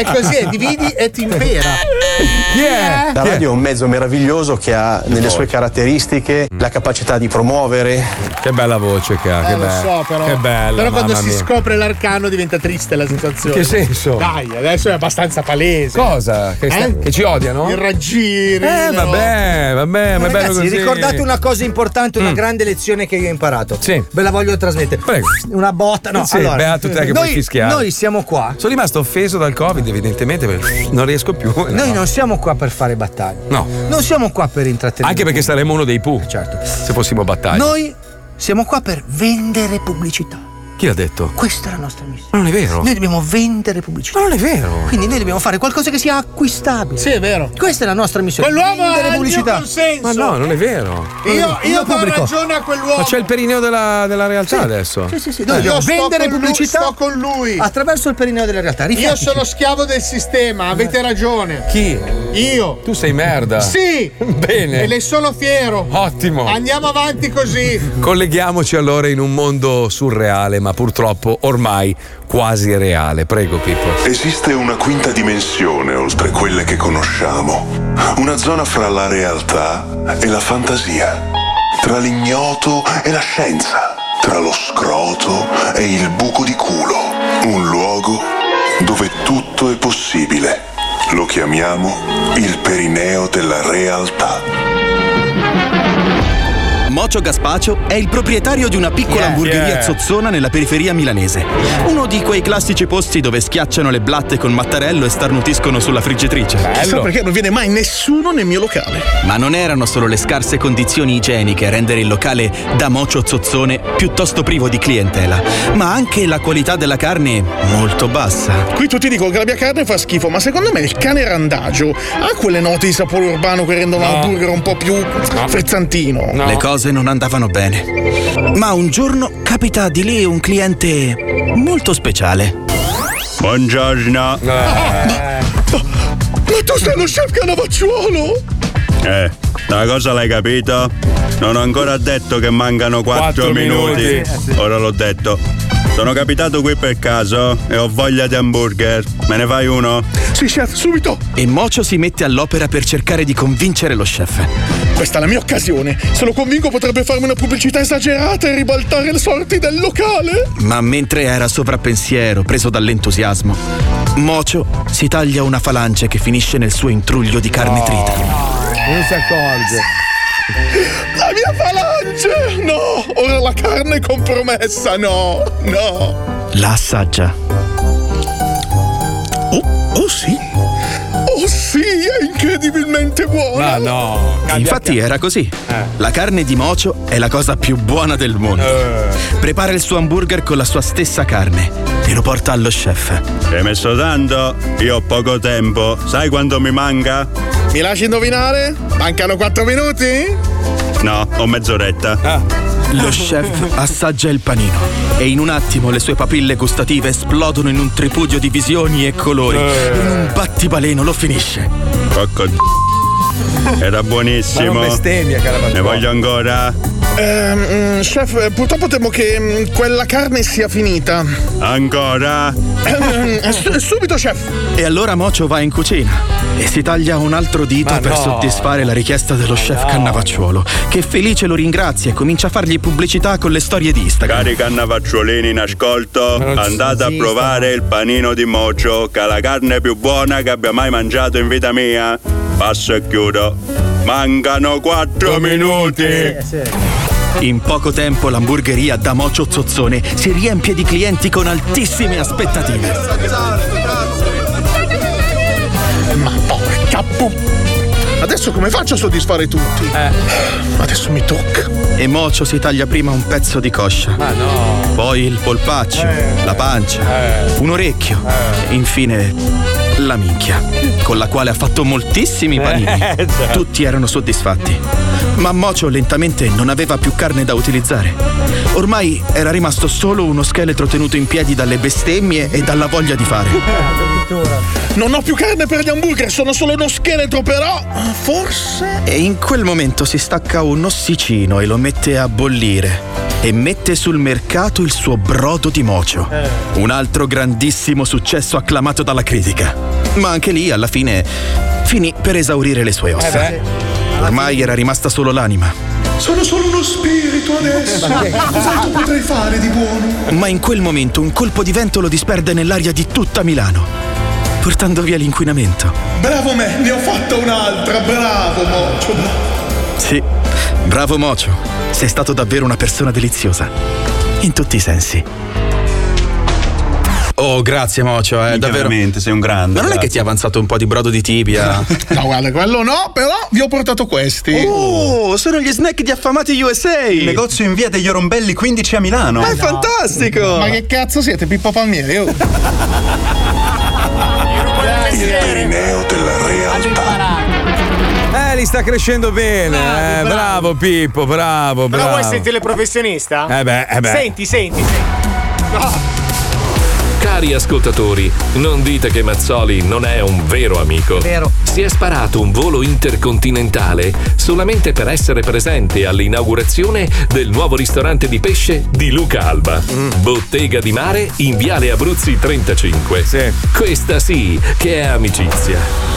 S6: È così, è dividi e ti impera. Eh?
S3: Yeah.
S13: La radio è un mezzo meraviglioso che ha nelle sue caratteristiche la capacità di promuovere.
S3: Mm. Che bella voce Ah, che ha,
S6: Eh, lo so, però. però quando si scopre l'arcano diventa triste la sensazione.
S3: Che senso?
S6: Dai, adesso è abbastanza palese.
S3: Cosa? Che, sta-
S6: Eh?
S3: che ci odiano?
S6: Il raggiri.
S3: Eh,
S6: no.
S3: vabbè, vabbè, ma è bello
S1: Ragazzi,
S3: così.
S1: ricordate una cosa importante, una
S3: Mm.
S1: grande lezione che io ho imparato.
S3: Sì.
S1: Ve la voglio trasmettere.
S3: Prego.
S1: Una botta. No,
S3: Sì,
S1: allora,
S3: beato te che puoi
S1: noi,
S3: fischiare.
S1: noi siamo qua
S3: Sono rimasto offeso dal Covid, evidentemente, perché non riesco più.
S1: Noi non siamo qua per fare battaglie.
S3: No.
S1: Non siamo qua per intrattenere.
S3: Anche perché saremmo uno dei Pooh.
S1: Certo.
S3: Se fossimo battaglia.
S1: Noi siamo qua per vendere pubblicità.
S3: Chi l'ha detto?
S1: Questa è la nostra missione.
S3: Ma non è vero.
S1: Noi dobbiamo vendere pubblicità.
S3: Ma non è vero.
S1: Quindi noi dobbiamo fare qualcosa che sia acquistabile. Sì, è vero. Questa è la nostra missione.
S6: Quell'uomo ha
S1: vendere
S6: il mio
S1: pubblicità.
S6: consenso.
S3: Ma no, non è vero.
S6: Io, io do
S3: pubblico.
S6: ragione a quell'uomo.
S3: Ma c'è il perineo della, della realtà adesso.
S1: Sì, sì, sì.
S6: Io
S1: Noi dobbiamo
S6: sto
S1: vendere
S6: con lui,
S1: pubblicità
S6: sto con lui.
S1: attraverso il perineo della realtà.
S6: Io
S1: Riflettici.
S6: sono schiavo del sistema, avete ragione.
S3: Eh. Chi?
S6: Io.
S3: Tu sei merda.
S6: Sì.
S3: Bene.
S6: E ne sono fiero.
S3: Ottimo.
S6: Andiamo avanti così.
S3: Colleghiamoci allora in un mondo surreale, problema purtroppo ormai quasi reale. Prego Pippo.
S32: Esiste una quinta dimensione oltre quelle che conosciamo, una zona fra la realtà e la fantasia, tra l'ignoto e la scienza, tra lo scroto e il buco di culo, un luogo dove tutto è possibile. Lo chiamiamo il perineo della realtà.
S13: Mocio Gaspaccio è il proprietario di una piccola
S32: Yeah.
S13: hamburgeria
S32: Yeah.
S13: zozzona nella periferia milanese. Uno di quei classici posti dove schiacciano le blatte con mattarello e starnutiscono sulla friggitrice.
S10: Chissà perché non viene mai nessuno nel mio locale.
S13: Ma non erano solo le scarse condizioni igieniche a rendere il locale da mocio zozzone piuttosto privo di clientela, ma anche la qualità della carne molto bassa.
S10: Qui tutti dicono che la mia carne fa schifo, ma secondo me il cane randagio ha quelle note di sapore urbano che rendono l'hamburger un po' più frizzantino.
S13: Le cose non andavano bene. Ma un giorno capita di lì un cliente molto speciale.
S33: Buongiorno.
S34: Eh,
S10: Ma tu sei uno chef canavacciuolo?
S33: Eh, la cosa l'hai capito? Non ho ancora detto che mancano 4
S34: Quattro
S33: minuti.
S34: minuti. Eh, sì.
S33: Ora l'ho detto. Sono capitato qui per caso e ho voglia di hamburger. Me ne fai uno?
S10: Sì, chef, subito!
S13: E Mocio si mette all'opera per cercare di convincere lo chef.
S10: Questa è la mia occasione. Se lo convinco potrebbe farmi una pubblicità esagerata e ribaltare le sorti del locale.
S13: Ma mentre era sovrappensiero, preso dall'entusiasmo, Mocio si taglia una falange che finisce nel suo intruglio di carne trita.
S35: Non si accorge.
S10: La mia falange! No! Ora la carne è compromessa, no! No!
S13: La assaggia.
S10: Oh sì! Oh sì, è incredibilmente buona!
S3: Ma no!
S13: Infatti era così. La carne di mocio è la cosa più buona del mondo. Prepara il suo hamburger con la sua stessa carne e lo porta allo chef.
S33: Ci hai messo tanto? Io ho poco tempo. Sai quanto mi manca?
S10: Mi lasci indovinare? Mancano 4 minuti?
S33: No, ho
S34: Ah.
S33: mezz'oretta.
S13: Lo chef assaggia il panino e in un attimo le sue papille gustative esplodono in un tripudio di visioni e colori. In un battibaleno lo finisce.
S33: Cocco d- Era buonissimo.
S13: Ma non bestemmia,
S33: Ne voglio ancora?
S10: Ehm, mm, chef, eh, purtroppo temo che mm, quella carne sia finita.
S33: Ancora?
S10: Ehm, eh, su- subito, chef!
S13: E allora Mocio va in cucina e si taglia un altro dito
S10: Ma
S13: per
S10: no.
S13: soddisfare la richiesta dello chef Cannavacciuolo, che felice lo ringrazia e comincia a fargli pubblicità con le storie di Instagram.
S33: Cari cannavacciolini in ascolto, andate a provare il panino di mocio, che è la carne più buona che abbia mai mangiato in vita mia. Passo e chiudo. Mancano 4 minuti.
S13: In poco tempo l'hamburgeria da Mocio Zozzone si riempie di clienti con altissime aspettative.
S10: Ma porca pu... Adesso come faccio a soddisfare tutti?
S33: Eh.
S10: Adesso mi tocca.
S13: E Mocio si taglia prima un pezzo di coscia. Poi il polpaccio,
S33: Eh.
S13: la pancia, un orecchio. E infine la minchia, con la quale ha fatto moltissimi panini.
S33: Eh, certo.
S13: Tutti erano soddisfatti. Ma Mocio lentamente non aveva più carne da utilizzare. Ormai era rimasto solo uno scheletro tenuto in piedi dalle bestemmie e dalla voglia di fare.
S10: Non ho più carne per gli hamburger, sono solo uno scheletro, però. ah, Forse.
S13: E in quel momento si stacca un ossicino e lo mette a bollire. E mette sul mercato il suo brodo di mocio. Un altro grandissimo successo acclamato dalla critica. Ma anche lì, alla fine, finì per esaurire le sue ossa. Ormai era rimasta solo l'anima.
S10: Sono solo uno spirito
S3: Eh,
S10: adesso.
S5: Ma che-
S10: Cos'altro potrei fare di buono?
S13: Ma in quel momento un colpo di vento lo disperde nell'aria di tutta Milano, portando via l'inquinamento.
S10: Bravo me, ne ho fatta un'altra, bravo Mocio.
S13: Sì, bravo Mocio, sei stato davvero una persona deliziosa. In tutti i sensi. Oh, grazie Mocio, eh, davvero.
S33: sei un grande.
S13: Ma non è che ti è avanzato un po' di brodo di tibia?
S10: No, guarda, quello no, però vi ho portato questi.
S13: Oh, sono gli snack di Affamati USA! Il
S33: negozio in via degli Orombelli 15 a Milano.
S10: Ma è fantastico! Ma che cazzo siete, Pippo Palmieri? oh?
S32: Perineo della realtà.
S3: Eh, li sta crescendo bene. eh. Bravo, Pippo, bravo,
S1: Però
S3: bravo.
S1: vuoi sentire il professionista?
S3: Eh beh, eh beh.
S1: Senti, senti, senti. No.
S2: Cari ascoltatori, non dite che Mazzoli non è un vero amico.
S36: Vero.
S2: Si è sparato un volo intercontinentale solamente per essere presente all'inaugurazione del nuovo ristorante di pesce di Luca Alba.
S3: Mm.
S2: Bottega di mare in Viale Abruzzi 35. Questa sì che è amicizia.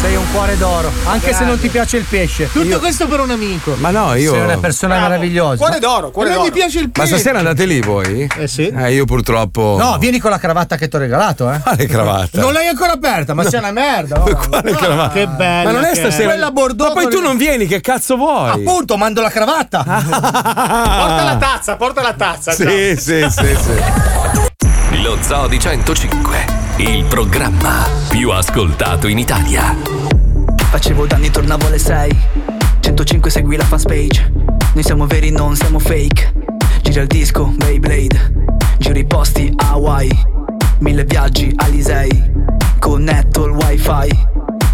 S1: Sei un cuore d'oro, anche se non ti piace il pesce.
S6: Tutto questo per un amico.
S3: Ma no, io.
S1: Sei una persona meravigliosa.
S6: Cuore d'oro, cuore
S1: Ma non
S6: d'oro.
S1: mi piace il
S3: Ma
S1: pesce.
S3: stasera andate lì voi? Eh sì. Eh, io purtroppo.
S1: No, vieni con la cravatta che ti ho regalato, eh.
S3: Quale cravatta?
S1: Non l'hai ancora aperta, ma
S3: No.
S1: sei una merda. oh.
S3: Quale cravatta?
S1: che bella
S3: Ma non è
S1: che
S3: stasera.
S1: è. Ah, oh, Quella Bordeaux
S3: Ma poi
S1: con
S3: tu
S1: il-
S3: non vieni, che cazzo vuoi?
S1: Appunto, mando la cravatta.
S37: Porta la tazza, porta la tazza.
S3: Sì, sì, sì, sì.
S2: Lo Zoo di 105, il programma più ascoltato in Italia.
S21: Facevo danni, tornavo alle 6. 105 segui la fanpage. Noi siamo veri, non siamo fake. Gira il disco, Beyblade. Giro i posti a Hawaii. Mille viaggi all'Isei. Connetto il wifi.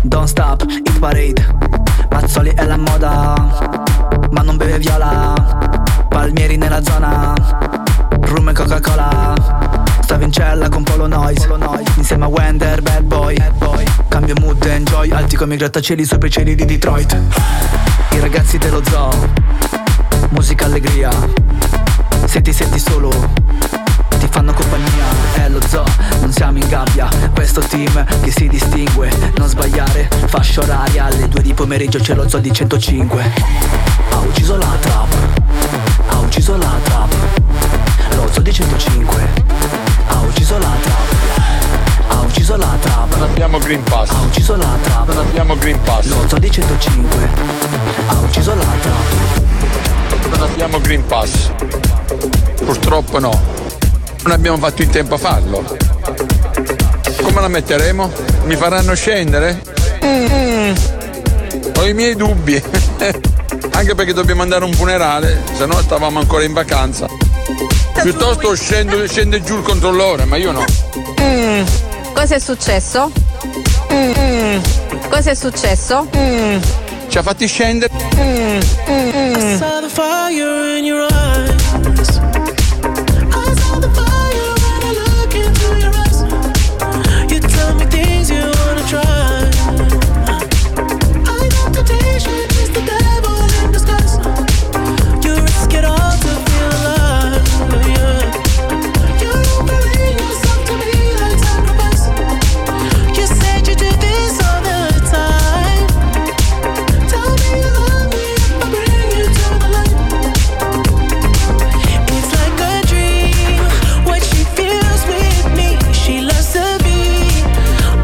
S21: Don't stop, hit parade. Mazzoli è la moda. Ma non beve viola. Palmieri nella zona. Rum e Coca-Cola. Stavo in cella con Polo Noise. Insieme a Wender, bad boy. Cambio mood, enjoy. Alti come i grattacieli sopra i cieli di Detroit. I ragazzi dello zoo. Musica allegria. Se ti senti solo, ti fanno compagnia. È lo zoo, non siamo in gabbia. Questo team che si distingue. Non sbagliare, fascia oraria. Alle 2 di pomeriggio c'è lo zoo di 105. Ha ucciso la trap. Ha ucciso la trap. Lo zoo di 105. Ha ucciso la trap. Ha ucciso la trap. Non abbiamo Green Pass. Ha ucciso la trap. Non abbiamo Green Pass. Lo zoo di 105. Ha ucciso la trap.
S10: Non abbiamo Green Pass. Purtroppo no. Non abbiamo fatto in tempo a farlo. Come la metteremo? Mi faranno scendere? Mm, Ho i miei dubbi. Anche perché dobbiamo andare a un funerale, se no stavamo ancora in vacanza. Piuttosto scendo- scende giù il controllore, ma io no.
S38: Mm. Cosa è successo? Mm, mm. Cosa è successo? Mm.
S10: Ci ha fatti scendere.
S5: Mm-hmm.
S38: I saw the fire in your eyes.
S5: I saw the fire when I look into your eyes. You tell me things you wanna try. I know temptation is the devil in disguise. You risk it all to feel alive. Yeah. You're offering yourself to me like sacrifice. You said you do this all the time. Tell me you love me if I bring you to the light. It's like a dream when she feels with me. She loves to be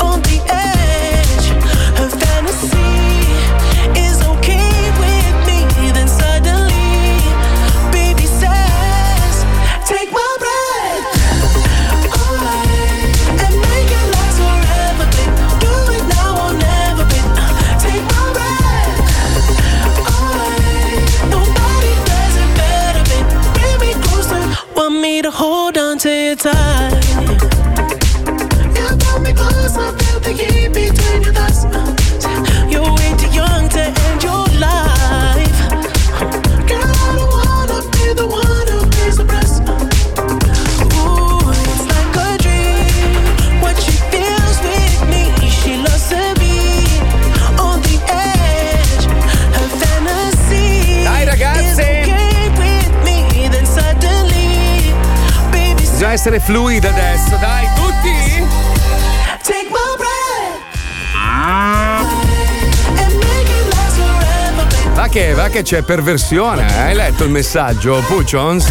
S5: on the edge. Her fantasy is okay with me. Then suddenly, baby says, Take my breath. I am making last forever. Been do it now or never. Been take my breath. I nobody does it better. Been bring me closer. Want me to hold on to you tight. You pull me closer, feel the heat between your thighs. You're way too young to end your life. Girl, I don't wanna be the one who pays the price. Ooh, it's like a dream. What she feels with me, she loves to be on the edge. Her fantasy
S3: Dai, ragazze!
S5: is okay with me. Then suddenly, baby,
S3: Bisogna essere fluida adesso, dai, tutti!
S5: Take my breath and make it last forever.
S3: Va che, va che c'è perversione, eh? hai letto il messaggio, Puccions?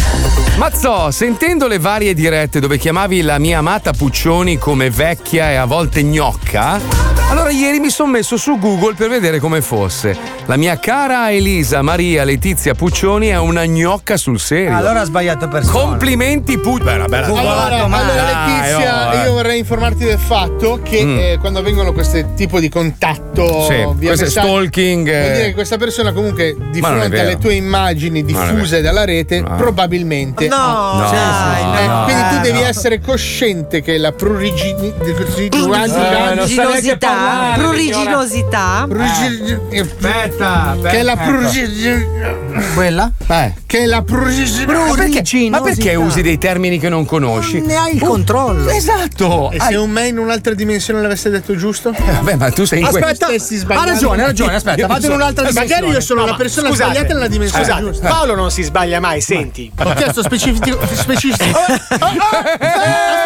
S3: Mazzò, sentendo le varie dirette dove chiamavi la mia amata Puccioni come vecchia e a volte gnocca, allora ieri mi sono messo su Google per vedere come fosse. La mia cara Elisa Maria Letizia Puccioni è una gnocca sul serio.
S1: Allora ha sbagliato persona.
S3: Complimenti Puccioni. Bella, bella.
S6: Allora, allora, Letizia,
S3: Dai, oh, eh.
S6: io vorrei informarti del fatto che
S3: Mm.
S6: eh, quando avvengono questo tipo di contatto
S3: Sì, questo è
S6: messaggio,
S3: stalking, eh.
S6: vuol dire che questa persona comunque di
S3: Ma non è
S6: fronte
S3: vero.
S6: alle tue immagini
S3: Ma non è
S6: diffuse
S3: vero.
S6: dalla rete
S3: No.
S6: probabilmente
S3: No, No, dai, no,
S6: Eh,
S3: no.
S6: quindi tu
S3: Eh,
S6: devi
S3: no.
S6: essere cosciente che la prurigini
S3: Eh, non sarei che parlo-
S6: Ah,
S8: Pruriginosità.
S3: Ah.
S6: Aspetta,
S3: Eh,
S8: Che è la
S3: Quella? Eh.
S6: Che è la prurigi-
S3: Ma perché usi dei termini che non conosci?
S6: Ne hai il controllo.
S3: Esatto.
S6: E
S3: Hai- Eh,
S6: se un me in un'altra dimensione l'avesse detto giusto?
S3: Vabbè, ma tu sei in que-
S6: Aspetta,
S3: Stessi sbagliando. Ha ragione, ha ragione, aspetta,
S6: Io
S3: vado in un'altra dimensione.
S6: Magari io sono
S3: No,
S6: la
S3: ma
S6: persona
S3: scusate,
S6: sbagliata nella dimensione
S7: Scusate,
S6: giusta.
S7: Paolo non si sbaglia mai, senti.
S6: Ho chiesto specifici- specifici-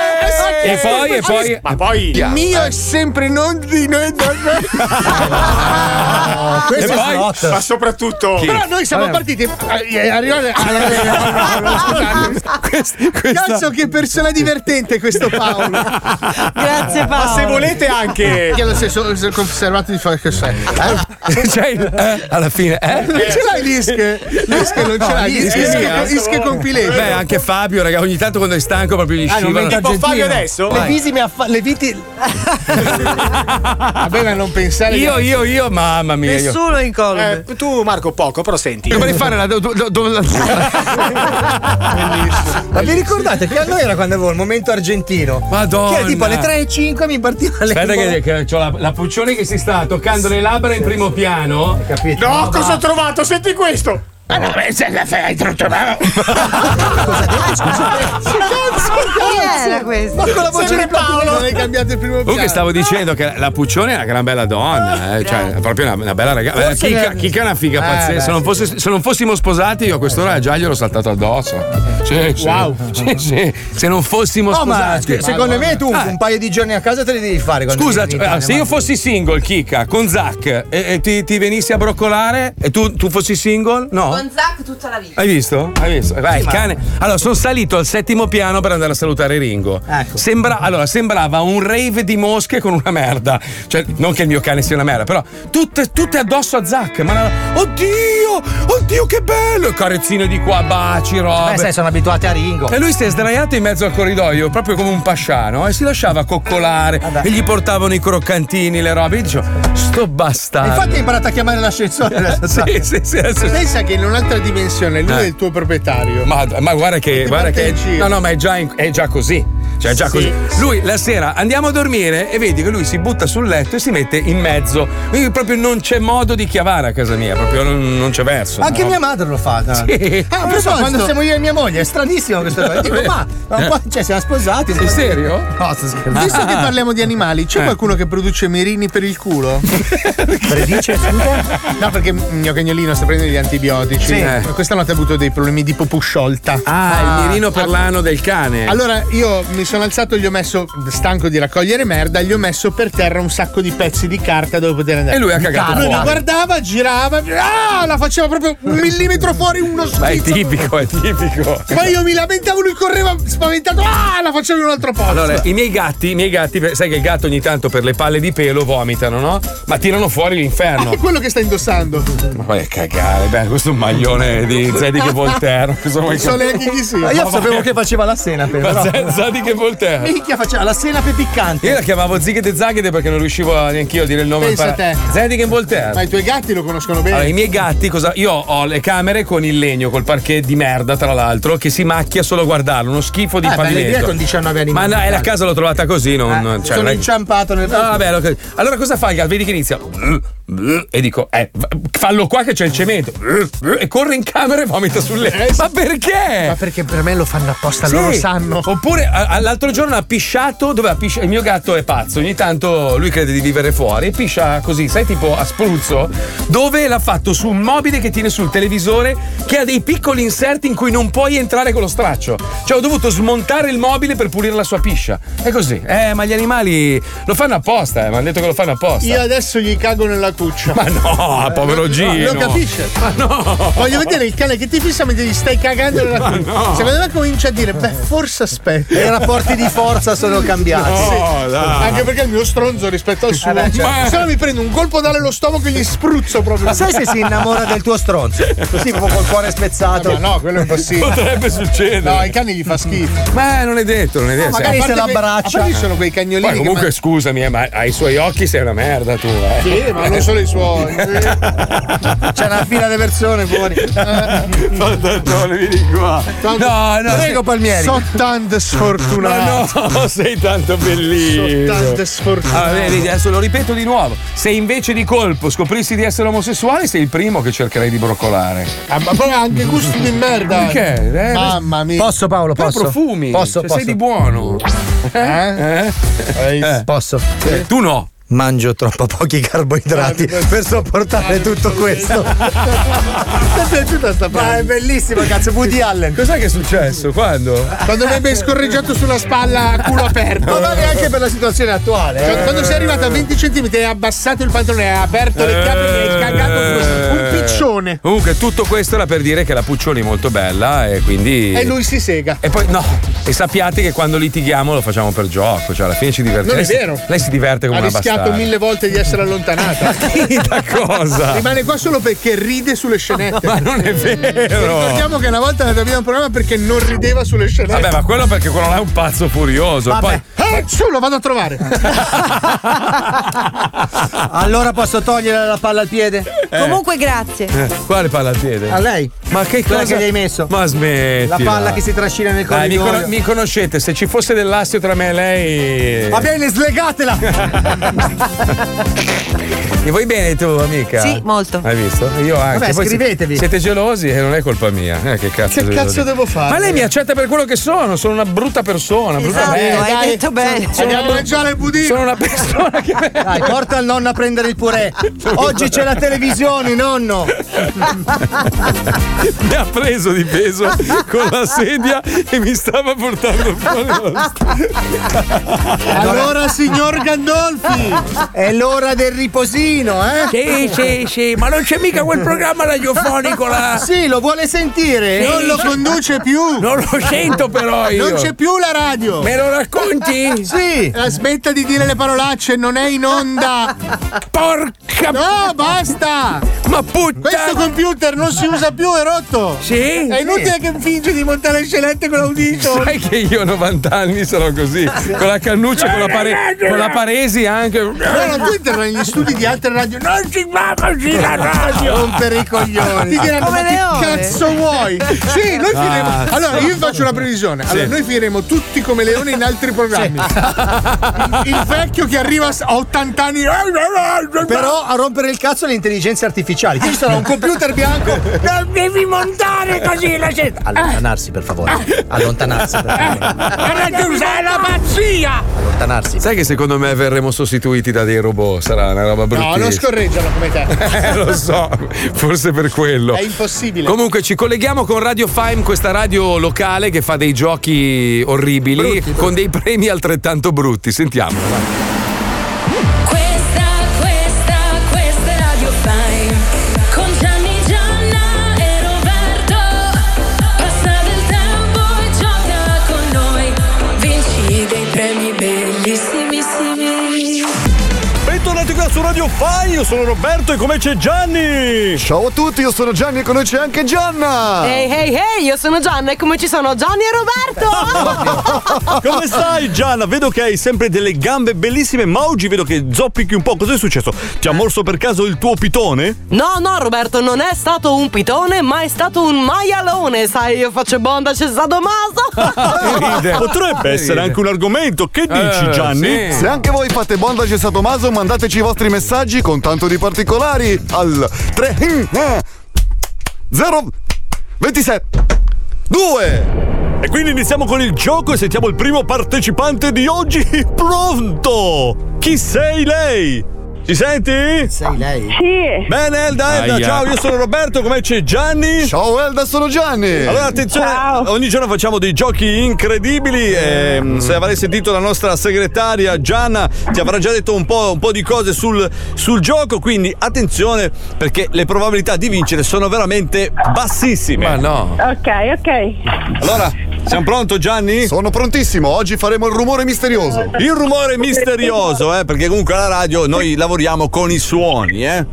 S3: E poi, e poi.
S7: Ma poi.
S6: Il mio è sempre non di noi.
S10: Ah,
S7: E
S6: questo è
S7: poi-
S6: slot.
S7: ma soprattutto.
S6: Però noi siamo
S7: Vabbè.
S6: partiti eh, e arrivare Cazzo che persona divertente questo Paolo.
S7: Grazie, Paolo. Ma se volete anche-
S6: Io lo stesso sono conservato di fare che sei.
S3: Cioè, il- eh, alla fine, eh?
S6: Non ce
S10: Cioè,
S6: l'hai l'ische? L'ische non ce l'hai. L'ische, l'ische, l'ische compilation.
S3: Beh, anche Fabio, raga, ogni tanto quando è stanco proprio
S1: Ah,
S3: gli scivola.
S6: Le
S3: Vai.
S6: visi mi affa- le viti. Vabbè, ma non pensare.
S3: Io,
S6: che-
S3: io, io, mamma mia. io.
S7: in Eh, tu, Marco, poco, però senti.
S3: Dovrei fare la.
S1: Ma vi ricordate che allora era quando avevo il momento argentino?
S3: Madonna.
S1: Che tipo alle 3.05 mi partiva le
S3: Aspetta che, che ho la, la Puccioni che si sta toccando le labbra in primo piano.
S1: Capito?
S7: No, cosa ho trovato? Senti questo.
S10: Ma Ah, no, ma se la fai, hai trovato.
S8: era questo?
S6: Ma con la voce
S8: Sempre
S6: di Paolo
S8: Paolo.
S6: non hai cambiato il primo piano.
S3: Comunque stavo dicendo che la Puccione è una gran bella donna, eh, cioè è proprio una, una bella ragazza. Eh,
S6: Forse
S3: Chica,
S6: è-
S3: Chica è una figa
S6: Eh,
S3: pazzesca.
S6: beh,
S3: Se non, fosse- se non fossimo sposati, io a quest'ora già gliel'ho saltato addosso. Sì, sì.
S1: Wow.
S3: Sì, sì. Se non fossimo
S1: No, ma cioè,
S3: sposati.
S1: scu- secondo me tu
S3: Ah,
S1: un paio di giorni a casa te li devi fare. quando
S3: Scusa,
S1: vieni in
S3: eh,
S1: Italia,
S3: se
S1: ma-
S3: io fossi single, Chica, con Zach, e, e ti, ti venissi a broccolare e tu, tu fossi single? No?
S8: Con Zac tutta la vita.
S3: Hai visto? Hai visto? Vai,
S8: Sì,
S3: il
S8: ma-
S3: cane. Allora, sono salito al settimo piano per andare a salutare Ringo. Sembra- allora, sembrava un rave di mosche con una merda. Cioè, non che il mio cane sia una merda, però tutte, tutte addosso a Zac. Ma una- oddio, oddio, che bello! Carezzine di qua, baci, robe.
S1: Beh, Eh, sai, sono abituati a Ringo.
S3: E lui si è sdraiato in mezzo al corridoio, proprio come un pasciano, e si lasciava coccolare. E gli portavano i croccantini, le robe. Io dicevo, sto bastardo.
S6: Infatti hai imparato a chiamare l'ascensore. adesso.
S3: Ah, Sì, sì, sì, adesso-
S6: Pensa che in un'altra dimensione lui
S3: Eh.
S6: è il tuo proprietario.
S3: Ma, ma guarda che. Guarda
S6: porta
S3: che
S6: in giro.
S3: no, no, ma è già, in- è già così. Cioè, è già
S6: Sì,
S3: così. Lui la sera andiamo a dormire e vedi che lui si butta sul letto e si mette in mezzo. Quindi proprio non c'è modo di chiavare a casa mia, proprio non, non c'è verso.
S1: Anche
S3: no?
S1: mia madre lo fa. tra l'altro.
S3: Sì.
S1: Ah, però so, quando siamo io e mia moglie, è stranissimo questo. qua. Dico, ma, ma qua, cioè, siamo sposati.
S3: Sei serio?
S1: No, sto scherzando.
S6: Visto che parliamo di animali, c'è
S1: Eh.
S6: qualcuno che produce mirini per il culo?
S1: Predice, scusa?
S6: No, perché il mio cagnolino sta prendendo gli antibiotici.
S3: Sì. Eh.
S6: Questa notte ha avuto dei problemi di popusciolta.
S3: Ah, il mirino per l'ano del cane.
S6: Allora io mi sono alzato, gli ho messo, stanco di raccogliere merda, gli ho messo per terra un sacco di pezzi di carta dove poter andare.
S3: E lui ha cagato
S6: Lui mi
S3: fuori.
S6: guardava, girava, ah, la faceva proprio un millimetro fuori, uno schizzo.
S3: Ma è tipico, è tipico.
S6: Ma io mi lamentavo, lui correva spaventato, ah, la facevo in un altro posto.
S3: Allora, i miei gatti, i miei gatti, sai che il gatto ogni tanto per le palle di pelo vomitano, no? Ma tirano fuori l'inferno.
S6: È quello che sta indossando.
S3: Ma vai a cagare, beh, questo è un maglione di Zeddy che Volterra. Cosa vuoi
S6: Non so neanche chi sia.
S1: Ma io
S3: Ma
S1: sapevo
S3: vai.
S1: che faceva la senape.
S3: Ma
S1: però.
S3: Zed- Zeddy che Volterra.
S1: Minchia, faceva la senape piccante.
S3: Io la chiamavo Zighete Zaghete perché non riuscivo a- neanche io a dire il nome.
S6: Pensa
S3: impara-
S6: a te.
S3: Zeddy che Volterra.
S6: Ma i tuoi gatti lo conoscono bene.
S3: Allora, i miei gatti, cosa- io ho le camere con il legno, col parquet di merda, tra l'altro, che si macchia solo a guardarlo, uno schifo di
S1: Eh, bella
S3: pavimento.
S1: idea con 19
S3: Ma
S1: animali. Eh,
S3: no, è la casa l'ho trovata così, non. cioè,
S1: sono
S3: non è-
S1: inciampato nel.
S3: No, vabbè, lo- allora cosa fa il gatto? Vedi che inizia e dico, eh, fallo qua che c'è il cemento e corre in camera e vomita sul
S6: Eh,
S3: letto. Ma perché?
S6: Ma perché per me lo fanno apposta,
S3: Sì.
S6: loro sanno.
S3: Oppure a- l'altro giorno ha pisciato dove ha pisciato. Il mio gatto è pazzo, ogni tanto lui crede di vivere fuori e piscia così, sai, tipo a spruzzo, dove l'ha fatto su un mobile che tiene sul televisore che ha dei piccoli inserti in cui non puoi entrare con lo straccio. Cioè, ho dovuto smontare il mobile per pulire la sua piscia. È così. Eh, ma gli animali lo fanno apposta, eh, mi hanno detto che lo fanno apposta.
S6: Io adesso gli cago nella cuccia.
S3: Ma no, povero Gino.
S6: Lo capisce?
S3: Ma no.
S6: Voglio vedere il cane che ti fissa mentre gli stai cagando nella
S3: Ma
S6: cuccia.
S3: no.
S6: Secondo me comincia a dire, beh, forse aspetta.
S1: I rapporti di forza sono cambiati.
S6: No,
S1: Sì.
S6: dai. Anche perché il mio stronzo rispetto al suo. cioè,
S1: beh, certo.
S6: Se no mi prendo un colpo dalle lo stomaco e gli spruzzo proprio.
S1: Ma sai se si innamora del tuo stronzo? Sì, proprio col cuore spezzato.
S6: No, no, quello è impossibile.
S3: Potrebbe succedere.
S6: No, ai cani gli fa schifo.
S3: Ma non è detto, non è detto.
S6: No, magari
S3: sai.
S6: se lo abbraccia. Ma poi ci sono quei cagnolini
S3: Poi
S6: che
S3: comunque
S6: man-
S3: scusami, eh, ma ai suoi occhi sei una merda tu, eh.
S6: Sì, ma lo solo i suoi. C'è una fila di persone fuori. Eh,
S3: Patatone, vieni qua. No, no,
S6: Prego,
S3: sei-
S6: Palmieri. So tanto sfortunato.
S3: Ma no, sei tanto bellino.
S6: Sono tanto sfortunato.
S3: Ah, vedi, adesso lo ripeto di nuovo. Se invece di colpo scoprissi di essere omosessuale, sei il primo che cercherei di broccolare.
S6: Ah, ma poi ha anche gusti di merda.
S3: Perché? Eh,
S6: Mamma mia.
S1: Posso Paolo,
S3: Però
S1: posso?
S3: profumi.
S1: Posso,
S3: Cioè,
S1: posso.
S3: sei di buono.
S1: Eh? Eh. Eh, Posso?
S3: Tu no.
S1: Mangio troppo pochi carboidrati per sopportare tutto questo.
S6: Ti è piaciuta sta
S1: Ma è bellissima, cazzo, Woody Allen.
S3: Cos'è che è successo? Quando?
S6: Quando mi hai scorreggiato sulla spalla a culo aperto.
S1: Ma vale anche per la situazione attuale.
S3: eh.
S6: Cioè, quando sei arrivato a 20 cm hai abbassato il pantalone, hai aperto le chiappe e hai cagato un piccione.
S3: Eh, Comunque, tutto questo era per dire che la Puccioni è molto bella e quindi.
S6: E lui si sega.
S3: Eh. E poi no, e sappiate che quando litighiamo lo facciamo per gioco, cioè alla fine ci divertiamo.
S6: Non è
S3: Lei si-
S6: vero.
S3: Lei si diverte come
S6: ha
S3: una
S6: rischiato
S3: bastarda.
S6: mille volte di essere allontanata.
S3: da cosa?
S6: Rimane qua solo perché ride sulle scenette.
S3: Esatto. Ma non è vero.
S6: Ricordiamo che una volta è andata via un programma perché non rideva sulle scenette.
S3: Vabbè, ma quello perché quello là è un pazzo furioso. Poi,
S6: Eh, su, lo vado a trovare.
S1: allora posso togliere la palla al piede?
S22: Comunque, grazie.
S3: Eh, quale palla al piede?
S1: A lei?
S3: Ma che
S1: Quella
S3: cosa-
S1: che gli hai messo?
S3: Ma smetti.
S1: La palla che si trascina nel
S3: Dai, mi,
S1: corridoio.
S3: cono- mi conoscete, se ci fosse dell'astio tra me e lei.
S1: Va bene, slegatela!
S3: Mi vuoi bene tu, amica?
S22: Sì, molto.
S3: Hai visto? Io anche.
S22: Vabbè,
S3: Poi
S22: scrivetevi.
S3: Siete, siete gelosi e non è colpa mia. Eh, che cazzo,
S6: Che
S3: devo
S6: cazzo
S3: dire?
S6: devo fare?
S3: Ma lei mi accetta per quello che sono. Sono una brutta persona. brutta
S1: Esatto,
S3: merda.
S1: hai detto bene. Andiamo a mangiare
S6: il budino.
S3: Sono una persona che.
S1: Dai, porta il nonno a prendere il purè. Oggi c'è la televisione, nonno.
S3: mi ha preso di peso con la sedia e mi stava portando fuori. dallo
S6: allora, signor Gandolfi,
S1: è l'ora del riposino, eh?
S10: Sì, sì, sì, ma non c'è mica quel programma radiofonico là.
S1: Sì, lo vuole sentire.
S10: Sì.
S1: non lo conduce più.
S10: Non lo sento però io.
S6: non c'è più la radio.
S10: Me lo racconti?
S6: Sì. La Eh, smetta di dire le parolacce, non è in onda.
S10: Porca.
S6: No, basta.
S10: Ma puttana.
S6: Questo computer non si usa più, è rotto.
S10: Sì.
S6: È inutile che finge di montare le scelette con l'audito.
S3: Sai che io a 90 anni sarò così, con la cannuccia, con la, pare- con la paresi anche.
S6: No, no, tu entrerai negli studi di altre radio. Non si fa così la radio! Non per i coglioni. Ti diranno,
S5: Come
S6: ma che
S5: Leone."
S6: cazzo vuoi? Sì, noi
S5: Ah,
S6: finiremo.
S5: sì.
S6: Allora, io faccio una previsione. Allora,
S5: Sì.
S6: noi finiremo tutti come Leone in altri programmi. Il vecchio che arriva a 80
S3: eh,
S6: anni.
S1: Però a rompere il cazzo le intelligenze artificiali. Qui ci sarà un computer bianco.
S10: Non devi montare così la gente.
S1: Allontanarsi, per favore. Allontanarsi, per favore.
S10: Sei la pazzia!
S1: Allontanarsi.
S3: Sai che secondo me verremo sostituiti da dei robot, sarà una roba brutta.
S6: No, non scorreggiano come te.
S3: Eh, lo so, forse per quello.
S6: È impossibile.
S3: Comunque ci colleghiamo con Radio Fime, questa radio locale che fa dei giochi orribili con dei premi altrettanto brutti. Sentiamo.
S5: Questa, questa, questa è Radio Fine Con Gianni, Gianna e Roberto Passa del tempo e gioca con noi Vinci dei premi bellissimissimi
S39: Bentornati qua su Radio Fai, io sono Roberto e come c'è Gianni! Ciao a tutti, io sono Gianni e con noi c'è anche Gianna!
S22: Ehi, ehi, ehi, io sono Gianna e come ci sono Gianni e Roberto?
S39: Come stai Gianna? Vedo che hai sempre delle gambe bellissime, ma oggi vedo che zoppichi un po'. Cos'è successo? Ti ha morso per caso il tuo pitone?
S22: No, no, Roberto, non è stato un pitone, ma è stato un maialone. Sai, io faccio bonda c'è Sadomaso.
S39: Potrebbe essere anche un argomento. Che dici
S29: Eh,
S39: Gianni?
S29: sì. Se anche voi fate Bonda e Satomaso, mandateci i vostri messaggi con tanto di particolari al eh, 3 0 27
S39: Due! E quindi iniziamo con il gioco e sentiamo il primo partecipante di oggi. Pronto! Chi sei lei? Ci senti? Sei lei?
S29: Sì.
S39: Bene Elda, Elda,
S29: Aia.
S39: ciao, io sono Roberto, come c'è Gianni?
S29: Ciao Elda, sono Gianni!
S39: Allora attenzione, ogni giorno facciamo dei giochi incredibili ehm, se avrai sentito la nostra segretaria Gianna ti avrà già detto un po', un po' di cose sul, sul gioco, quindi attenzione perché le probabilità di vincere sono veramente bassissime. Ma no.
S29: Ok, ok.
S39: Allora, siamo pronto Gianni?
S29: Sono prontissimo, oggi faremo il rumore misterioso.
S39: Il rumore misterioso, eh, perché comunque alla radio noi lavoriamo con i suoni, eh.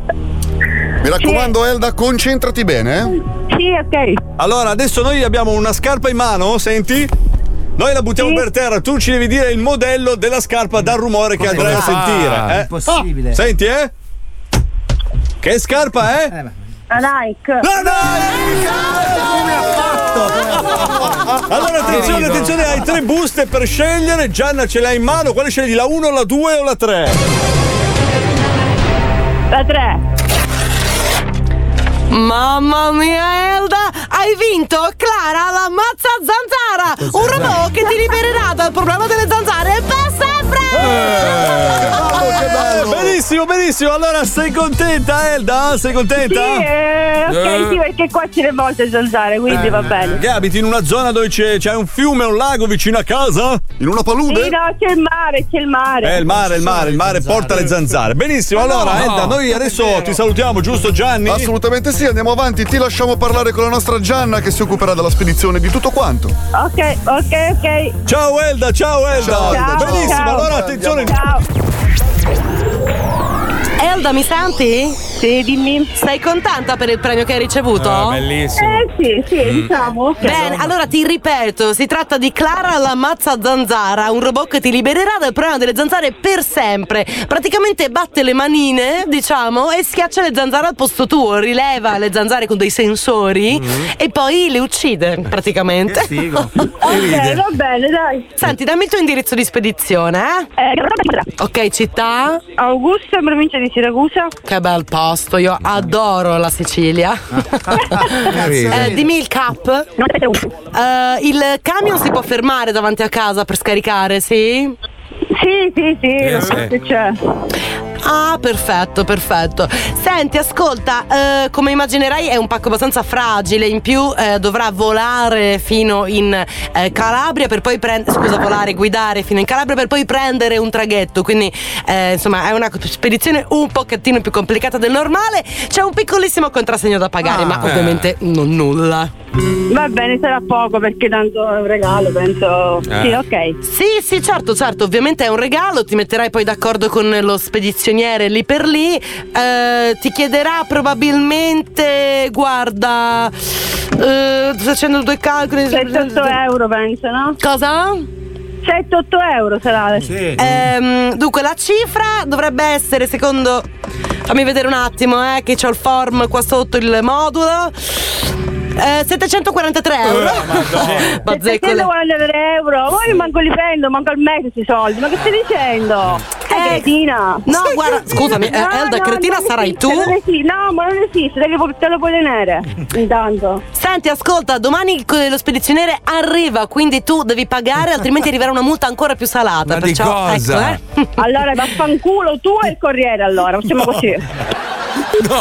S29: Mi raccomando Elda, concentrati bene. eh.
S39: Sì, ok. Allora, adesso noi abbiamo una scarpa in mano, senti? Noi la buttiamo per terra, tu ci devi dire il modello della scarpa dal rumore che andrai a
S1: Ah,
S39: sentire. eh.
S1: impossibile. Eh,
S39: Oh, senti, eh? Che scarpa è?
S5: La Nike.
S39: La Nike!
S5: Ah,
S39: Allora attenzione, attenzione, hai tre buste per scegliere. Gianna ce l'ha in mano. Quale scegli? La 1, la 2 o la 3?
S5: La 3.
S22: Mamma mia Elda, hai vinto Clara la mazza zanzara, un robot che ti libererà dal problema delle zanzare per sempre!
S39: Eh, Benissimo, benissimo. Allora sei contenta, Elda? Sei contenta?
S5: Sì, eh, ok,
S39: Eh.
S5: sì, perché qua ce ne molte zanzare, quindi va bene.
S39: Che abiti in una zona dove c'è, c'è un fiume, un lago vicino a casa? In una palude?
S5: Sì, no, c'è il mare, c'è il mare.
S39: Eh, il mare, il mare, il mare porta le zanzare. Benissimo,
S5: Ma
S39: allora,
S10: no,
S39: Elda,
S10: no,
S39: noi adesso ti salutiamo, giusto Gianni?
S10: Assolutamente sì, andiamo avanti, ti lasciamo parlare con la nostra Gianna che si occuperà della spedizione di tutto quanto.
S5: Ok, ok, ok.
S39: Ciao Elda, ciao Elda.
S10: Ciao,
S5: Ciao,
S39: Benissimo,
S5: ciao.
S39: allora attenzione.
S5: Ciao.
S22: Elda, mi senti? Sì, dimmi. Sei contenta per il premio che hai ricevuto?
S3: Ah, bellissimo. Esatto. Eh,
S22: sì,
S5: sì, Mm. diciamo, ok.
S22: Bene, allora ti ripeto, si tratta di Clara la mazza zanzara, un robot che ti libererà dal problema delle zanzare per sempre. Praticamente batte le manine, diciamo, e schiaccia le zanzare al posto tuo, rileva le zanzare con dei sensori
S3: Mm.
S22: e poi le uccide, praticamente.
S5: Ok, va bene, dai.
S22: Senti, dammi il tuo indirizzo di spedizione, eh? Ok, città?
S5: Augusta, provincia di Siracusa.
S22: Che bel posto, io adoro la Sicilia. Eh, dimmi il cap. Eh, il camion si può fermare davanti a casa per scaricare, sì?
S5: Sì, sì, sì,
S22: Eh,
S5: lo so
S22: sì.
S5: che c'è.
S22: Ah, perfetto, perfetto. Senti, ascolta, eh, come immaginerai è un pacco abbastanza fragile, in più eh, dovrà volare fino in eh, Calabria per poi prendere, scusa, volare, guidare fino in Calabria per poi prendere un traghetto, quindi eh, insomma è una spedizione un pochettino più complicata del normale, c'è un piccolissimo contrassegno da pagare,
S3: Ah.
S22: ma ovviamente non nulla.
S5: Va bene, sarà poco perché tanto è un regalo, penso.
S22: Eh.
S5: Sì, ok.
S22: Sì, sì, certo, certo, ovviamente è un regalo, ti metterai poi d'accordo con lo spedizioniere lì per lì, eh, ti chiederà probabilmente, guarda, eh, facendo due calcoli... 7-8
S5: euro penso, no?
S22: Cosa?
S5: 7-8 euro sarà. Sì.
S22: Ehm, dunque, la cifra dovrebbe essere, secondo... Fammi vedere un attimo, eh, che c'ho il form qua sotto, il modulo. Eh, 743 euro. Bazzecole.
S5: 743 euro, poi manco li prendo, manco al mese questi soldi, ma che stai dicendo? Eh, È cretina.
S22: No, guarda, scusami, eh, Elda, cretina
S5: non
S22: sarai
S5: esiste,
S22: tu?
S5: non esiste, no, ma non esiste, te lo, pu- te lo puoi tenere. Intanto.
S22: Senti, ascolta, domani il- lo spedizioniere arriva, quindi tu devi pagare, altrimenti arriverà una multa ancora più salata.
S5: Ma di
S22: perciò,
S5: cosa?
S22: Ecco, eh.
S5: Allora, vaffanculo tu e il corriere allora, facciamo così.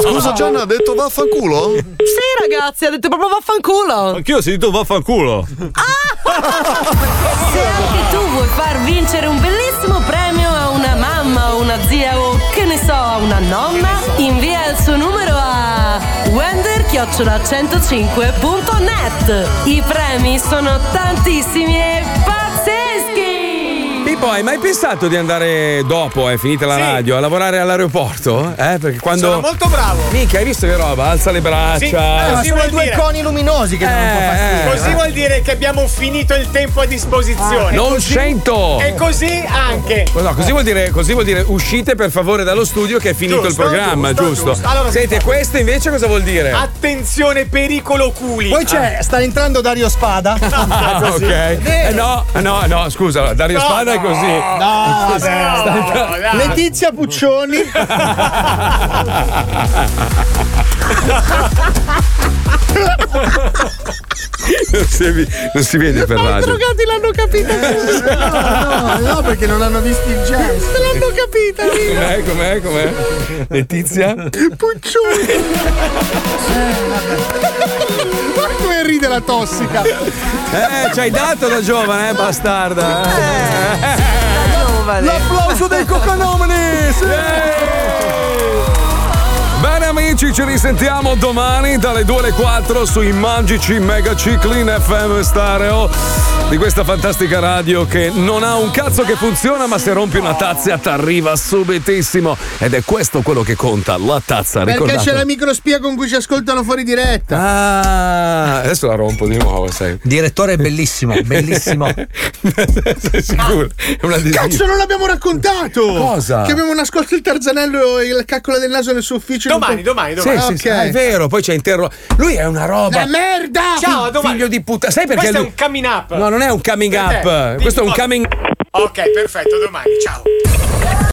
S10: Scusa Gianna, ha detto vaffanculo?
S22: Sì, ragazzi, ha detto proprio vaffanculo.
S39: Anch'io ho sentito vaffanculo.
S22: Se anche tu vuoi far vincere un bellissimo premio a una mamma o una zia o che ne so, a una nonna, invia il suo numero a wender-105.net. I premi sono tantissimi e pazzeschi!
S3: Pippo, hai mai pensato di andare dopo, è finita la radio, a lavorare all'aeroporto? Eh, perché quando.
S6: Sono molto bravo.
S3: Mica, hai visto che roba? Alza le braccia.
S6: Eh, ma sono i due coni luminosi che danno un po' fastidio.
S1: Eh, Così vuol dire che abbiamo finito il tempo a disposizione.
S3: Ah, eh. Non
S1: Così-
S3: sento.
S1: E così anche.
S3: No, così vuol, dire, così vuol dire uscite per favore dallo studio che è finito
S1: Giusto,
S3: il programma,
S1: giusto,
S3: giusto?
S1: giusto. Allora,
S3: Senti, questo invece cosa vuol dire?
S6: Ah,
S1: Attenzione, pericolo culi. Ah.
S6: Poi c'è, sta entrando Dario Spada.
S3: Ah, ok. Eh, no, no, no, scusa, Dario
S6: No,
S3: Spada è
S6: no.
S3: così.
S6: No, vabbè.
S3: Sta entrando-
S6: Letizia Puccioni.
S39: non, si, non si vede per radio.
S6: Ah,
S39: Eh,
S6: drogati l'hanno capita. No, no, perché non hanno visto il gesto. L'hanno capita.
S3: Com'è, Eh, com'è, com'è? Letizia?
S6: Puccioni. Ma come ride la tossica.
S3: Eh, ci hai dato da giovane, eh, bastarda.
S6: L'applauso dei coconomani. Sì.
S3: Bene amici, ci risentiamo domani dalle 2 alle 4 sui Magici Mega Ciclin FM Stereo. di questa fantastica radio che non ha un cazzo che funziona, ma se rompi una tazza ti arriva subitissimo. Ed è questo quello che conta, la tazza,
S6: Perché c'è
S3: ricordate.
S6: la microspia con cui ci ascoltano fuori diretta.
S3: Ah, adesso la rompo di nuovo, sai.
S4: Direttore bellissimo, bellissimo.
S3: Sei sicuro? È una disgrazia.
S6: Cazzo, non l'abbiamo raccontato!
S3: Cosa?
S6: Che abbiamo nascosto il tarzanello e la caccola del naso nel suo ufficio.
S3: Domani,
S6: domani,
S3: Sì, sì, sì, ah, è vero, poi c'è interro. Lui è una roba.
S6: La merda!
S3: Ciao, a domani. Figlio di puttana. Sai perché
S7: Questo è
S3: lui-
S7: un coming up.
S3: No, non è un coming
S7: Per te.
S3: up.
S7: Di-
S3: Questo è un
S7: oh.
S3: coming
S7: Ok, perfetto, domani. Ciao.